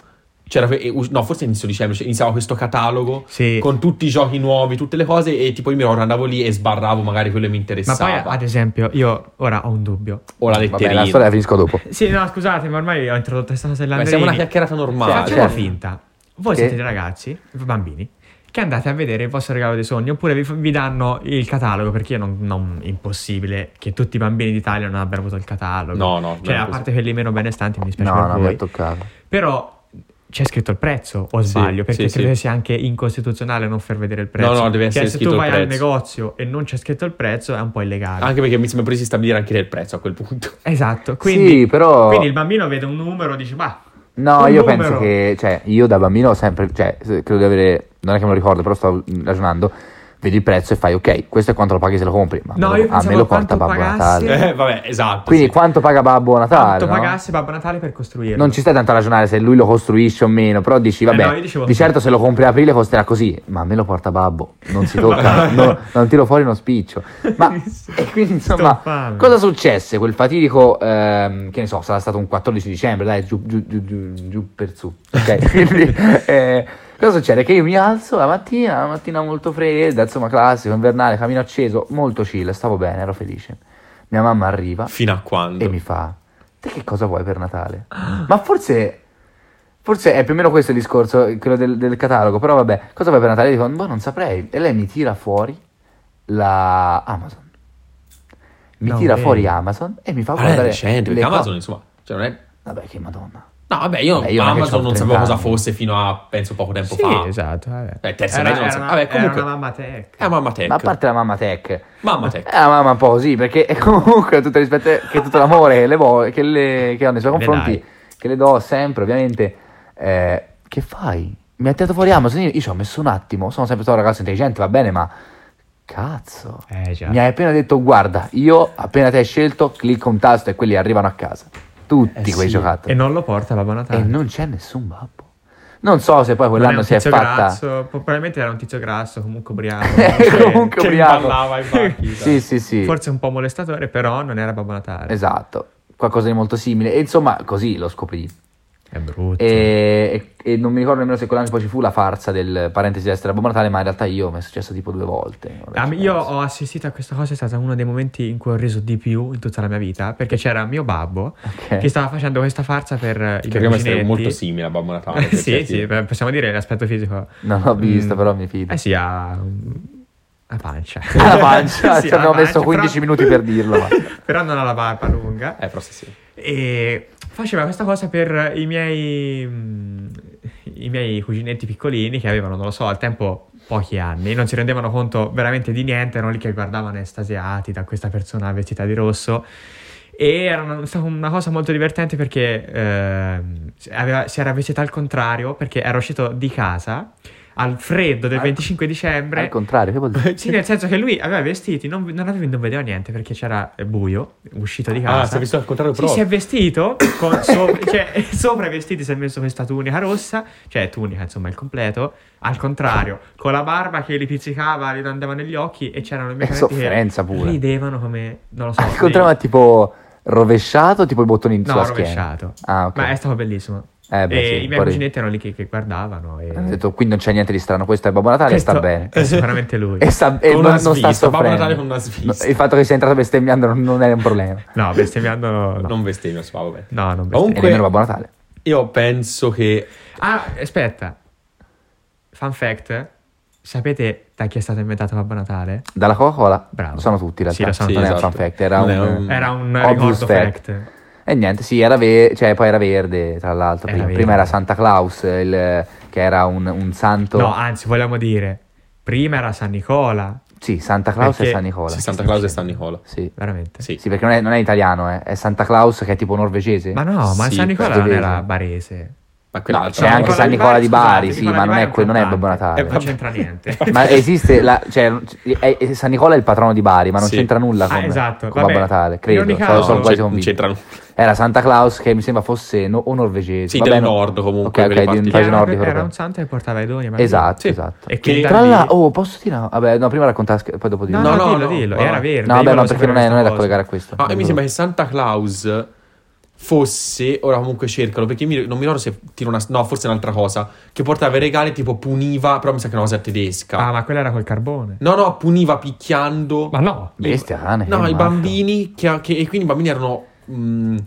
B: C'era, que- eh, us- no, forse inizio dicembre, cioè, iniziava questo catalogo
C: Sì.
B: con tutti i giochi nuovi, tutte le cose. E tipo io mi ricordo, andavo lì e sbarravo magari quello che mi
C: Ma poi,
B: interessava.
C: ad esempio, io ora ho un dubbio.
B: o la
A: Vabbè,
B: letterina.
A: la storia la finisco dopo.
C: Sì, no, scusate, ma ormai ho introdotto questa cosa
B: Ma
C: dell'Andrini.
B: siamo una chiacchierata normale.
A: Sì,
C: Facciamo
A: certo.
C: finta. Voi
A: Che?
C: siete dei ragazzi, bambini, che andate a vedere il vostro regalo dei sogni, oppure vi, vi danno il catalogo, perché non, non- è impossibile che tutti i bambini d'Italia non abbiano avuto il catalogo.
B: No, no,
C: Cioè,
B: no,
C: a
B: così.
C: parte quelli meno benestanti, mi dispiace
A: No,
C: per
A: no, mi
C: voi.
A: ha toccato.
C: Però c'è scritto il prezzo, o
B: Sì,
C: sbaglio, perché
B: sì,
C: credo
B: sì.
C: sia anche incostituzionale non far vedere il prezzo.
B: no, deve essere
C: Cioè,
B: scritto
C: se
B: il
C: tu vai al
B: prezzo.
C: negozio e non c'è scritto il prezzo, è un po' illegale.
B: Anche perché mi sembra pure si stabilire anche il prezzo a quel punto.
C: Esatto, quindi,
A: sì, però...
C: quindi il bambino vede un numero e dice, ma...
A: No,
C: un
A: io
C: numero."
A: penso che, cioè, io da bambino ho sempre, cioè, se- credo di avere, non è che me lo ricordo, però sto mm, ragionando, vedi il prezzo e fai, ok, questo è quanto lo paghi se lo compri, ma
C: No,
A: me
C: io
A: lo- a
C: pensavo
A: me lo porta
C: quanto
A: Babbo
C: pagassi.
A: Natale.
B: Eh, vabbè, esatto.
A: Quindi
B: sì.
A: quanto paga Babbo Natale?
C: Quanto
A: no?
C: pagasse Babbo Natale per costruirlo?
A: Non ci stai tanto a ragionare se lui lo costruisce o meno, però dici, vabbè,
C: Eh no, io dicevo-
A: di certo se lo compri a aprile costerà così, ma me lo porta Babbo, non si tocca, no, non tiro fuori uno spiccio. Ma e quindi insomma,
C: Stoppame.
A: cosa successe quel fatidico, ehm, che ne so, sarà stato un 14 dicembre, dai, giù, giù, giù, giù, giù per su. Ok, quindi eh, cosa succede? Che io mi alzo la mattina, una mattina molto fredda, insomma classico, invernale, camino acceso, molto chill, stavo bene, ero felice. Mia mamma arriva,
B: Fino a quando?
A: e mi fa: Te che cosa vuoi per Natale? Ma forse. Forse è più o meno questo il discorso, quello del, del catalogo. Però vabbè, cosa vuoi per Natale? Io Dico, boh, non saprei. E lei mi tira fuori la Amazon. Mi
C: No,
A: tira
C: vedi.
A: fuori Amazon e mi fa
B: Allora Ah, è
A: guardare.
B: recente,
A: le
B: perché
A: co-
B: Amazon, insomma. Cioè, non è...
A: Vabbè, che madonna.
B: No, vabbè, io,
A: Vabbè, io non è che
B: Amazon
A: c'ho
B: non sapevo
A: 30
B: cosa
A: anni.
B: fosse fino a, penso, poco tempo
C: Sì,
B: fa.
C: esatto. Vabbè.
B: Eh, terza
C: era,
B: mezza, non
C: era
B: so.
C: una,
B: Vabbè,
C: era
B: comunque-
C: una mamma tech.
B: È Eh, mamma tech.
A: Ma a parte Eh, la mamma tech.
B: Mamma tech.
A: È la mamma un po' così, perché è comunque tutto il rispetto eh, che tutto l'amore che, le vo- che, le- che ho nei suoi
C: Le
A: confronti,
C: dai.
A: che le do sempre, ovviamente. eh, che fai? Mi ha tirato fuori Amazon, io io ci ho messo un attimo, sono sempre stato un ragazzo intelligente, va bene, ma cazzo.
C: Eh, già.
A: Mi hai appena detto, guarda, io appena ti hai scelto, clicco un tasto e quelli arrivano a casa. Tutti
B: Eh,
A: quei
B: sì.
A: giocattoli.
C: E non lo porta Babbo Natale.
A: E non c'è nessun babbo. Non so se poi
C: Non
A: quell'anno
C: un
A: si è
C: tizio
A: fatta...
C: grasso, po- probabilmente era un tizio grasso, comunque ubriaco. Cioè,
A: Eh, comunque
B: che
A: ubriaco.
B: ballava in macchina.
A: Sì, sì, sì.
C: Forse un po' molestatore, però non era Babbo Natale.
A: Esatto, qualcosa di molto simile. E insomma, così lo scoprì.
C: È brutto.
A: E, e- e non mi ricordo nemmeno se quell'anno poi ci fu la farsa del parentesi destra Babbo Natale, ma in realtà io mi è successo tipo due volte.
C: Ah,
A: Ora ci
C: io
A: penso.
C: ho assistito a questa cosa, è stato uno dei momenti in cui ho riso di più in tutta la mia vita, perché c'era mio babbo
A: Ok.
C: che stava facendo questa farsa per eh, i
B: Che dovrebbe essere
C: bambinetti.
B: molto simile a Babbo Natale. per
C: sì,
B: certi-
C: sì, beh, possiamo dire l'aspetto fisico.
A: Non l'ho visto,
C: Mm.
A: però mi fido.
C: Eh sì, ha mm, la pancia.
A: Ha la pancia, ci
C: ha la
A: abbiamo messo
C: pancia,
A: 15 minuti per dirlo, ma-
C: però non ha la barba lunga.
B: Eh, però sì, sì.
C: E faceva questa cosa per i miei, mm, i miei cuginetti piccolini che avevano, non lo so, al tempo pochi anni, non si rendevano conto veramente di niente, erano lì che guardavano estasiati da questa persona vestita di rosso. E era una, stata una cosa molto divertente perché ehm, si aveva- si era vestita al contrario perché era uscito di casa al freddo del
A: Al-
C: 25
A: Al
C: dicembre
A: contrario, che vuol dire?
C: sì, nel senso che lui aveva vestiti, non, non aveva- non vedeva niente perché c'era buio, uscito di casa.
B: Ah, si è vestito al contrario
C: Sì,
B: però.
C: si è vestito, con so- cioè, sopra i vestiti si è messo questa tunica rossa, cioè tunica insomma il completo, al contrario, con la barba che li pizzicava, gli andava negli occhi e c'erano i miei
A: È
C: parenti che
A: sofferenza Ecco, pure.
C: ridevano come, non lo so,
A: Al contrario, ma tipo rovesciato, tipo i bottoni
C: dei- no,
A: sulla schiena.
C: rovesciato.
A: Ah, ok.
C: Ma è stato bellissimo.
A: Eh, beh,
C: e
A: sì, un
C: i miei
A: po' ri-
C: cuginetti erano lì che, che guardavano e...
A: Hanno detto, qui non c'è niente di strano, questo è Babbo Natale
C: Questo
A: sta bene.
C: È sicuramente lui.
A: E, sta, e
B: Con
A: non,
B: una
A: non sta
B: svista, Babbo
A: soffrendo.
B: Natale con una
A: No,
B: svista.
A: il fatto che sia entrato bestemmiando non, non è un problema.
C: No, bestemmiando no.
B: Non bestemmio, si fa, vabbè.
C: No, non
B: Comunque-
A: E nemmeno Babbo Natale.
B: Io penso che...
C: Ah, aspetta. Fun fact. Sapete da chi è stato inventato Babbo Natale?
A: Dalla Coca-Cola
C: Bravo.
A: sono tutti in
C: Sì, lo
A: realtà.
C: sono
A: non è un
B: tutti.
A: fan fact, era
B: Non è
A: un...
B: un-
C: Era un
A: Obvious
C: ricordo fact.
A: fact. E niente, sì, era ve- cioè, poi era verde, tra l'altro.
C: Era
A: prima,
C: verde.
A: prima era Santa Claus, il- che era un, un santo...
C: No, anzi, vogliamo dire. Prima era San Nicola.
A: Sì, Santa Claus
C: Perché-
A: e San Nicola.
B: Sì, Santa Claus e San Nicola.
A: Sì.
C: veramente.
B: Sì.
A: Sì, perché non è, non è italiano, eh. è Santa Claus che è tipo norvegese.
C: Ma no, ma
B: Sì,
C: San Nicola
A: questo
C: non
A: è
C: era
A: vero.
C: barese.
B: Ma quella
A: No,
B: altra
A: c'è
B: roba.
A: Cioè, anche San Nicola di Bari, sì,
C: Nicola
A: ma
C: di
A: non
C: Bari
A: è, que- non è Babbo
C: cantante.
A: Natale.
C: Non c'entra niente.
A: Ma esiste, la, cioè, è- è- San Nicola è il patrono di Bari, ma non
B: Sì.
A: c'entra nulla con,
C: Ah, esatto,
A: con
C: vabbè.
A: Babbo Natale,
C: In
A: credo,
C: ogni
A: sono-
C: caso-
A: Ah, sono
B: No,
A: quasi
B: c'è- non
A: convinto.
B: c'entra nulla.
A: Era Santa Claus che mi sembra fosse no- o norvegese.
B: Sì,
A: Vabbè,
B: del
A: no-
B: nord
A: Ok,
B: comunque,
A: ok,
B: quelle
A: di
B: parti
A: un
B: lì.
A: paese
C: Era,
A: nordico.
C: era
A: proprio.
C: un santo che portava i doni. ma-
A: Esatto,
B: Sì.
A: esatto.
C: E
B: Che-
C: che
A: Tra l'altro, oh, posso dire? una- Vabbè, no, prima racconta, poi dopo dico.
C: No,
B: No,
C: no,
B: no,
C: dillo,
B: no,
C: dillo.
B: no.
C: Era verde.
A: No,
C: io
A: vabbè,
C: volevo
A: no, perché non è,
C: sapere
A: non è da
C: questa
A: collegare
C: cosa.
A: a questo.
B: No, e mi sembra che Santa Claus fosse, ora comunque cercalo, perché io mi- non mi ricordo se tiro una, no, forse un'altra cosa, che portava i regali tipo puniva, però mi sa che è una cosa tedesca.
C: Ah, ma quello era col carbone.
B: No, no, puniva picchiando.
C: Ma no.
A: Bestia, cane,
B: No,
A: che
B: i
A: mafia.
B: bambini che, che- e quindi i bambini erano mm,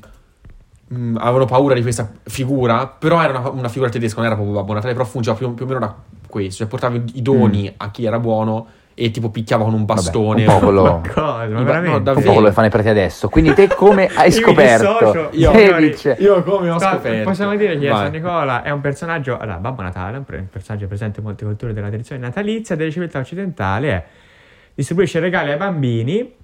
B: mm, avevano paura di questa figura, però era una, una figura tedesca, non era proprio Babbo Natale, però fungeva più, più o meno da questo, cioè portava i i doni a chi era buono e tipo picchiava con un
A: Mm. Vabbè,
B: bastone.
A: un po' quello-
C: Ma cosa? Ma
B: No,
C: veramente?
B: davvero.
A: Un po' quello che fanno i preti adesso. Quindi te come hai
C: Io mi dissocio,
A: scoperto?
C: io-
A: Te
C: io-
A: dice-
B: Io come ho
C: Tra-
B: scoperto.
C: Possiamo dire che
B: Vai.
C: San Nicola è un personaggio, allora Babbo Natale è un pre- un personaggio presente in molte culture della tradizione natalizia delle civiltà occidentali, è- distribuisce regali ai bambini.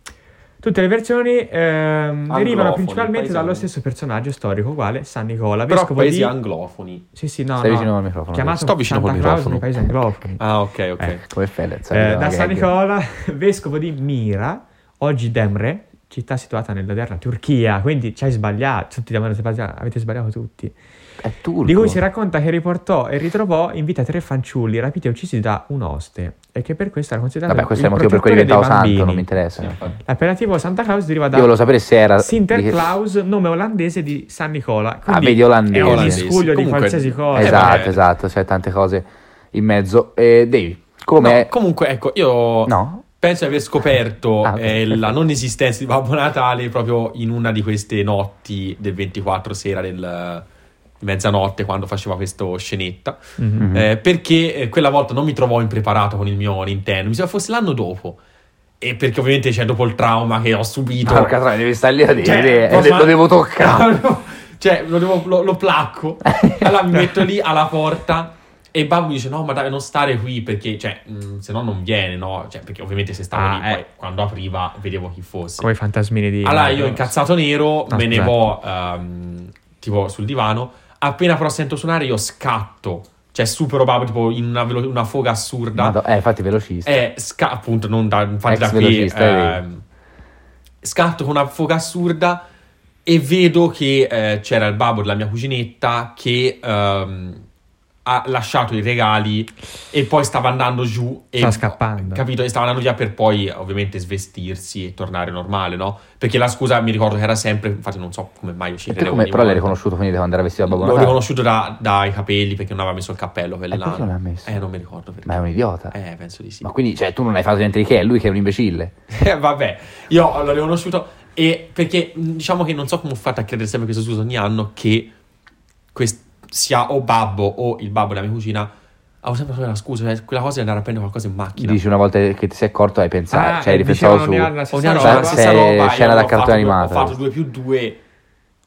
C: Tutte le versioni ehm, derivano
B: Anglofoni,
C: principalmente dallo
B: paesani.
C: stesso personaggio storico, uguale San Nicola,
B: Però
C: vescovo
B: paesi
C: di...
B: anglofoni.
C: Sì, sì, no,
A: Stai
C: no,
A: vicino al microfono.
C: Chiamato
B: Sto vicino
C: Santa
B: col
C: Claus
B: microfono.
C: nei paesi anglofoni.
B: Ah, ok, ok.
C: Eh.
A: Come Felez.
C: Eh,
A: arriva
C: da
A: la
C: San
A: gag.
C: Nicola, vescovo di Mira, oggi Demre, città situata nell'odierna Turchia, quindi ci hai sbagliato, tutti ti hanno sbagliato- avete sbagliato tutti.
A: È turco.
C: Di cui si racconta che riportò e ritrovò in vita tre fanciulli rapiti e uccisi da un oste e che per questo era considerato
A: Vabbè, questo è
C: il
A: il motivo per cui è
C: protettore
A: diventato
C: dei
A: santo,
C: bambini.
A: non mi interessa. Io
C: L'appellativo Santa Claus deriva da
A: volevo sapere se era... di- Ah,
C: Sinterklaus, nome olandese di San Nicola. Quindi
A: vedi, olandese.
C: È un
A: Olandese.
C: miscuglio di
B: Comunque- eh,
C: qualsiasi cosa.
A: Esatto,
B: vabbè.
A: esatto, c'è tante cose in mezzo. Eh, Dave, come...
B: No, comunque, ecco, io
A: No?
B: penso di aver scoperto
A: Ah, ok,
B: eh, la
A: perfetto.
B: non esistenza di Babbo Natale proprio in una di queste notti del 24 sera del di mezzanotte quando faceva questa scenetta.
C: Mhm.
A: Mhm.
B: Eh, perché eh, quella volta non mi trovò impreparato con il mio Nintendo, mi sembra fosse l'anno dopo. E perché ovviamente c'è dopo il trauma che ho subito.
A: Porca troia, devi stare lì a dire,
B: Cioè,
A: eh,
B: proprio-
A: lo devo toccare.
B: No, cioè, lo, devo- lo- lo placco. Allora mi metto lì alla porta e Babbo mi dice: No, ma dai, non stare qui perché, cioè, mh, se no non viene, no? Cioè, perché ovviamente se stavo
C: Ah,
B: lì,
C: eh.
B: poi quando apriva vedevo chi fosse.
C: Come eh. i fantasmini di...
B: allora io, incazzato nero,
C: Ah,
B: me ne
A: certo.
C: scusate.
B: vo ehm, tipo sul divano. Appena però sento suonare, io scatto. Cioè, supero Babbo tipo in una, velo- una foga assurda.
A: Madò- eh, infatti velocista.
B: Eh, sca- appunto, non da, infatti
A: Ex
B: da qui
A: velocista, è vero.
B: ehm, scatto con una foga assurda e vedo che eh, c'era il babbo della mia cuginetta che ehm, ha lasciato i regali e poi stava andando giù e
C: Stava scappando.
B: capito e stava andando via per poi eh, ovviamente svestirsi e tornare normale no perché la scusa mi ricordo che era sempre infatti non so come mai
A: E
B: uscire
A: te come- però l'hai riconosciuto quindi quando era vestito da Babbo
B: l'ho
A: Natale?
B: riconosciuto da- dai capelli perché non aveva messo il cappello
A: Eh, perché non
B: quell'anno
A: l'ha messo?
B: eh non mi ricordo perché
A: Ma è un idiota.
B: eh penso di sì
A: Ma quindi, cioè, tu non hai fatto niente di che, è lui che è un imbecille.
B: Eh, vabbè, io l'ho riconosciuto e perché mh, diciamo che non so come ho fatto a credere sempre questa scusa ogni anno che quest- sia o babbo o il babbo della mia cucina avevo sempre la scusa, cioè, quella cosa è andare a prendere qualcosa in macchina.
A: Dici una volta che ti sei accorto hai pensato,
C: Ah,
A: cioè
C: e
B: eh,
A: hai riflettuto su...
C: dicevano ogni anno la
B: Ogni
C: stessa
B: anno
A: roba.
B: la stessa
A: Sei-
B: roba, io
A: scena da
B: ho fatto
A: cartone
B: due-
A: animato.
B: Ho fatto 2 più 2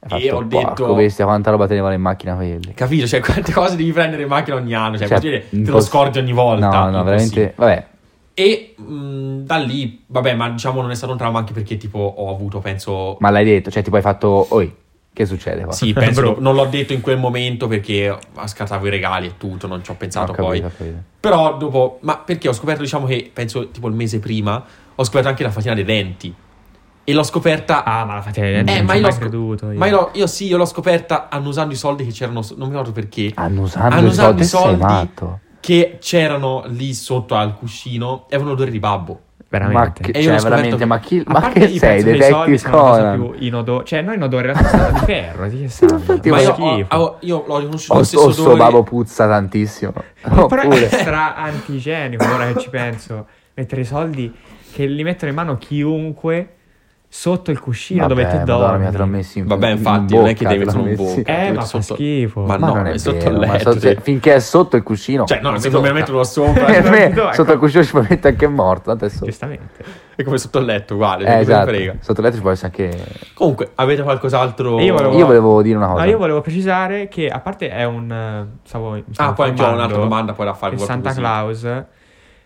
A: Hai
B: e ho detto-
A: Porco bestia, quanta roba tenevano in macchina quelli.
B: capito? Cioè quante cose devi prendere in macchina ogni anno, cioè,
A: Cioè,
B: vuol dire, te lo
A: imposs-
B: scordi ogni volta.
A: No, no,
B: impossibile.
A: veramente... Vabbè,
B: E mh, da lì, vabbè, ma diciamo non è stato un trauma anche perché tipo ho avuto, penso,
A: ma l'hai detto, cioè tipo hai fatto... Oi, che succede qua?
B: Sì, penso,
C: Bro.
B: non l'ho detto in quel momento perché scattavo i regali e tutto, non ci ho
A: Ho
B: pensato
A: capito,
B: poi.
A: ho capito.
B: Però dopo, ma perché ho scoperto, diciamo che penso tipo il mese prima, ho scoperto anche la fatina dei denti. E l'ho scoperta.
C: Ah, ma la fatina dei denti
B: Eh,
C: non
B: ma
C: ci
B: io
C: ho mai
B: l'ho sc-
C: creduto.
B: Ma io, l'ho- io sì, io l'ho scoperta annusando i soldi che c'erano, so- non mi ricordo perché,
A: Annusando,
B: Annusando
A: Ah, i soldi,
B: Ah, i
A: sei
B: soldi.
A: matto.
B: che c'erano lì sotto al cuscino e avevano odore di babbo.
A: Ma
C: Veramente.
A: che,
B: E io
A: cioè,
B: l'ho scoperto
A: veramente,
B: che-
A: ma chi...
C: A
A: Ma
C: parte
A: che
C: i
A: sei,
C: pezzi dei soldi
A: detective
C: sono la cosa
A: Conan?
C: più inodore. Cioè, non inodore, la sostanza di ferro. Di che
A: Sì,
C: sanno?
A: infatti,
C: Ma
B: Ma
A: guarda-
B: io,
C: schifo.
B: ho- ho- io l'ho riconosciuto lo
A: O
B: stesso
A: sto
B: odore.
A: babbo puzza tantissimo.
C: Ma Però è
A: Oppure...
B: eh,
C: stra antigenico, ora che ci penso. Mettere i soldi che li mettono in mano chiunque sotto il cuscino dove
A: Vabbè,
C: ti
A: Madonna mia, te l'ho
C: dormi.
A: messo in
B: Vabbè,
A: in
B: infatti, non è che
A: bocca,
B: devi
A: te l'ho
B: solo un
A: messo in-
B: bocca.
C: Eh,
B: devi
C: ma fa
B: sotto-
C: schifo.
B: Ma
A: Ma
B: no,
A: non
B: è,
A: è
B: sotto il
A: vero, ma
B: letto.
A: so- se-
B: devi-
A: finché è sotto il cuscino.
B: Cioè, no,
A: non
B: se
A: si
B: non me lo
A: tocca.
B: mettono sopra,
A: Per
C: non
A: me,
C: si tocca.
A: sotto il cuscino ci puoi mettere anche morto. Adesso.
C: Giustamente.
B: è come sotto il letto, uguale.
A: Eh,
B: non me ne
A: esatto.
B: frega.
A: Sotto il letto ci può essere anche.
B: Comunque, avete qualcos'altro? Ah,
C: Io volevo-
A: Io volevo dire una cosa.
C: No, io volevo precisare che, a parte è un... eh, Stavo, mi stavo
B: Ah, poi anche ho
C: informando
B: un'altra domanda poi da
C: che
B: farvi.
C: Santa
B: qualcosa.
C: Claus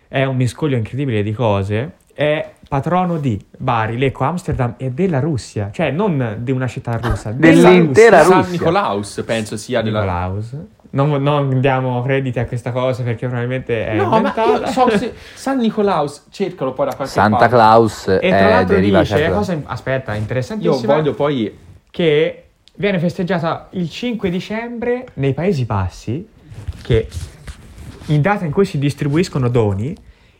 C: è un miscuglio incredibile di cose, è patrono di Bari, Lecco, Amsterdam e della Russia, cioè non di una città russa, della
A: Dell'intera
C: Russia.
B: San
A: Russia.
B: Nicolaus, penso sia della...
C: Nicolaus. Non, non diamo crediti a questa cosa perché probabilmente è
B: No, ma
C: Eh, inventata.
B: io so se- San Nicolaus, cercalo poi da qualche
A: Santa
B: parte.
A: Claus
C: E tra
A: è,
C: l'altro
A: deriva
C: dice, eh,
A: certo-
C: cosa in- aspetta,
B: Io
C: interessantissima,
B: voglio poi...
C: che viene festeggiata il 5 dicembre nei Paesi Bassi, che in data in cui si distribuiscono doni,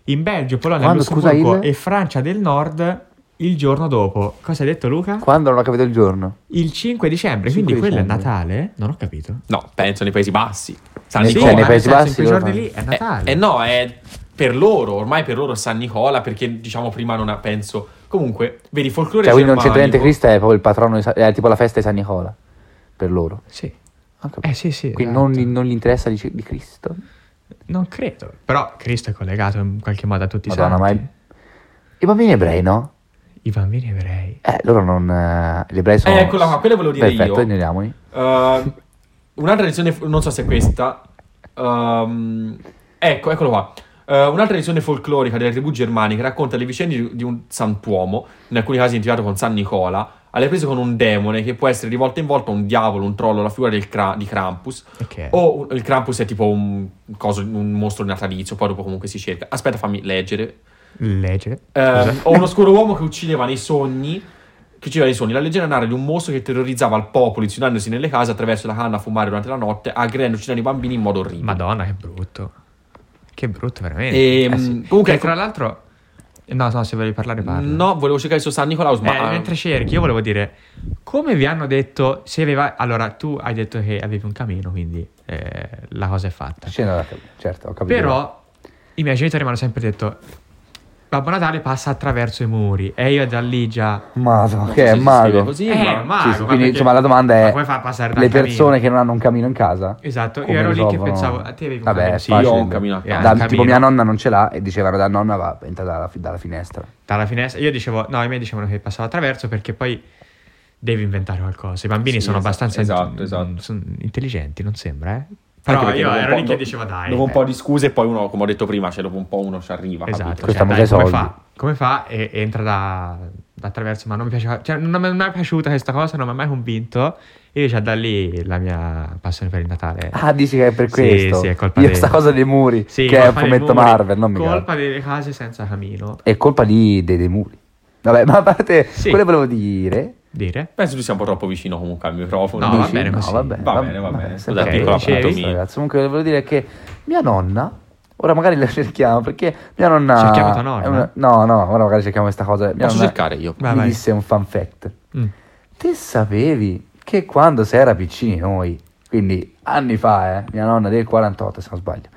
C: in Belgio, Polonia,
A: Quando,
C: Lussemburgo
A: scusa, il-
C: e Francia del Nord il giorno dopo. Cosa hai detto Luca?
A: Quando non ho capito il giorno?
C: Il 5 dicembre,
A: 5
C: quindi quello è
A: dicembre.
C: Natale? Non ho capito.
B: No, penso nei Paesi Bassi. San
A: Nel-
B: Nicola.
A: cioè, nei
C: ma
A: Paesi
C: nel
A: Bassi
C: senso, in quei
A: loro
C: giorni
A: fanno-
C: lì è
B: Eh,
C: Natale.
B: Eh, no, è per loro, ormai per loro San Nicola, perché diciamo prima non ha, penso. Comunque, vedi, folklore
A: Cioè, quindi non c'entra
B: germanico.
A: niente Cristo, è proprio il patrono, di Sa- è tipo la festa di San Nicola, per loro.
C: Sì.
A: Ho capito.
C: Eh sì, sì.
A: Quindi
C: esatto.
A: non, gli- non gli interessa di, di Cristo?
C: Non credo. Però Cristo è collegato in qualche modo a tutti
A: Madonna,
C: i
A: ma
C: santi.
A: i, i bambini ebrei, no?
C: I bambini ebrei.
A: Eh, loro non... eh, gli ebrei sono...
B: Eh, eccola qua, quello volevo dire
A: Perfetto,
B: io.
A: ignoriamoli.
B: Eh, un'altra lezione, fo- non so se è questa. Ehm, ecco, eccolo qua. Eh, un'altra lezione folclorica delle tribù germaniche racconta le vicende di- di un santuomo, in alcuni casi identificato con San Nicola, alle prese con un demone che può essere di volta in volta un diavolo, un trollo, la figura del Kra- di Krampus,
C: Ok.
B: o un- il Krampus è tipo un, coso- un mostro natalizio, poi dopo comunque si cerca. Aspetta, fammi leggere.
C: Leggere.
B: Ehm,
C: Scusa.
B: o un oscuro uomo che uccideva nei sogni. Che uccideva nei sogni. La leggenda narra di un mostro che terrorizzava il popolo, insinuandosi nelle case attraverso la canna a fumare durante la notte, aggredendo e uccidendo i bambini in modo orribile.
C: Madonna, che brutto. Che brutto, veramente.
B: Ehm,
C: Eh sì.
B: comunque,
C: Che
B: ecco-
C: tra l'altro... No, no, se volevi parlare parla.
B: No, volevo cercare su San Nicolaus,
C: Eh,
B: ma.
C: mentre cerchi, io volevo dire, come vi hanno detto, se aveva... Allora, tu hai detto che avevi un camino, quindi eh, la cosa è fatta.
A: Sì, no, ho capito, certo, ho capito.
C: Però i miei genitori mi hanno sempre detto, Babbo Natale passa attraverso i muri e io da lì già...
A: Madonna,
B: Non so
A: che
B: se
A: è
B: si
A: mago.
B: scrive così,
C: Eh,
B: ma-
C: ma-
A: Sì,
C: mago,
A: sì, quindi,
C: perché-
A: insomma, la domanda
C: ma
A: è:
C: come fa a passare dal
A: le persone
C: camino?
A: che non hanno un camino in casa?
C: Esatto,
A: Come
C: io ero lì che
A: risolvono?
C: pensavo, a te avevi un
A: Vabbè,
C: camino,
A: è
C: sì,
A: facile.
B: io ho un camino a
C: Eh,
B: casa.
A: Da-
C: un
A: tipo
C: camino.
A: mia nonna non ce l'ha e dicevano da nonna va entra dalla, fi- dalla finestra.
C: dalla finestra. Io dicevo, no, i miei dicevano che passava attraverso perché poi devi inventare qualcosa. I bambini
B: Sì,
C: sono
B: esatto,
C: abbastanza
B: esatto, esatto.
C: sono intelligenti, non sembra, eh?
B: Anche
C: Però
B: perché
C: io
B: dopo un
C: ero
B: po'
C: lì che
B: do-
C: dicevo, dai.
B: Dopo un
C: eh,
B: po' di scuse, e poi uno, come ho detto prima, cioè, dopo un po' uno ci arriva.
C: Esatto,
B: capito?
A: Questa
C: cioè,
A: musica
C: dai,
A: ai
C: come,
A: soldi.
C: fa, come fa e entra da, da attraverso, ma non mi piaceva, cioè non mi è mai piaciuta questa cosa, non mi ha mai convinto. Io già da lì la mia passione per il Natale.
A: Ah, dici che è per
C: Sì,
A: questo.
C: sì, è colpa
A: Io
C: dei-
A: sta cosa dei muri,
C: Sì,
A: che è un
C: colpa dei
A: fumetto
C: muri,
A: Marvel, non mi
C: Colpa
A: colpa...
C: delle case senza camino.
A: È colpa di, dei, dei muri. Vabbè, ma a parte
C: Sì.
A: quello volevo dire.
C: Dire?
B: Penso tu sia un po' troppo vicino comunque al microfono.
C: No,
A: Dici?
C: va bene
A: No,
C: così.
A: va bene,
B: Va bene, va bene.
A: sempre
C: Scusate,
A: bene.
C: piccola
A: Dicevi?
B: appuntamento.
A: Ragazzi, comunque volevo dire che mia nonna, ora magari la cerchiamo, perché mia nonna...
C: Cerchiamo tua nonna?
A: è una- No, no, ora magari cerchiamo questa cosa. Mia
B: Posso
A: nonna
B: cercare io?
C: Vai,
A: mi
C: vai.
A: disse un fan fact.
C: Mm.
A: Te sapevi che quando si era piccini noi, quindi anni fa, eh, mia nonna del 48 se non sbaglio,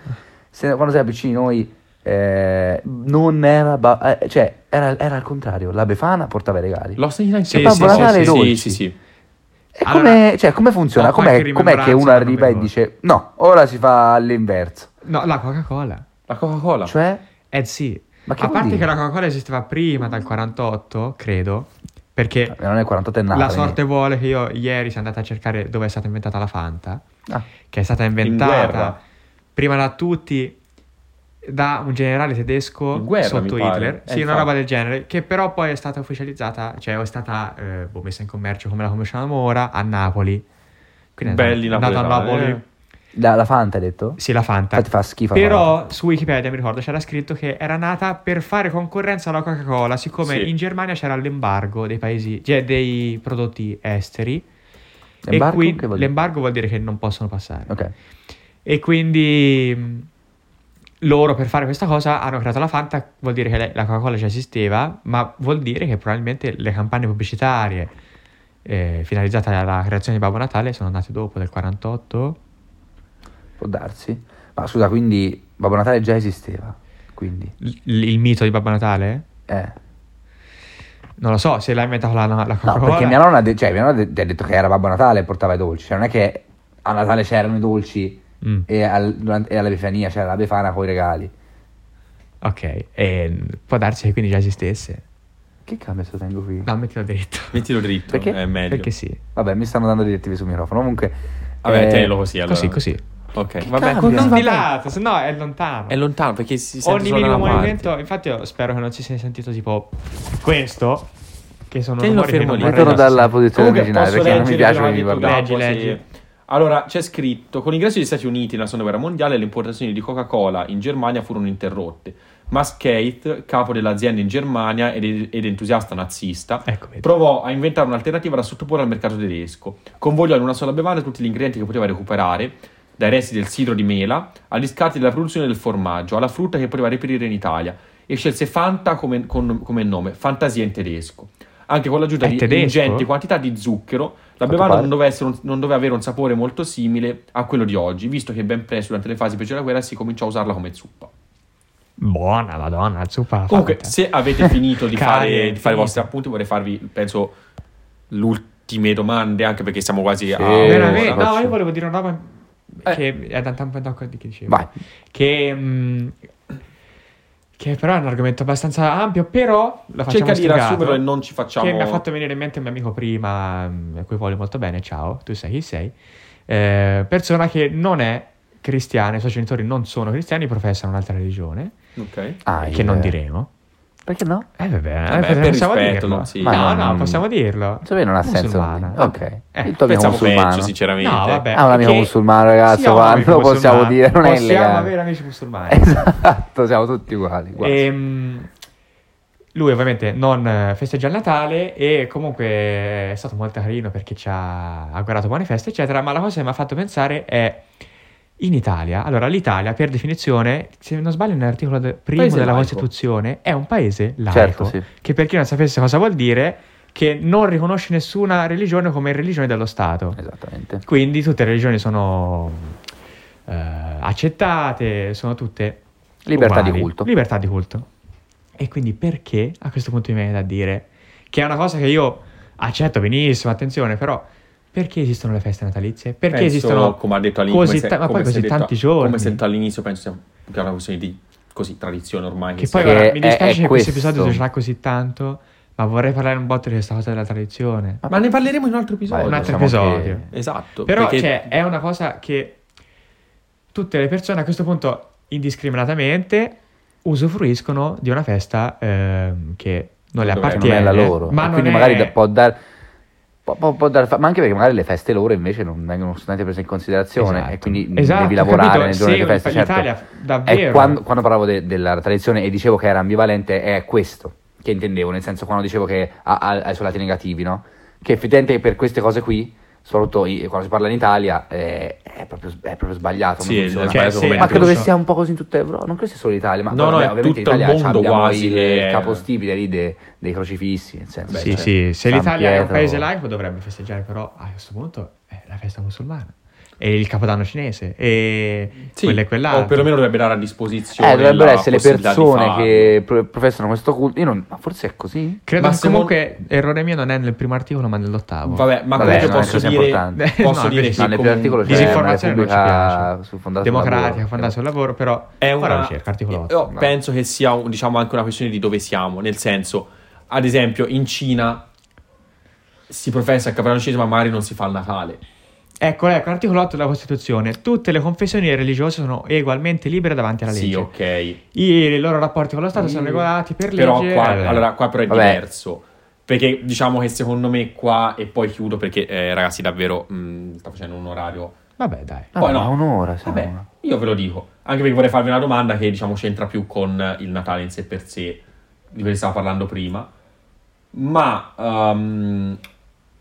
A: se- quando si era piccini noi eh, non era, ba- eh, cioè era, era al contrario, la Befana portava i regali.
B: L'ho sentita in
C: Sì,
A: Babbo
C: sì,
A: Natale
C: sì,
A: e
C: sì,
A: dolci.
B: sì, sì.
A: E
C: Allora,
A: come, cioè, come funziona?
C: ho
A: Com'è,
C: qualche
A: com'è che uno
C: rimembranza, ma non
A: arriva
C: mi
A: e dice no, ora si fa all'inverso?
C: No, la Coca-Cola.
B: La Coca-Cola.
A: Cioè,
C: Eh sì,
A: Ma che
C: a
A: vuol
C: parte
A: dire?
C: che la Coca-Cola esisteva prima dal 48, credo, perché
A: non è il 48 è nato.
C: la
A: quindi-
C: sorte vuole che io ieri sono andata a cercare dove è stata inventata la Fanta,
A: Ah,
C: che è stata
B: guerra.
C: inventata prima da tutti da un generale
B: In
C: tedesco
B: guerra,
C: sotto
B: mi pare.
C: Hitler,
B: Eh,
C: sì, una
B: infatti.
C: roba del genere, che però poi è stata ufficializzata, cioè è stata eh, boh, messa in commercio come la conosciamo ora a Napoli. Quindi è
B: Belli
C: andata- andata a
B: napoletani,
C: Napoli.
B: eh.
A: la, la Fanta hai detto?
C: Sì, la Fanta.
A: Infatti fa schifo.
C: Però su Wikipedia mi ricordo c'era scritto che era nata per fare concorrenza alla Coca-Cola, siccome
B: Sì.
C: in Germania c'era l'embargo dei paesi, cioè dei prodotti esteri.
A: L'embargo?
C: E
A: Che
C: qui,
A: vuol dire?
C: l'embargo vuol dire che non possono passare.
A: Ok.
C: E quindi mh, loro per fare questa cosa hanno creato la Fanta, vuol dire che la- la Coca-Cola già esisteva, ma vuol dire che probabilmente le campagne pubblicitarie eh, finalizzate alla creazione di Babbo Natale sono nate dopo del 48.
A: Può darsi. Ma scusa, quindi Babbo Natale già esisteva. Quindi,
C: L- il mito di Babbo Natale?
A: eh.
C: Non lo so, se l'ha inventato la, la, la
A: No,
C: Coca-Cola.
A: perché mia nonna, ha de- cioè, mia nonna de- ha detto che era Babbo Natale e portava i dolci. Cioè, non è che a Natale c'erano i dolci
C: Mm,
A: e, al- durante- e all'Epifania c'era la Befana con i regali.
C: ok, e può darsi che quindi già esistesse.
A: Che cambia se lo tengo qui?
C: No, mettilo dritto.
B: Mettilo dritto,
A: Perché?
B: è meglio.
C: Perché sì.
A: Vabbè, mi stanno dando direttive sul microfono. Comunque,
B: Vabbè,
A: eh,
B: tenilo così allora.
C: Così, così.
D: Ok,
A: Che
D: vabbè.
A: cambia?
D: non-
A: Vabbè.
C: Di lato, se no è lontano.
D: È lontano perché si sente
C: Ogni
D: solo
C: minimo
D: una parte.
C: movimento, infatti io spero che non si sia sentito tipo questo, che sono
D: Tienilo
C: rumori che
D: fermo
C: non
D: lì.
A: Ritorno
C: vorrei
D: Torno
C: fosse-
A: dalla posizione originale
B: posso
A: perché non mi
B: leggere
A: piace
B: la
A: come vi
B: detto
A: parlate.
C: Leggi,
B: dopo, sì.
C: leggi.
B: Allora, c'è scritto, con l'ingresso degli Stati Uniti nella seconda guerra mondiale le importazioni di Coca-Cola in Germania furono interrotte, ma Keith, capo dell'azienda in Germania ed, ed entusiasta nazista,
C: Ecco, vedi.
B: provò a inventare un'alternativa da sottoporre al mercato tedesco. Convogliò in una sola bevanda tutti gli ingredienti che poteva recuperare, dai resti del sidro di mela agli scarti della produzione del formaggio, alla frutta che poteva reperire in Italia e scelse Fanta come, con- come nome, fantasia in tedesco. Anche con l'aggiunta
C: È
B: di
C: tedesco?
B: ingenti quantità di zucchero, la
A: Quanto
B: bevanda
A: pare.
B: non doveva, essere un- non doveva avere un sapore molto simile a quello di oggi, visto che ben presto, durante le fasi peggiori della guerra, si cominciò a usarla come zuppa.
C: Buona, madonna, zuppa.
B: Comunque,
C: fatta.
B: se avete finito di
C: Cari,
B: fare, di fare i
C: finito.
B: vostri appunti, vorrei farvi, penso, le ultime domande, anche perché siamo quasi a...
A: Eh,
C: Veramente,
A: faccio-
C: no, io volevo dire una roba che è da tanto tempo di che dicevo.
A: Vai.
C: Che, mh, che però è un argomento abbastanza ampio, però la facciamo
B: Cerca di
C: spiegato,
B: riassumerlo e non ci facciamo...
C: Che mi ha fatto venire in mente un mio amico prima, mh, a cui voglio molto bene, ciao, tu sai chi sei. Eh, persona che non è cristiana, i suoi genitori non sono cristiani, professano un'altra religione,
B: Ok.
A: Ah,
C: che
A: il-
C: non diremo.
A: Perché no?
C: Eh vabbè, eh,
B: Vabbè, per
C: possiamo
B: rispetto,
C: dirlo.
B: non si-
C: No,
A: Ma
C: no,
A: non-
C: possiamo dirlo.
A: Secondo me non ha senso. non
C: Musulmana.
A: dire. Ok.
C: Eh,
A: Il tuo amico
B: Pensavo peggio,
A: musulmano.
B: sinceramente.
C: No, vabbè.
A: Ah, un amico
C: Eh, perché-
A: musulmano, ragazzo,
C: siamo
A: guarda,
C: amici
A: lo possiamo
C: musulmani.
A: dire, non è
C: Possiamo
A: illegale.
C: avere amici musulmani.
A: Esatto, siamo tutti uguali. quasi.
C: Ehm, lui ovviamente non eh, festeggia il Natale e comunque è stato molto carino perché ci ha augurato buone feste, eccetera, ma la cosa che mi ha fatto pensare è in Italia, allora l'Italia per definizione, se non sbaglio nell'articolo de- primo
B: Paese
C: della
B: laico.
C: Costituzione, è un paese laico,
A: Certo, sì.
C: che per chi non sapesse cosa vuol dire, che non riconosce nessuna religione come religione dello Stato.
A: Esattamente.
C: Quindi tutte le religioni sono eh, accettate, sono tutte
A: Libertà
C: uguali.
A: di culto.
C: Libertà di culto. E quindi perché a questo punto mi viene da dire che è una cosa che io accetto benissimo, attenzione, però perché esistono le feste natalizie? Perché
B: Penso,
C: esistono
B: come ha detto all'inizio,
C: così, ta- ma poi così tanti giorni?
B: Come si è detto all'inizio, penso sia che è una questione di così, tradizione ormai.
C: Che
B: si-
C: poi
A: Che
C: guarda, mi
A: è-
C: dispiace
A: è
C: che questo
A: Eh, questo.
C: episodio durerà così tanto, ma vorrei parlare un botto di questa cosa della tradizione.
B: Ma ne parleremo in un altro episodio.
A: Vai,
C: un altro
A: diciamo che-
C: episodio.
B: Esatto.
C: Però
B: perché-
C: cioè, è una cosa che tutte le persone a questo punto indiscriminatamente usufruiscono di una festa ehm, che non le
B: Dov'è?
A: Che non
C: appartiene.
A: è la loro.
C: Eh, Ma
A: e
C: non
A: quindi
C: è-
A: magari da- può dar. può- può- può dar fa- ma anche perché magari le feste loro invece non vengono assolutamente prese in considerazione
C: Esatto.
A: e quindi
C: Esatto,
A: devi
C: ho
A: lavorare
C: capito.
A: nel giorno
C: Se
A: delle feste. certo.
C: l'Italia
A: È
C: davvero
A: quando, quando parlavo de- della tradizione e dicevo che era ambivalente, è questo che intendevo, nel senso quando dicevo che ha, ha- ha i suoi lati negativi, no? Che effettivamente per queste cose qui, soprattutto i- quando si parla in Italia, eh, è, proprio, è proprio sbagliato.
B: Sì,
A: non funziona.
B: cioè,
C: Cioè,
B: sì,
C: sì,
A: ma
C: anche
A: credo
C: lo
A: che
C: so.
A: sia un po' così in tutta Europa, non credo sia solo l'Italia, ma
B: No, no,
A: vabbè,
B: è
A: ovviamente in
B: tutto il
A: Italia
B: mondo
A: abbiamo
B: quasi
A: il
B: che-
A: capostipite lì de- dei crocifissi, nel senso,
B: Beh,
C: Sì,
A: cioè,
C: sì, se
A: San
C: l'Italia è un
A: Pietro-
C: paese laico dovrebbe festeggiare però a questo punto è la festa musulmana e il capodanno cinese e
B: Sì,
C: quello e quell'altro.
B: O perlomeno dovrebbe dare a disposizione.
A: Eh, dovrebbero
B: la
A: essere le
B: possibilità di
A: persone
B: farlo.
A: che pro- professano questo culto. Io non, ma forse è così?
C: Credo
B: Ma
C: che
B: se non-
C: comunque errore mio non è nel primo articolo ma nell'ottavo.
B: Vabbè, ma
A: Vabbè,
B: comunque
A: non è
B: posso
A: così
B: dire.
A: importante.
B: Posso
C: No,
B: dire
C: invece
B: sì,
A: No, nel primo
B: comun-
A: articolo c'è
C: disinformazione non ci
A: Eh, Repubblica
C: piace.
A: su- fondata sul
C: democratica,
A: lavoro.
C: fondata sul lavoro, però
B: È
C: Ora
B: una...
C: ricerca, articolo otto.
B: Io
A: No.
B: penso che sia un- diciamo anche una questione di dove siamo, nel senso, ad esempio, in Cina si professa il capodanno cinese, ma magari non si fa il Natale.
C: Ecco, ecco, l'articolo 8 della Costituzione. Tutte le confessioni religiose sono ugualmente libere davanti alla legge.
B: Sì, ok.
C: I, i loro rapporti con lo Stato sono
A: Mm.
C: regolati per legge.
B: Però qua,
C: Eh,
B: allora, qua però è
A: Vabbè.
B: diverso. Perché diciamo che secondo me qua, e poi chiudo perché eh, ragazzi davvero mh, sta facendo un orario.
C: Vabbè, dai.
A: No,
B: Poi
A: ma
B: no.
A: un'ora, siamo.
B: Vabbè, io ve lo dico. Anche perché vorrei farvi una domanda che diciamo c'entra più con il Natale in sé per sé, di cui stavo parlando prima. Ma ehm,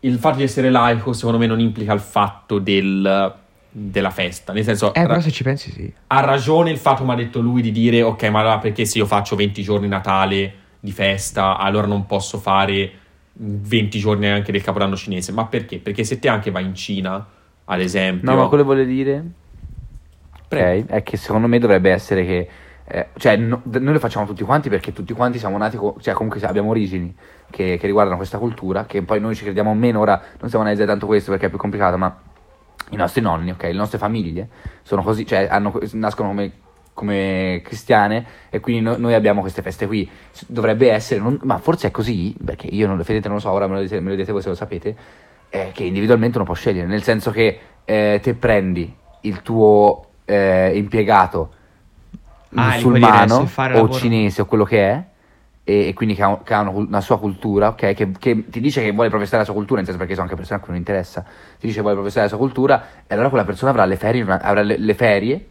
B: il fatto di essere laico secondo me non implica il fatto del- della festa. Nel senso,
C: Eh,
B: ra-
C: però se ci pensi sì.
B: ha ragione il fatto, mi ha detto lui, di dire ok, ma allora perché se io faccio 20 giorni Natale di festa, allora non posso fare 20 giorni anche del Capodanno cinese? Ma perché? Perché se te anche vai in Cina, ad esempio...
A: No, ma quello che voglio dire ok, è che secondo me dovrebbe essere che. eh, cioè, no- d- noi lo facciamo tutti quanti perché tutti quanti siamo nati, co- cioè comunque abbiamo origini che, che riguardano questa cultura, che poi noi ci crediamo meno. Ora non stiamo analizzando tanto questo perché è più complicato, ma i nostri nonni, ok, le nostre famiglie sono così, cioè hanno que- nascono come, come cristiane e quindi no- noi abbiamo queste feste qui. S- Dovrebbe essere, non- ma forse è così, perché io non lo fedete, non lo so, ora me lo dite, me lo dite voi se lo sapete, eh, che individualmente uno può scegliere, nel senso che eh, te prendi il tuo eh, impiegato
C: Ah, gli puoi dire
A: musulmano
C: se fare
A: o
C: lavoro-
A: cinese o quello che è e, e quindi che ha, che ha una, cul- una sua cultura, ok? Che, che ti dice che vuole professare la sua cultura, nel senso perché sono anche persone a cui non interessa, ti dice che vuole professare la sua cultura e allora quella persona avrà le ferie, una- avrà le, le ferie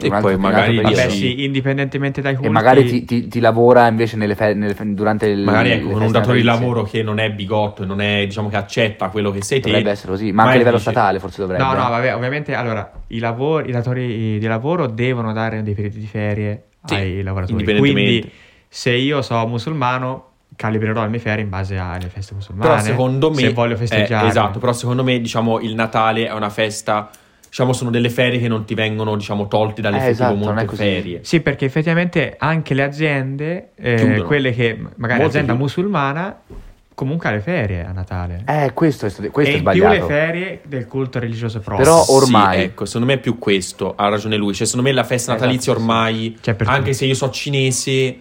B: E
A: un altro
B: poi
A: determinato
B: magari-
A: periodo.
C: Vabbè,
B: sì.
C: sì, indipendentemente dai culti.
A: e magari ti, ti- ti lavora invece nelle ferie, nelle fe- durante il
B: Magari
A: le
B: ecco, con
A: feste
B: un datore di
A: natalizie.
B: lavoro che non è bigotto e non è, diciamo, che accetta quello che sei te.
A: Dovrebbe essere così, ma anche a
B: è
A: livello
B: difficile.
A: statale forse dovrebbe.
C: No, no, vabbè, ovviamente allora i, lavori, i datori di lavoro devono dare dei periodi di ferie
B: Sì,
C: ai lavoratori.
B: indipendentemente.
C: Quindi se io sono musulmano, calibrerò le mie ferie in base alle feste musulmane.
B: Però secondo me...
C: Se voglio festeggiare.
B: eh, esatto, però secondo me, diciamo, il Natale è una festa... Diciamo, sono delle ferie che non ti vengono, diciamo, tolte dalle
A: Eh,
B: feste
A: esatto,
B: tipo
A: non è
B: molte
A: così.
B: ferie.
C: Sì, perché effettivamente anche le aziende, eh,
B: Chiudono.
C: quelle che magari
B: Molte
C: l'azienda
B: chiudono.
C: musulmana, comunque ha le ferie a Natale.
A: Eh, questo è, st- questo
C: e
A: è
C: in più le
A: sbagliato.
C: ferie del culto religioso proprio.
A: Però
B: Sì,
A: ormai-
B: ecco, secondo me è più questo, ha ragione lui. Cioè, secondo me la festa
A: Esatto,
B: natalizia
A: sì.
B: ormai,
C: Cioè, per
B: anche
C: tutti.
B: se io so cinese,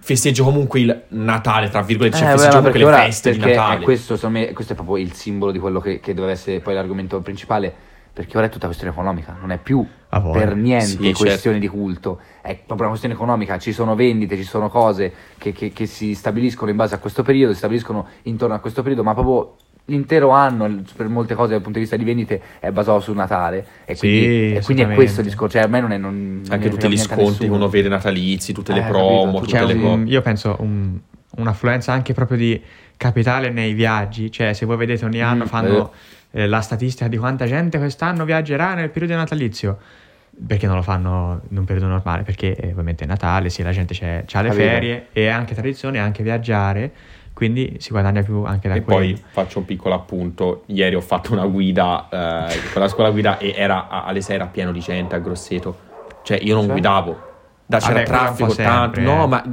B: festeggio comunque il Natale, tra virgolette, cioè
A: Eh, vabbè,
B: festeggio
A: ma
B: comunque
A: perché
B: le
A: ora-
B: feste di
A: perché,
B: Natale.
A: eh, questo, secondo me, questo è proprio il simbolo di quello che, che doveva essere poi l'argomento principale, perché ora è tutta questione economica, non è più
C: A voi.
A: per niente
B: Sì, certo.
A: questione di culto, è proprio una questione economica, ci sono vendite, ci sono cose che, che- che si stabiliscono in base a questo periodo, si stabiliscono intorno a questo periodo, ma proprio l'intero anno il- per molte cose dal punto di vista di vendite è basato sul Natale e
C: Sì,
A: quindi, e quindi è
C: assolutamente.
A: questo il discorso, cioè a me non è... Non, non
B: Anche
A: ne
B: tutti
A: frega
B: gli
A: niente a
B: sconti che
A: nessuno.
B: uno vede natalizi, tutte le
A: Eh,
B: promo,
A: capito,
B: tutte
C: C'è
B: le
A: tutte
C: un-
B: cose.
C: io penso un- un'affluenza anche proprio di capitale nei viaggi, cioè se voi vedete ogni anno
A: Mm,
C: fanno eh, la statistica di quanta gente quest'anno viaggerà nel periodo natalizio. Perché non lo fanno in un periodo normale? Perché eh, ovviamente è Natale, sì, la gente c'è, c'ha le
A: Capito.
C: ferie e è anche tradizione, anche viaggiare, quindi si guadagna più anche da
B: E
C: quello.
B: poi faccio un piccolo appunto, ieri ho fatto una guida eh, con la scuola guida e era, a- alle 6 era pieno di gente a Grosseto, cioè io non
A: Cioè?
B: guidavo, da, c'era
C: Vabbè, Ah, quello un
B: traffico
C: po'
B: tanto,
C: sempre,
B: no
C: eh.
B: ma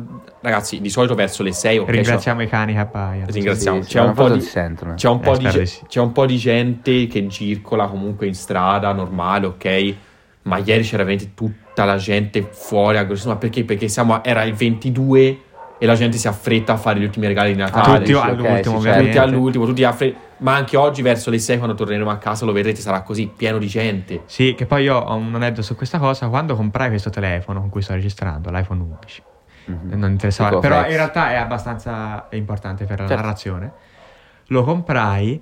B: ragazzi di solito verso le 6 ok, c'è-
C: Ringraziamo i cani che appaiono.
B: Ringraziamo.
A: Sì, sì,
B: c'è,
A: ma
B: un po
A: cosa
B: di,
A: si sentono?
B: c'è un po'
C: Eh,
B: di
C: spero
B: ge-
C: di sì.
B: c'è un po' di gente che circola comunque in strada, normale, ok? Ma ieri c'era veramente tutta la gente fuori a grosso. Ma perché? Perché siamo a- era il 22 e la gente si affretta a fare gli ultimi regali di Natale.
C: Tutti
A: Ah, dici, ok, sì,
C: all'ultimo,
A: certo.
B: Tutti
C: ovviamente.
B: all'ultimo, tutti affre- ma anche oggi verso le 6 quando torneremo a casa lo vedrete sarà così pieno di gente.
C: Sì, che poi io ho un aneddoto su questa cosa. Quando comprai questo telefono con cui sto registrando, l'iPhone 11,
A: Mhm.
C: Mm. non interessava,
A: Piccolo
C: però
A: flex.
C: in realtà è abbastanza importante per la
A: Certo.
C: narrazione. Lo comprai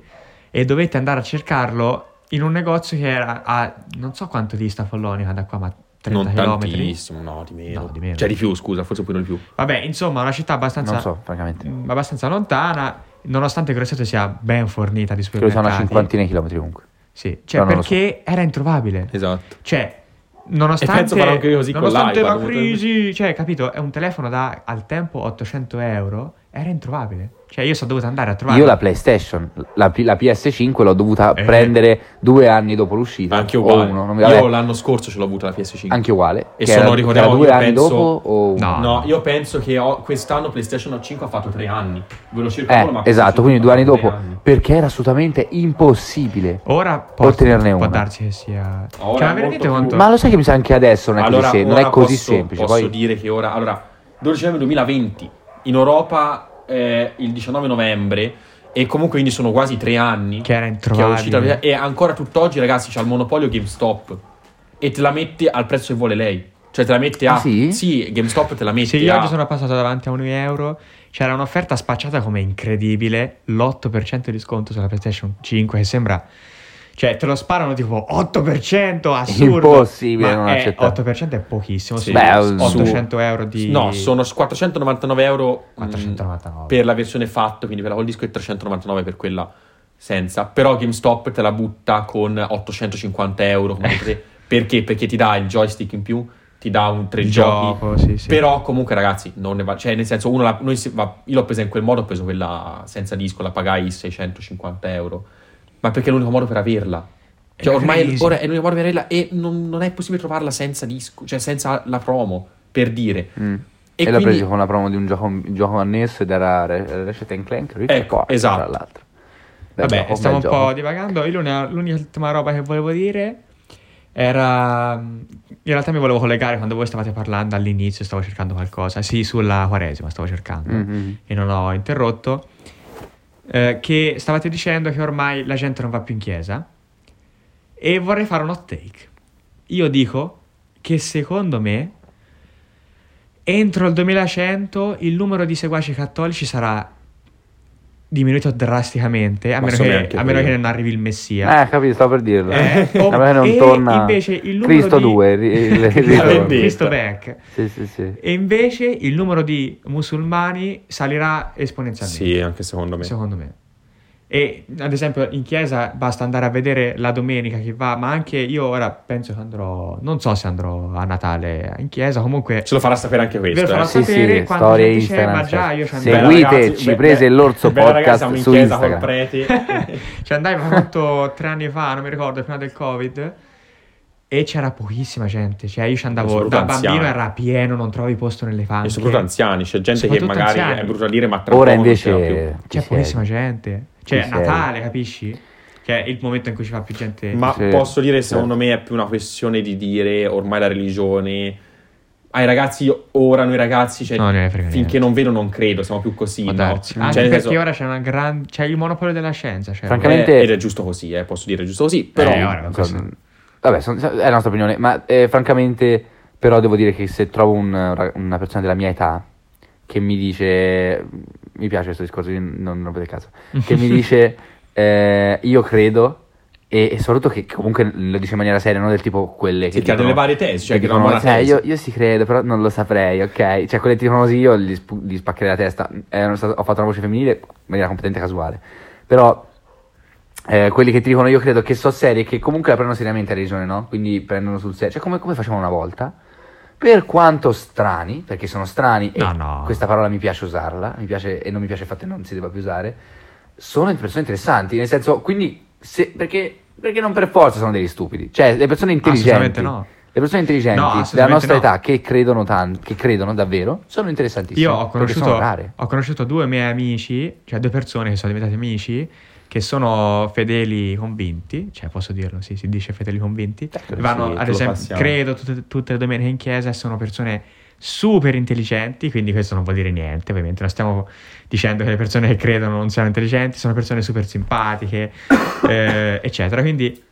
C: e dovetti andare a cercarlo in un negozio che era a non so quanto dista Follonica da qua, ma 30
B: non
C: km.
B: tantissimo, no, di meno.
C: No, di meno.
B: Cioè di più, scusa, forse pure di più.
C: Vabbè, insomma, una città abbastanza,
A: Non so, francamente.
B: Mm.
C: mh, abbastanza lontana, nonostante Grosseto sia ben fornita
A: Credo
C: di
A: siano
C: supermercati.
A: una cinquantina di chilometri comunque.
C: Sì, cioè
A: Però non lo
C: perché era introvabile.
B: Esatto.
C: Cioè, nonostante,
B: E penso farò anche io così con
C: nonostante la
B: l'iPad, comunque.
C: crisi, cioè, capito? È un telefono da al tempo 800 euro, era introvabile. Cioè, io sono dovuto andare a trovare.
A: Io la PlayStation, la, P- la PS5 l'ho dovuta
C: Eh.
A: prendere due anni dopo l'uscita.
B: Anche
A: o
B: uguale.
A: uno, Oh, non mi-
B: Io
A: vabbè,
B: l'anno scorso ce l'ho avuta la PS5.
A: anche uguale.
B: E
A: che
B: sono
A: era-
B: ricordato,
A: era due
B: io
A: anni
B: penso-
A: dopo o uno?
C: No.
B: No, io penso che ho- quest'anno PlayStation 5 ha fatto tre anni. Ve lo cerco ancora,
A: Eh,
B: ma
A: esatto, quindi
B: PlayStation
A: due anni
B: ha fatto
A: dopo.
B: tre anni.
A: Perché era assolutamente impossibile.
C: Ora può,
A: ottenerne
C: può
A: una.
C: darsi che sia.
B: Ora
C: cioè,
B: è
C: ma vi rendete
B: molto
C: conto?
B: più-
A: Ma lo sai che mi sa anche adesso non è
B: Allora,
A: così, se- non
B: ora
A: è così
B: posso-
A: semplice.
B: Posso
A: Poi,
B: dire che ora, allora, 12 novembre 2020, in Europa eh, il 19 novembre, e comunque quindi sono quasi tre anni
C: Che era
B: che è uscita
C: introvabile.
B: e ancora tutt'oggi, ragazzi, c'ha il monopolio GameStop e te la mette al prezzo che vuole lei. Cioè, te la mette a.
A: Ah, sì?
B: GameStop te la mette
C: Sì, io
B: a.
C: oggi sono passato davanti a un euro. C'era un'offerta spacciata come incredibile, l'8% di sconto sulla PlayStation 5, che sembra. Cioè, te lo sparano tipo 8%, assurdo.
A: Impossibile
C: Ma
A: non
C: è-
A: accettare.
C: 8% è pochissimo.
B: Sì.
C: su
A: Beh,
C: 800 euro di.
B: No, sono 499 euro. mh,
C: 499.
B: per la versione fatto, quindi quella col disco e 399 per quella senza. Però GameStop te la butta con 850 euro. come potete- perché? Perché ti dà il joystick in più, ti dà un tre
C: Il
B: giochi.
C: gioco, sì, sì.
B: Però comunque ragazzi, non ne va, cioè nel senso, uno la- noi se- va- io l'ho presa in quel modo, ho preso quella senza disco, la pagai 650 euro, ma perché è l'unico modo per averla. Cioè
C: È
B: ormai
C: crazy.
B: ora è l'unico modo per averla e non, non è possibile trovarla senza disco, cioè senza la promo, per dire.
A: Mm.
B: E
A: E, l'ho
B: quindi-
A: preso con la promo di un gioco, un gioco annesso ed era Re- Ratchet and Clank. Rift
B: Ecco,
A: Apart,
B: esatto.
A: Tra l'altro. Bel
C: Vabbè,
A: gioco, bel
C: stiamo un
A: gioco.
C: po' divagando. Io l'unica, l'unica ultima roba che volevo dire era. In realtà mi volevo collegare quando voi stavate parlando all'inizio, stavo cercando qualcosa. Sì, sulla Quaresima stavo cercando
A: Mhm.
C: e non ho interrotto. eh, che stavate dicendo che ormai la gente non va più in chiesa. E vorrei fare un hot take. Io dico che secondo me entro il 2100 il numero di seguaci cattolici sarà diminuito drasticamente, a
B: Ma
C: meno,
B: so
C: che,
B: neanche
C: a meno
B: quello.
C: che non arrivi il Messia.
A: Eh, capito, stavo per dirlo.
C: Eh,
A: A meno che non
C: e
A: torna
C: invece il numero
A: Cristo
C: di-
A: 2, ri- il- il
B: L'avete
A: ritorno.
B: detto.
C: Cristo back.
A: Sì, sì, sì.
C: E invece il numero di musulmani salirà esponenzialmente.
B: Sì, anche secondo me.
C: Secondo me. E ad esempio in chiesa basta andare a vedere la domenica che va, ma anche io ora penso che andrò, non so se andrò a Natale in chiesa, comunque
B: Ce lo farà sapere anche questo.
C: Ve lo farà
B: eh.
A: Sì,
C: sapere
A: sì,
C: quanta
A: storie
C: gente c'è,
A: Instagram.
C: ma già io ci andai.
B: Bella,
A: Seguiteci,
B: ragazzi, be-
A: prese
B: be-
A: l'orso
B: bella, ragazzi,
A: podcast
B: siamo in
A: su
B: chiesa col
A: Instagram.
B: prete.
C: ci cioè, andai fatto tre anni fa, non mi ricordo, prima del Covid. E c'era pochissima gente, cioè io ci andavo
B: Soprattutto
C: da bambino,
B: anziani.
C: era pieno, non trovi posto nelle
B: E
C: panche.
B: soprattutto anziani, c'è gente che
C: Soprattutto
B: magari
C: anziani.
B: è brutta a dire, ma tra
A: Ora
B: poco non ce l'ha più.
A: invece ci
C: C'è
A: siete.
C: pochissima gente. Cioè
A: Ci
C: è
A: sei.
C: Natale, capisci? Che è il momento in cui ci va più gente.
B: Ma
A: Sì,
B: posso dire,
A: sì.
B: secondo me è più una questione di dire ormai la religione. Ai ragazzi, ora noi ragazzi, cioè,
C: No, non ne frega niente.
B: finché non vedo, non credo, siamo più così.
C: Può
B: no?
C: darsi.
B: Cioè,
C: Anche
B: nel
C: perché
B: senso,
C: ora c'è una gran... c'è il monopolio della scienza. Cioè,
A: Francamente-
B: eh, ed è giusto così, eh, posso dire, è giusto così. Però
C: Eh, ora.
A: Non so,
C: questo-
A: vabbè, son- è la nostra opinione, ma eh, francamente però devo dire che se trovo un- una persona della mia età che mi dice, mi piace questo discorso, io non non rompete il cazzo, che mi dice eh, io credo e, e soprattutto che comunque lo dice in maniera seria, non del tipo quelle che...
B: Sì, che ha
A: dicono-
B: delle varie tesi, cioè, che
A: dicono,
B: non ha una
A: "Eh,
B: tesi."
A: io, io sì credo, però non lo saprei, ok? Cioè quelle che dicono così io gli, spu- gli spaccherei la testa, Eh, non so, ho fatto una voce femminile in maniera completamente casuale, però eh, quelli che ti dicono io credo che so serie che comunque la prendono seriamente a religione, no? Quindi prendono sul serio, cioè come, come facevamo una volta. Per quanto strani, perché sono strani e
C: No,
B: eh,
C: no.
A: questa parola mi piace usarla, mi piace e non mi piace il fatto che non si debba più usare, sono persone interessanti, nel senso, quindi se- perché, perché non per forza sono degli stupidi, cioè le persone intelligenti,
C: Assolutamente no.
A: le persone intelligenti
C: No,
A: della
C: assolutamente
A: nostra
C: no.
A: età che credono tan- che credono davvero, sono interessantissime.
C: Io ho
A: perché sono
C: conosciuto,
A: rare.
C: ho conosciuto due miei amici, cioè due persone che sono diventate amici, che sono fedeli convinti, cioè posso dirlo, sì, si dice fedeli convinti.
B: credo
C: Vanno
B: sì, te
C: ad
B: lo
C: esempio,
B: passiamo.
C: credo, tutte, tutte le domeniche in chiesa e sono persone super intelligenti, quindi questo non vuol dire niente, ovviamente non stiamo dicendo che le persone che credono non siano intelligenti, sono persone super simpatiche, eh, eccetera, quindi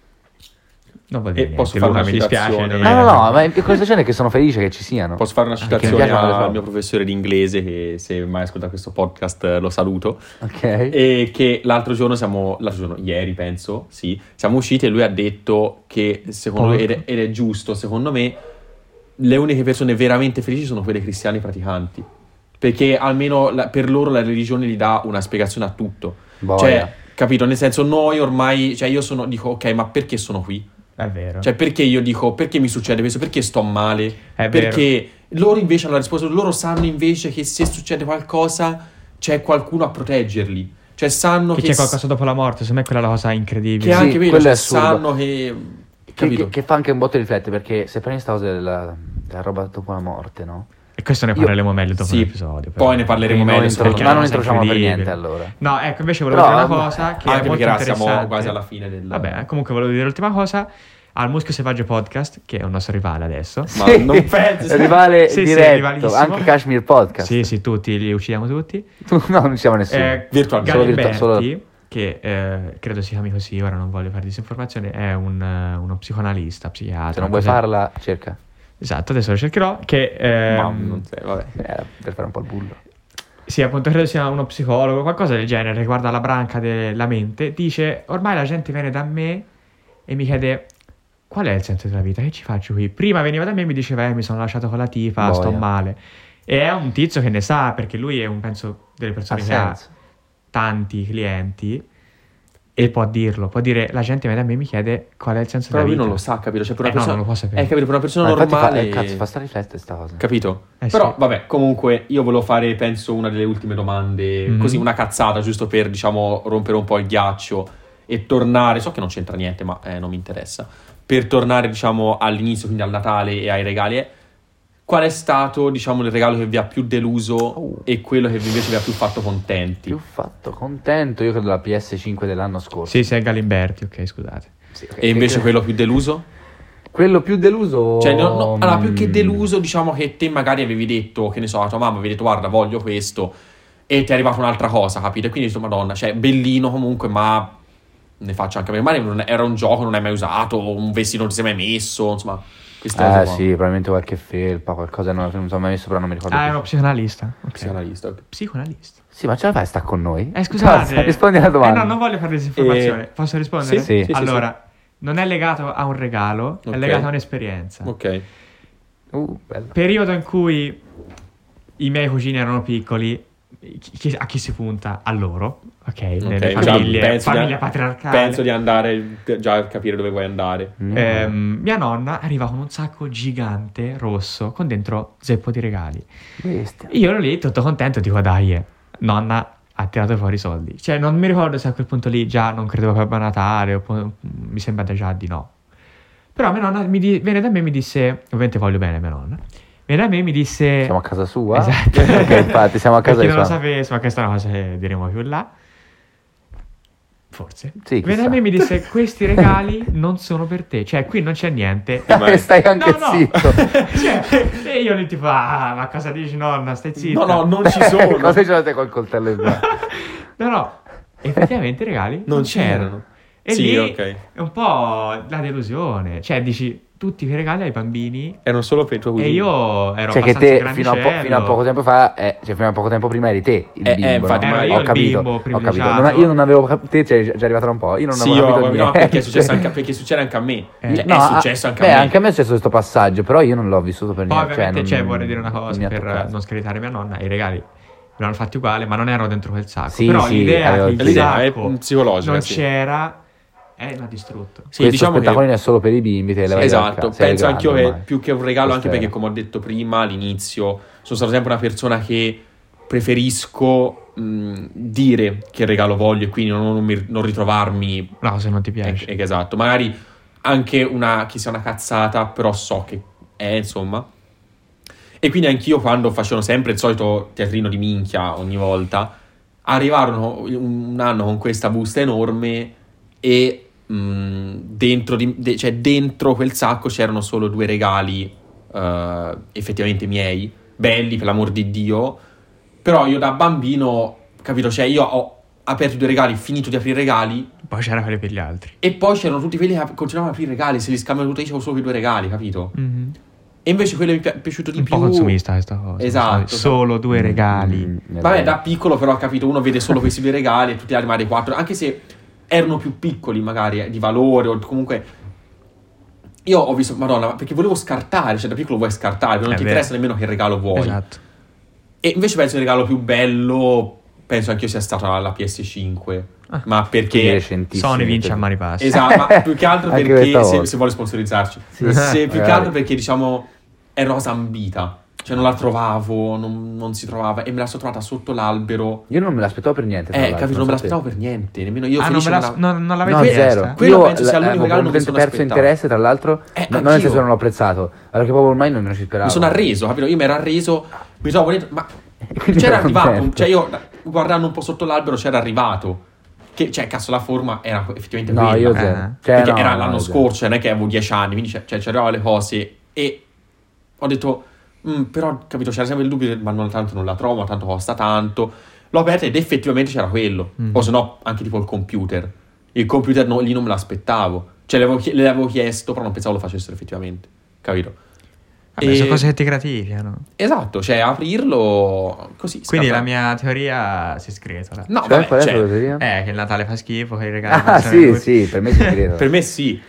C: non vuol dire
B: E
C: niente,
B: posso fare
C: Luca,
B: una
C: mi dispiace.
B: citazione?
C: non-
A: Ah, no, no, ma è una questione che sono felice che ci siano.
B: Posso fare una
A: Anche mi
B: citazione
A: piace quando le so.
B: al mio professore di inglese, che se mai ascolta questo podcast eh, lo saluto.
A: Ok.
C: Eh,
B: E che l'altro giorno siamo, l'altro giorno, ieri penso, sì, siamo usciti e lui ha detto che secondo lui, ed,
C: Porco.
B: è- ed è giusto, secondo me, le uniche persone veramente felici sono quelle cristiane praticanti. Perché almeno la- per loro la religione gli dà una spiegazione a tutto.
A: Boia.
B: Cioè, capito? Nel senso, noi ormai, cioè io sono, dico, ok, ma perché sono qui?
C: È vero.
B: Cioè, perché io dico, perché mi succede questo? Perché sto male?
C: È vero.
B: perché loro invece hanno la risposta, loro sanno invece che se succede qualcosa c'è qualcuno a proteggerli. Cioè, sanno
C: che
B: che,
C: c'è qualcosa dopo la morte, secondo me quella è la cosa
B: che
C: incredibile.
B: è
A: Sì,
B: anche vero,
A: quello è
B: cioè,
A: assurdo.
B: sanno che...
A: che,
B: capito?
A: che- che fa anche un botto riflettere perché se prendi sta cosa della, della roba dopo la morte, no?
C: E questo ne parleremo meglio dopo
B: sì,
C: l'episodio.
B: poi ne parleremo
A: Quindi
B: meglio,
A: non
B: secondo
A: intro-
B: me,
A: ma
B: è
A: non
B: una
A: introciamo per niente allora.
C: No, ecco, invece volevo
A: Però-
C: dire una cosa che
B: anche
C: è molto
B: perché ora siamo
C: interessante.
B: quasi alla fine del...
C: Vabbè, eh, comunque volevo dire l'ultima cosa. Al Muschio Selvaggio Podcast, che è un nostro rivale adesso.
B: Ma non penso-
A: rivale
C: Sì, sì,
A: diretto,
C: rivalissimo.
A: anche Kashmir Podcast.
C: Sì, sì, tutti, li uccidiamo tutti.
A: Tu- no, non siamo nessuno.
C: Eh,
B: virtualmente.
A: Solo
C: Galimberti,
A: virtu- solo-
C: che eh, credo si chiami così, ora non voglio fare disinformazione, è un, eh, uno psicoanalista, psichiatra.
A: se non vuoi
C: cos'è?
A: farla, cerca.
C: Esatto, adesso lo cercherò. Che
B: Ma
C: ehm,
B: non sei, vabbè.
A: Eh, per fare un po' il bullo.
C: Sì, appunto, credo sia uno psicologo, qualcosa del genere, riguardo alla branca della mente. Dice: Ormai la gente viene da me e mi chiede. Qual è il senso della vita? Che ci faccio qui? Prima veniva da me e mi diceva: eh, mi sono lasciato con la tipa, sto
A: Boia.
C: male. E è un tizio che ne sa, perché lui è un penso delle
A: Ha
C: persone che ha
A: senso.
C: tanti clienti. E può dirlo, può dire: la gente viene da me e mi chiede qual è il senso
B: Però
C: della
B: lui
C: vita.
B: non lo sa, capito? Cioè, per una
C: Eh, no,
B: persona...
C: non lo può sapere.
B: Eh, capito, per una persona
A: Ma infatti fa,
B: normale...
A: eh, cazzo, fa sta riflettere sta cosa.
B: Capito?
C: Eh,
B: Però
C: sì.
B: vabbè, comunque io volevo fare, penso, una delle ultime domande,
C: Mhm.
B: così una cazzata, giusto per, diciamo, rompere un po' il ghiaccio e tornare, so che non c'entra niente, ma eh, non mi interessa, per tornare, diciamo, all'inizio, quindi al Natale e ai regali, eh, qual è stato, diciamo, il regalo che vi ha più deluso
C: Oh.
B: e quello che vi invece vi ha più fatto contenti?
A: Più fatto contento, io credo la PS5 dell'anno scorso.
C: Sì, sì, è Galimberti, ok, scusate.
A: Sì, ok.
B: E invece quello più deluso?
A: Quello più deluso.
B: Cioè, no- no, allora, più che
A: mm,
B: deluso, diciamo che te magari avevi detto, che ne so, a tua mamma, avevi detto, guarda, voglio questo, e ti è arrivata un'altra cosa, capito? E quindi, insomma, madonna, cioè, bellino comunque, ma ne faccia anche perché magari non era un gioco, non hai mai usato, un vestito non ti sei mai messo, insomma, queste
A: Ah
B: cose qua.
A: sì, probabilmente qualche felpa, qualcosa non, non so mai messo, però non mi ricordo.
C: Ah, è
A: più.
C: uno psicanalista. Ok.
B: Psicanalista, ok.
C: Psicanalista.
A: Sì, ma ce la fai a sta con noi?
C: Eh, scusate.
A: Cosa? rispondi alla domanda.
C: Eh, no, non voglio fare disinformazione.
B: Eh,
C: Posso rispondere?
A: sì, sì, sì,
C: Allora, non è legato a un regalo,
B: Ok.
C: è legato a
A: Eh.
C: un'esperienza.
B: Ok.
A: Uh, bello.
C: Periodo in cui i miei cugini erano piccoli, chi- chi- a chi si punta? A loro, ok? Nelle
B: Ok, già
C: famiglie,
B: penso di-
C: famiglia patriarcale.
B: Penso di andare già a capire dove vuoi andare.
A: Mm.
C: Ehm, mia nonna arriva con un sacco gigante rosso con dentro zeppo di regali.
A: Bestia.
C: Io ero lì tutto contento, dico dai, eh, nonna ha tirato fuori i soldi. Cioè non mi ricordo se a quel punto lì già non credevo che abbia Natale, oppure- mi sembra già di no. Però mia nonna mi di- viene da me e mi disse, ovviamente voglio bene a mia nonna, viene da me e mi disse...
A: Siamo a casa sua?
C: Esatto.
A: ok, infatti siamo a
C: Per
A: casa
C: chi
A: di
C: non lo
A: sua.
C: sapesse, ma questa è una cosa che diremo più là. Forse.
A: Sì,
C: Viene
A: chissà.
C: da me e mi disse, questi regali non sono per te, cioè qui non c'è niente.
B: sapeva.
A: E stai anche
C: No, no.
A: zitto.
C: Cioè, e io lì tipo, ah, ma cosa dici nonna, stai
B: No,
C: zitta.
B: no, non ci sono.
A: Cosa ce l'avete col coltello in mano?
C: No, no, effettivamente i regali non,
B: non
C: c'erano.
B: c'erano.
C: E
B: sì,
C: lì
B: ok.
C: è un po' la delusione. Cioè, dici tutti i regali ai bambini.
B: Erano solo per i tuoi
C: E
B: cugini.
C: io ero
A: Cioè che
C: abbastanza
A: te fino a,
C: grandicello.
A: po- fino a poco tempo fa, eh, cioè fino a poco tempo prima eri te il
B: Eh, eh,
A: bimbo,
B: infatti,
A: no?
B: ma io
A: ho
B: il
A: capito,
C: bimbo
A: ho capito.
C: privilegiato.
A: Non a- io non avevo capito, te c'eri già arrivato da un po', io non
B: sì,
A: avevo
B: io,
A: capito
B: no,
A: niente.
B: perché, è successo anche, perché succede anche a me.
C: Eh.
B: Cioè,
A: No,
B: è
A: ah,
B: successo anche
A: beh,
B: a me.
A: anche a me è successo questo passaggio, però io non l'ho vissuto per
C: Poi
A: niente.
C: ovviamente
A: cioè,
C: cioè,
A: non-
C: vorrei dire una cosa
A: mi ha
C: per eh,
A: toccato.
C: non screditare mia nonna, i regali me l'hanno fatti uguali, ma non ero dentro quel sacco.
A: Sì,
C: Però
A: sì,
C: l'idea
A: avevo
C: che il
B: l'idea è
C: sacco
B: psicologica,
C: non
B: sì.
C: c'era eh, l'ha distrutto.
B: Sì,
A: Questo
B: diciamo che...
A: spettacolino è solo per i bimbi, te le vai a
B: Esatto,
A: ca- sei grande
B: penso anch'io che
A: ormai.
B: più che un regalo,
A: Questo
B: anche perché
A: è-
B: come ho detto prima all'inizio, sono stato sempre una persona che preferisco mh, dire che regalo voglio e quindi non, non mi- non ritrovarmi.
C: No, se non ti piace.
B: Eh, eh, esatto, magari anche una che sia una cazzata, però so che è insomma. E quindi anch'io quando facevano sempre il solito teatrino di minchia ogni volta, arrivarono un anno con questa busta enorme e mh, dentro, di- de- cioè, dentro quel sacco c'erano solo due regali eh, effettivamente miei, belli per l'amor di Dio, però io da bambino, capito, cioè io ho aperto due regali, finito di aprire i regali
C: Poi c'era quelli per gli altri.
B: e poi c'erano tutti quelli che ap- continuavano a aprire i regali, se li scambiavano tutti, io avevo solo i due regali, capito? E invece quello che mi è pi- piaciuto di
C: Un
B: più...
C: po' consumista questa cosa.
B: Esatto.
C: Solo due regali.
A: Mm, è
B: Vabbè,
A: vero.
B: da piccolo però ho capito, uno vede solo questi due regali e tutti gli altri magari quattro, anche se erano più piccoli magari, eh, di valore o comunque... Io ho visto, madonna, ma perché volevo scartare, cioè da piccolo vuoi scartare, perché non
C: È
B: ti
C: vero.
B: interessa nemmeno che regalo vuoi.
C: Esatto.
B: E invece penso il regalo più bello, penso anch'io sia stata la PS5,
C: Ah.
B: ma
A: Quindi cioè.
B: perché...
A: recentissimi,
C: Sony vince
A: per-
C: a mani basse.
B: Esatto, ma più che altro
A: Eh, Anche
B: perché
A: questa
B: se,
A: volta.
B: se vuole sponsorizzarci.
A: Sì. Eh,
B: Se- più che
A: Magari.
B: altro perché diciamo è rosa ambita. Cioè non la trovavo, non, non si trovava e me la sono trovata sotto l'albero.
A: Io non me l'aspettavo per niente. tra
B: Eh,
A: l'altro,
B: capito, non me
A: so te.
B: l'aspettavo per niente, nemmeno io
C: ah, non,
B: felice
C: me la-
B: me la-
C: non, non l'avevi
A: No,
C: chiesta?
A: zero.
B: Quello
A: Io
B: penso sia
A: l-
B: l'unico
A: avevo
B: regalo che mi sono
A: completamente perso
B: aspettato.
A: interesse, tra l'altro,
B: Eh,
A: no, non nel senso
B: anch'io.
A: che non l'ho apprezzato, allora che proprio ormai non me lo ci speravo.
B: Mi sono arreso, capito? Io mi ero arreso, mi sono detto, ma
A: Quindi
B: c'era
A: ero
B: arrivato,
A: contento.
B: cioè io guardando un po' sotto l'albero c'era arrivato. Che, cioè, cazzo, la forma era effettivamente
A: No,
B: quella.
A: io
C: eh.
A: zero. Cioè,
B: perché
A: no,
B: era
A: no,
B: l'anno
A: io zero.
B: scorso, non è che avevo 10 anni, quindi c'è- cioè, c'erano le cose e ho detto, "Mm, però capito, c'era sempre il dubbio, ma non, tanto non la trovo, ma tanto costa tanto. L'ho aperta ed effettivamente c'era quello,
C: Mm.
B: o se no anche tipo il computer. Il computer no- lì non me l'aspettavo, cioè le avevo, chie- le avevo chiesto, però non pensavo lo facessero effettivamente, capito?
C: Vabbè, sono
B: E-
C: cose che ti gratificano.
B: Esatto, cioè aprirlo così.
C: Quindi
B: scatta-
C: la mia teoria si scrietola.
B: No,
A: Cioè,
B: vabbè,
A: qual è
B: cioè,
A: la tua teoria?
C: Eh, che il Natale fa schifo, che i regali...
A: Ah,
C: non sono
A: sì,
C: venuti.
A: sì, per me si credo.
B: per me sì.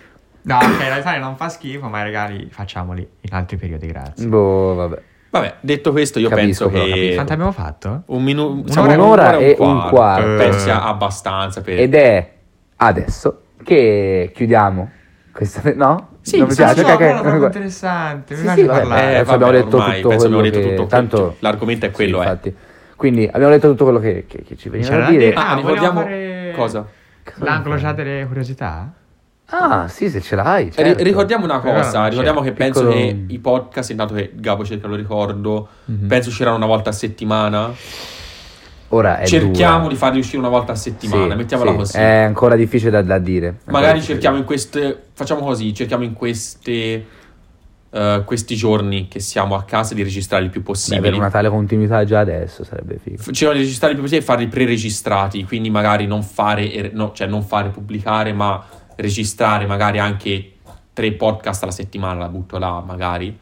C: No, ok, in realtà non fa schifo, ma i regali facciamoli in altri periodi, grazie.
A: Boh, vabbè.
B: Vabbè, detto questo, io
A: Capisco,
B: penso
A: però,
B: che
A: capisco.
C: Quanto abbiamo fatto?
B: un minuto,
A: Un'ora- diciamo, un'ora e un quarto.
B: Penso sia abbastanza per
A: Ed è adesso che chiudiamo questa no?
C: Sì,
A: non mi
C: sì,
A: piace,
C: sì,
A: ok,
C: no,
A: ok.
C: però è proprio interessante, mi
A: Sì,
C: piace
A: sì, vabbè,
C: parlare.
A: eh,
B: Eh, vabbè,
A: abbiamo detto
B: ormai
A: tutto
B: penso abbiamo
A: quello
B: detto
A: che-
B: tutto,
A: tanto-
B: l'argomento è
A: Sì,
B: quello, eh.
A: infatti. Quindi abbiamo detto tutto quello che, che- che ci veniva
C: C'era
A: da
C: da
A: dire. Ah,
C: dire.
B: Ah,
C: Ah,
B: ricordiamo
C: vogliamo fare-
B: cosa?
A: Cosa
C: L'angolo
A: fai?
C: già delle curiosità?
A: Ah, sì, se ce l'hai.
B: Ri-
A: certo.
B: ricordiamo una
C: Però non
B: cosa,
C: c'è.
B: ricordiamo che penso
A: Piccolo-
B: che i podcast, intanto che Gabo cerca lo ricordo,
C: Mhm.
B: penso usciranno una volta a settimana.
A: Ora è
B: cerchiamo
A: dura.
B: di farli uscire una volta a settimana,
A: Sì,
B: mettiamola
A: sì, eh,
B: così.
A: È ancora difficile da, da dire. Ancora
B: Magari
A: difficile.
B: cerchiamo in queste. Facciamo così: cerchiamo in queste eh, questi giorni che siamo a casa di registrare il più
A: Beh,
B: possibile.
A: avere una tale continuità già adesso sarebbe figo.
B: F- Cercano di registrare il più possibile e farli pre-registrati, quindi magari non fare, e- no, cioè non fare pubblicare, ma registrare magari anche tre podcast alla settimana, la butto là magari.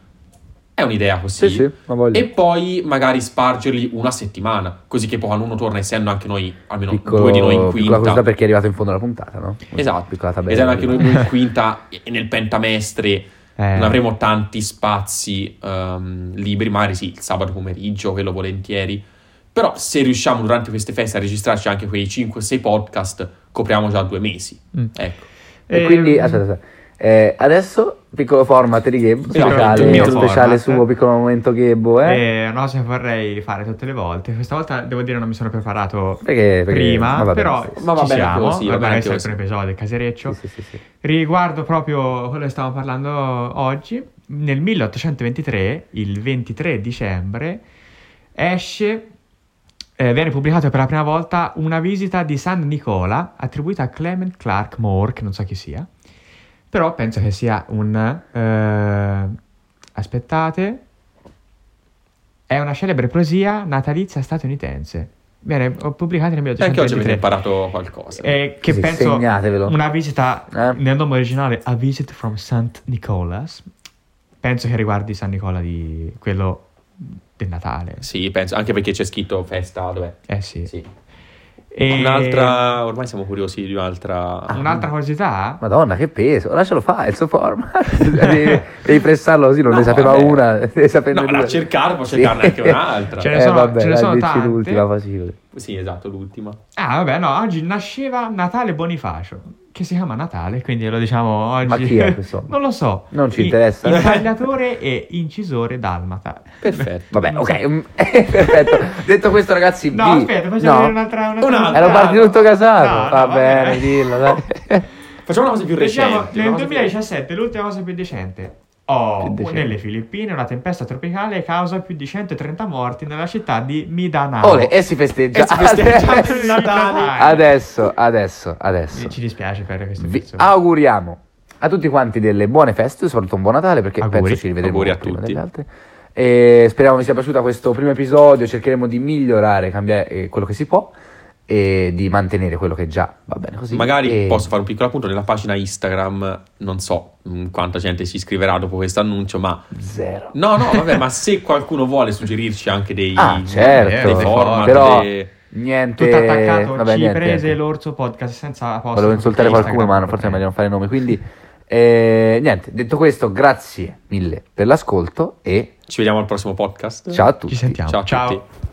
B: È un'idea così.
A: Sì, sì, ma voglio.
B: E poi magari spargerli una settimana, così che poi quando uno torna, essendo anche noi, almeno
A: Piccolo,
B: due di noi in
A: piccola
B: quinta,
A: curiosità perché è arrivato in fondo alla puntata, no?
B: Esatto.
A: Piccola tabella.
B: essendo anche noi due in quinta e nel pentamestre,
C: Eh,
B: non avremo tanti spazi ehm, liberi, magari sì, il sabato pomeriggio, quello volentieri. Però se riusciamo durante queste feste a registrarci anche quei 5-6 podcast, copriamo già due mesi.
C: Mm.
B: Ecco.
A: E
C: Ehm,
A: quindi, aspetta, aspetta. Eh, adesso piccolo format di Gabbo
B: Sì, veramente,
A: speciale,
B: il mio
A: speciale
C: format.
A: suo piccolo momento Gabbo, eh?
C: eh, una cosa che vorrei fare tutte le volte. Questa volta devo dire non mi sono preparato
A: Perché, perché-
C: prima,
A: ma va bene,
C: però
A: sì, sì.
B: Ma va
C: ci
B: bene
C: siamo.
B: così, va
C: va bene
B: bene
C: essere
B: così.
C: un episodio, casereccio.
A: Sì, sì, sì, sì.
C: Riguardo proprio quello che stavamo parlando oggi, nel 1823, il 23 dicembre, esce, eh, viene pubblicato per la prima volta una visita di San Nicola attribuita a Clement Clark Moore, che non so chi sia, però penso che sia un... eh, aspettate, è una celebre poesia natalizia statunitense. Viene pubblicata nel
B: E anche oggi avete
C: 1823.
B: imparato qualcosa.
C: Eh, che
A: Sì,
C: penso
A: segnatevelo.
C: una visita
A: Eh?
C: nel nome originale A Visit from St. Nicholas penso che riguardi San Nicola di quello del Natale
B: Sì, penso, anche perché c'è scritto festa, dov'è?
C: eh sì, Eh.
B: Sì.
C: E-
B: Un'altra, ormai siamo curiosi di un'altra...
C: un'altra curiosità
A: Madonna, che peso, lascialo fare il suo format. devi, devi pressarlo così, non
B: No,
A: ne sapeva
B: vabbè.
A: una, ne sapeva
B: No,
A: due.
B: la cercare, può cercarne anche un'altra.
C: Ce ne
A: Eh,
C: sono-
A: vabbè,
C: ce ne
A: dai,
C: sono
A: dici
C: tante.
A: l'ultima facile.
B: Sì, esatto, l'ultima.
C: ah vabbè no oggi nasceva Natale Bonifacio che si chiama Natale quindi lo diciamo oggi
A: Ma chi è questo?
C: non lo so
A: Non ci
C: I-
A: interessa.
C: intagliatore e incisore dalmata
B: Perfetto.
A: Vabbè, ok, mm, perfetto. Detto questo, ragazzi,
C: no
A: vi-
C: aspetta
A: no.
C: facciamo vedere un'altra
B: Un'altra.
A: Era un partito casato.
C: No, no,
A: Va
C: vabbè.
A: bene, dillo, dai.
B: Facciamo una cosa più
C: Leggiamo
B: recente.
C: Diciamo, nel
B: una cosa più-
C: 2017, l'ultima cosa più decente. Oh,
A: Più decente.
C: nelle Filippine una tempesta tropicale causa più di 130 morti nella città di Mindanao.
A: Ole, e si festeggia.
B: E si festeggia
A: Adesso,
B: il Natale.
A: adesso, adesso, adesso.
C: Ci dispiace per queste
A: Vi ah,
C: persone.
A: auguriamo a tutti quanti delle buone feste, soprattutto un buon Natale perché
C: Auguri.
A: penso ci rivedremo
B: Auguri a
A: prima
B: tutti.
A: degli altri. E speriamo vi sia piaciuto questo primo episodio, cercheremo di migliorare, cambiare eh, quello che si può e di mantenere quello che già va bene così.
B: Magari
C: Eh.
A: E-
B: posso fare un piccolo appunto nella pagina Instagram, non so mh, quanta gente si iscriverà dopo questo annuncio, ma
A: zero.
B: no, no, vabbè, ma se qualcuno vuole suggerirci anche dei,
A: Ah,
B: dei
A: certo.
B: format,
A: Però
B: dei-
A: niente,
C: Tutto attaccato,
A: eh, vabbè,
C: ci
A: niente,
C: prese
A: niente.
C: l'orso podcast senza posto.
A: Volevo insultare
C: Instagram,
A: qualcuno, ma forse è meglio non fare nomi, quindi eh, niente, detto questo, grazie mille per l'ascolto e
B: ci vediamo al prossimo podcast.
A: ciao a tutti.
C: Ci sentiamo.
B: Ciao a
C: Ciao.
B: tutti.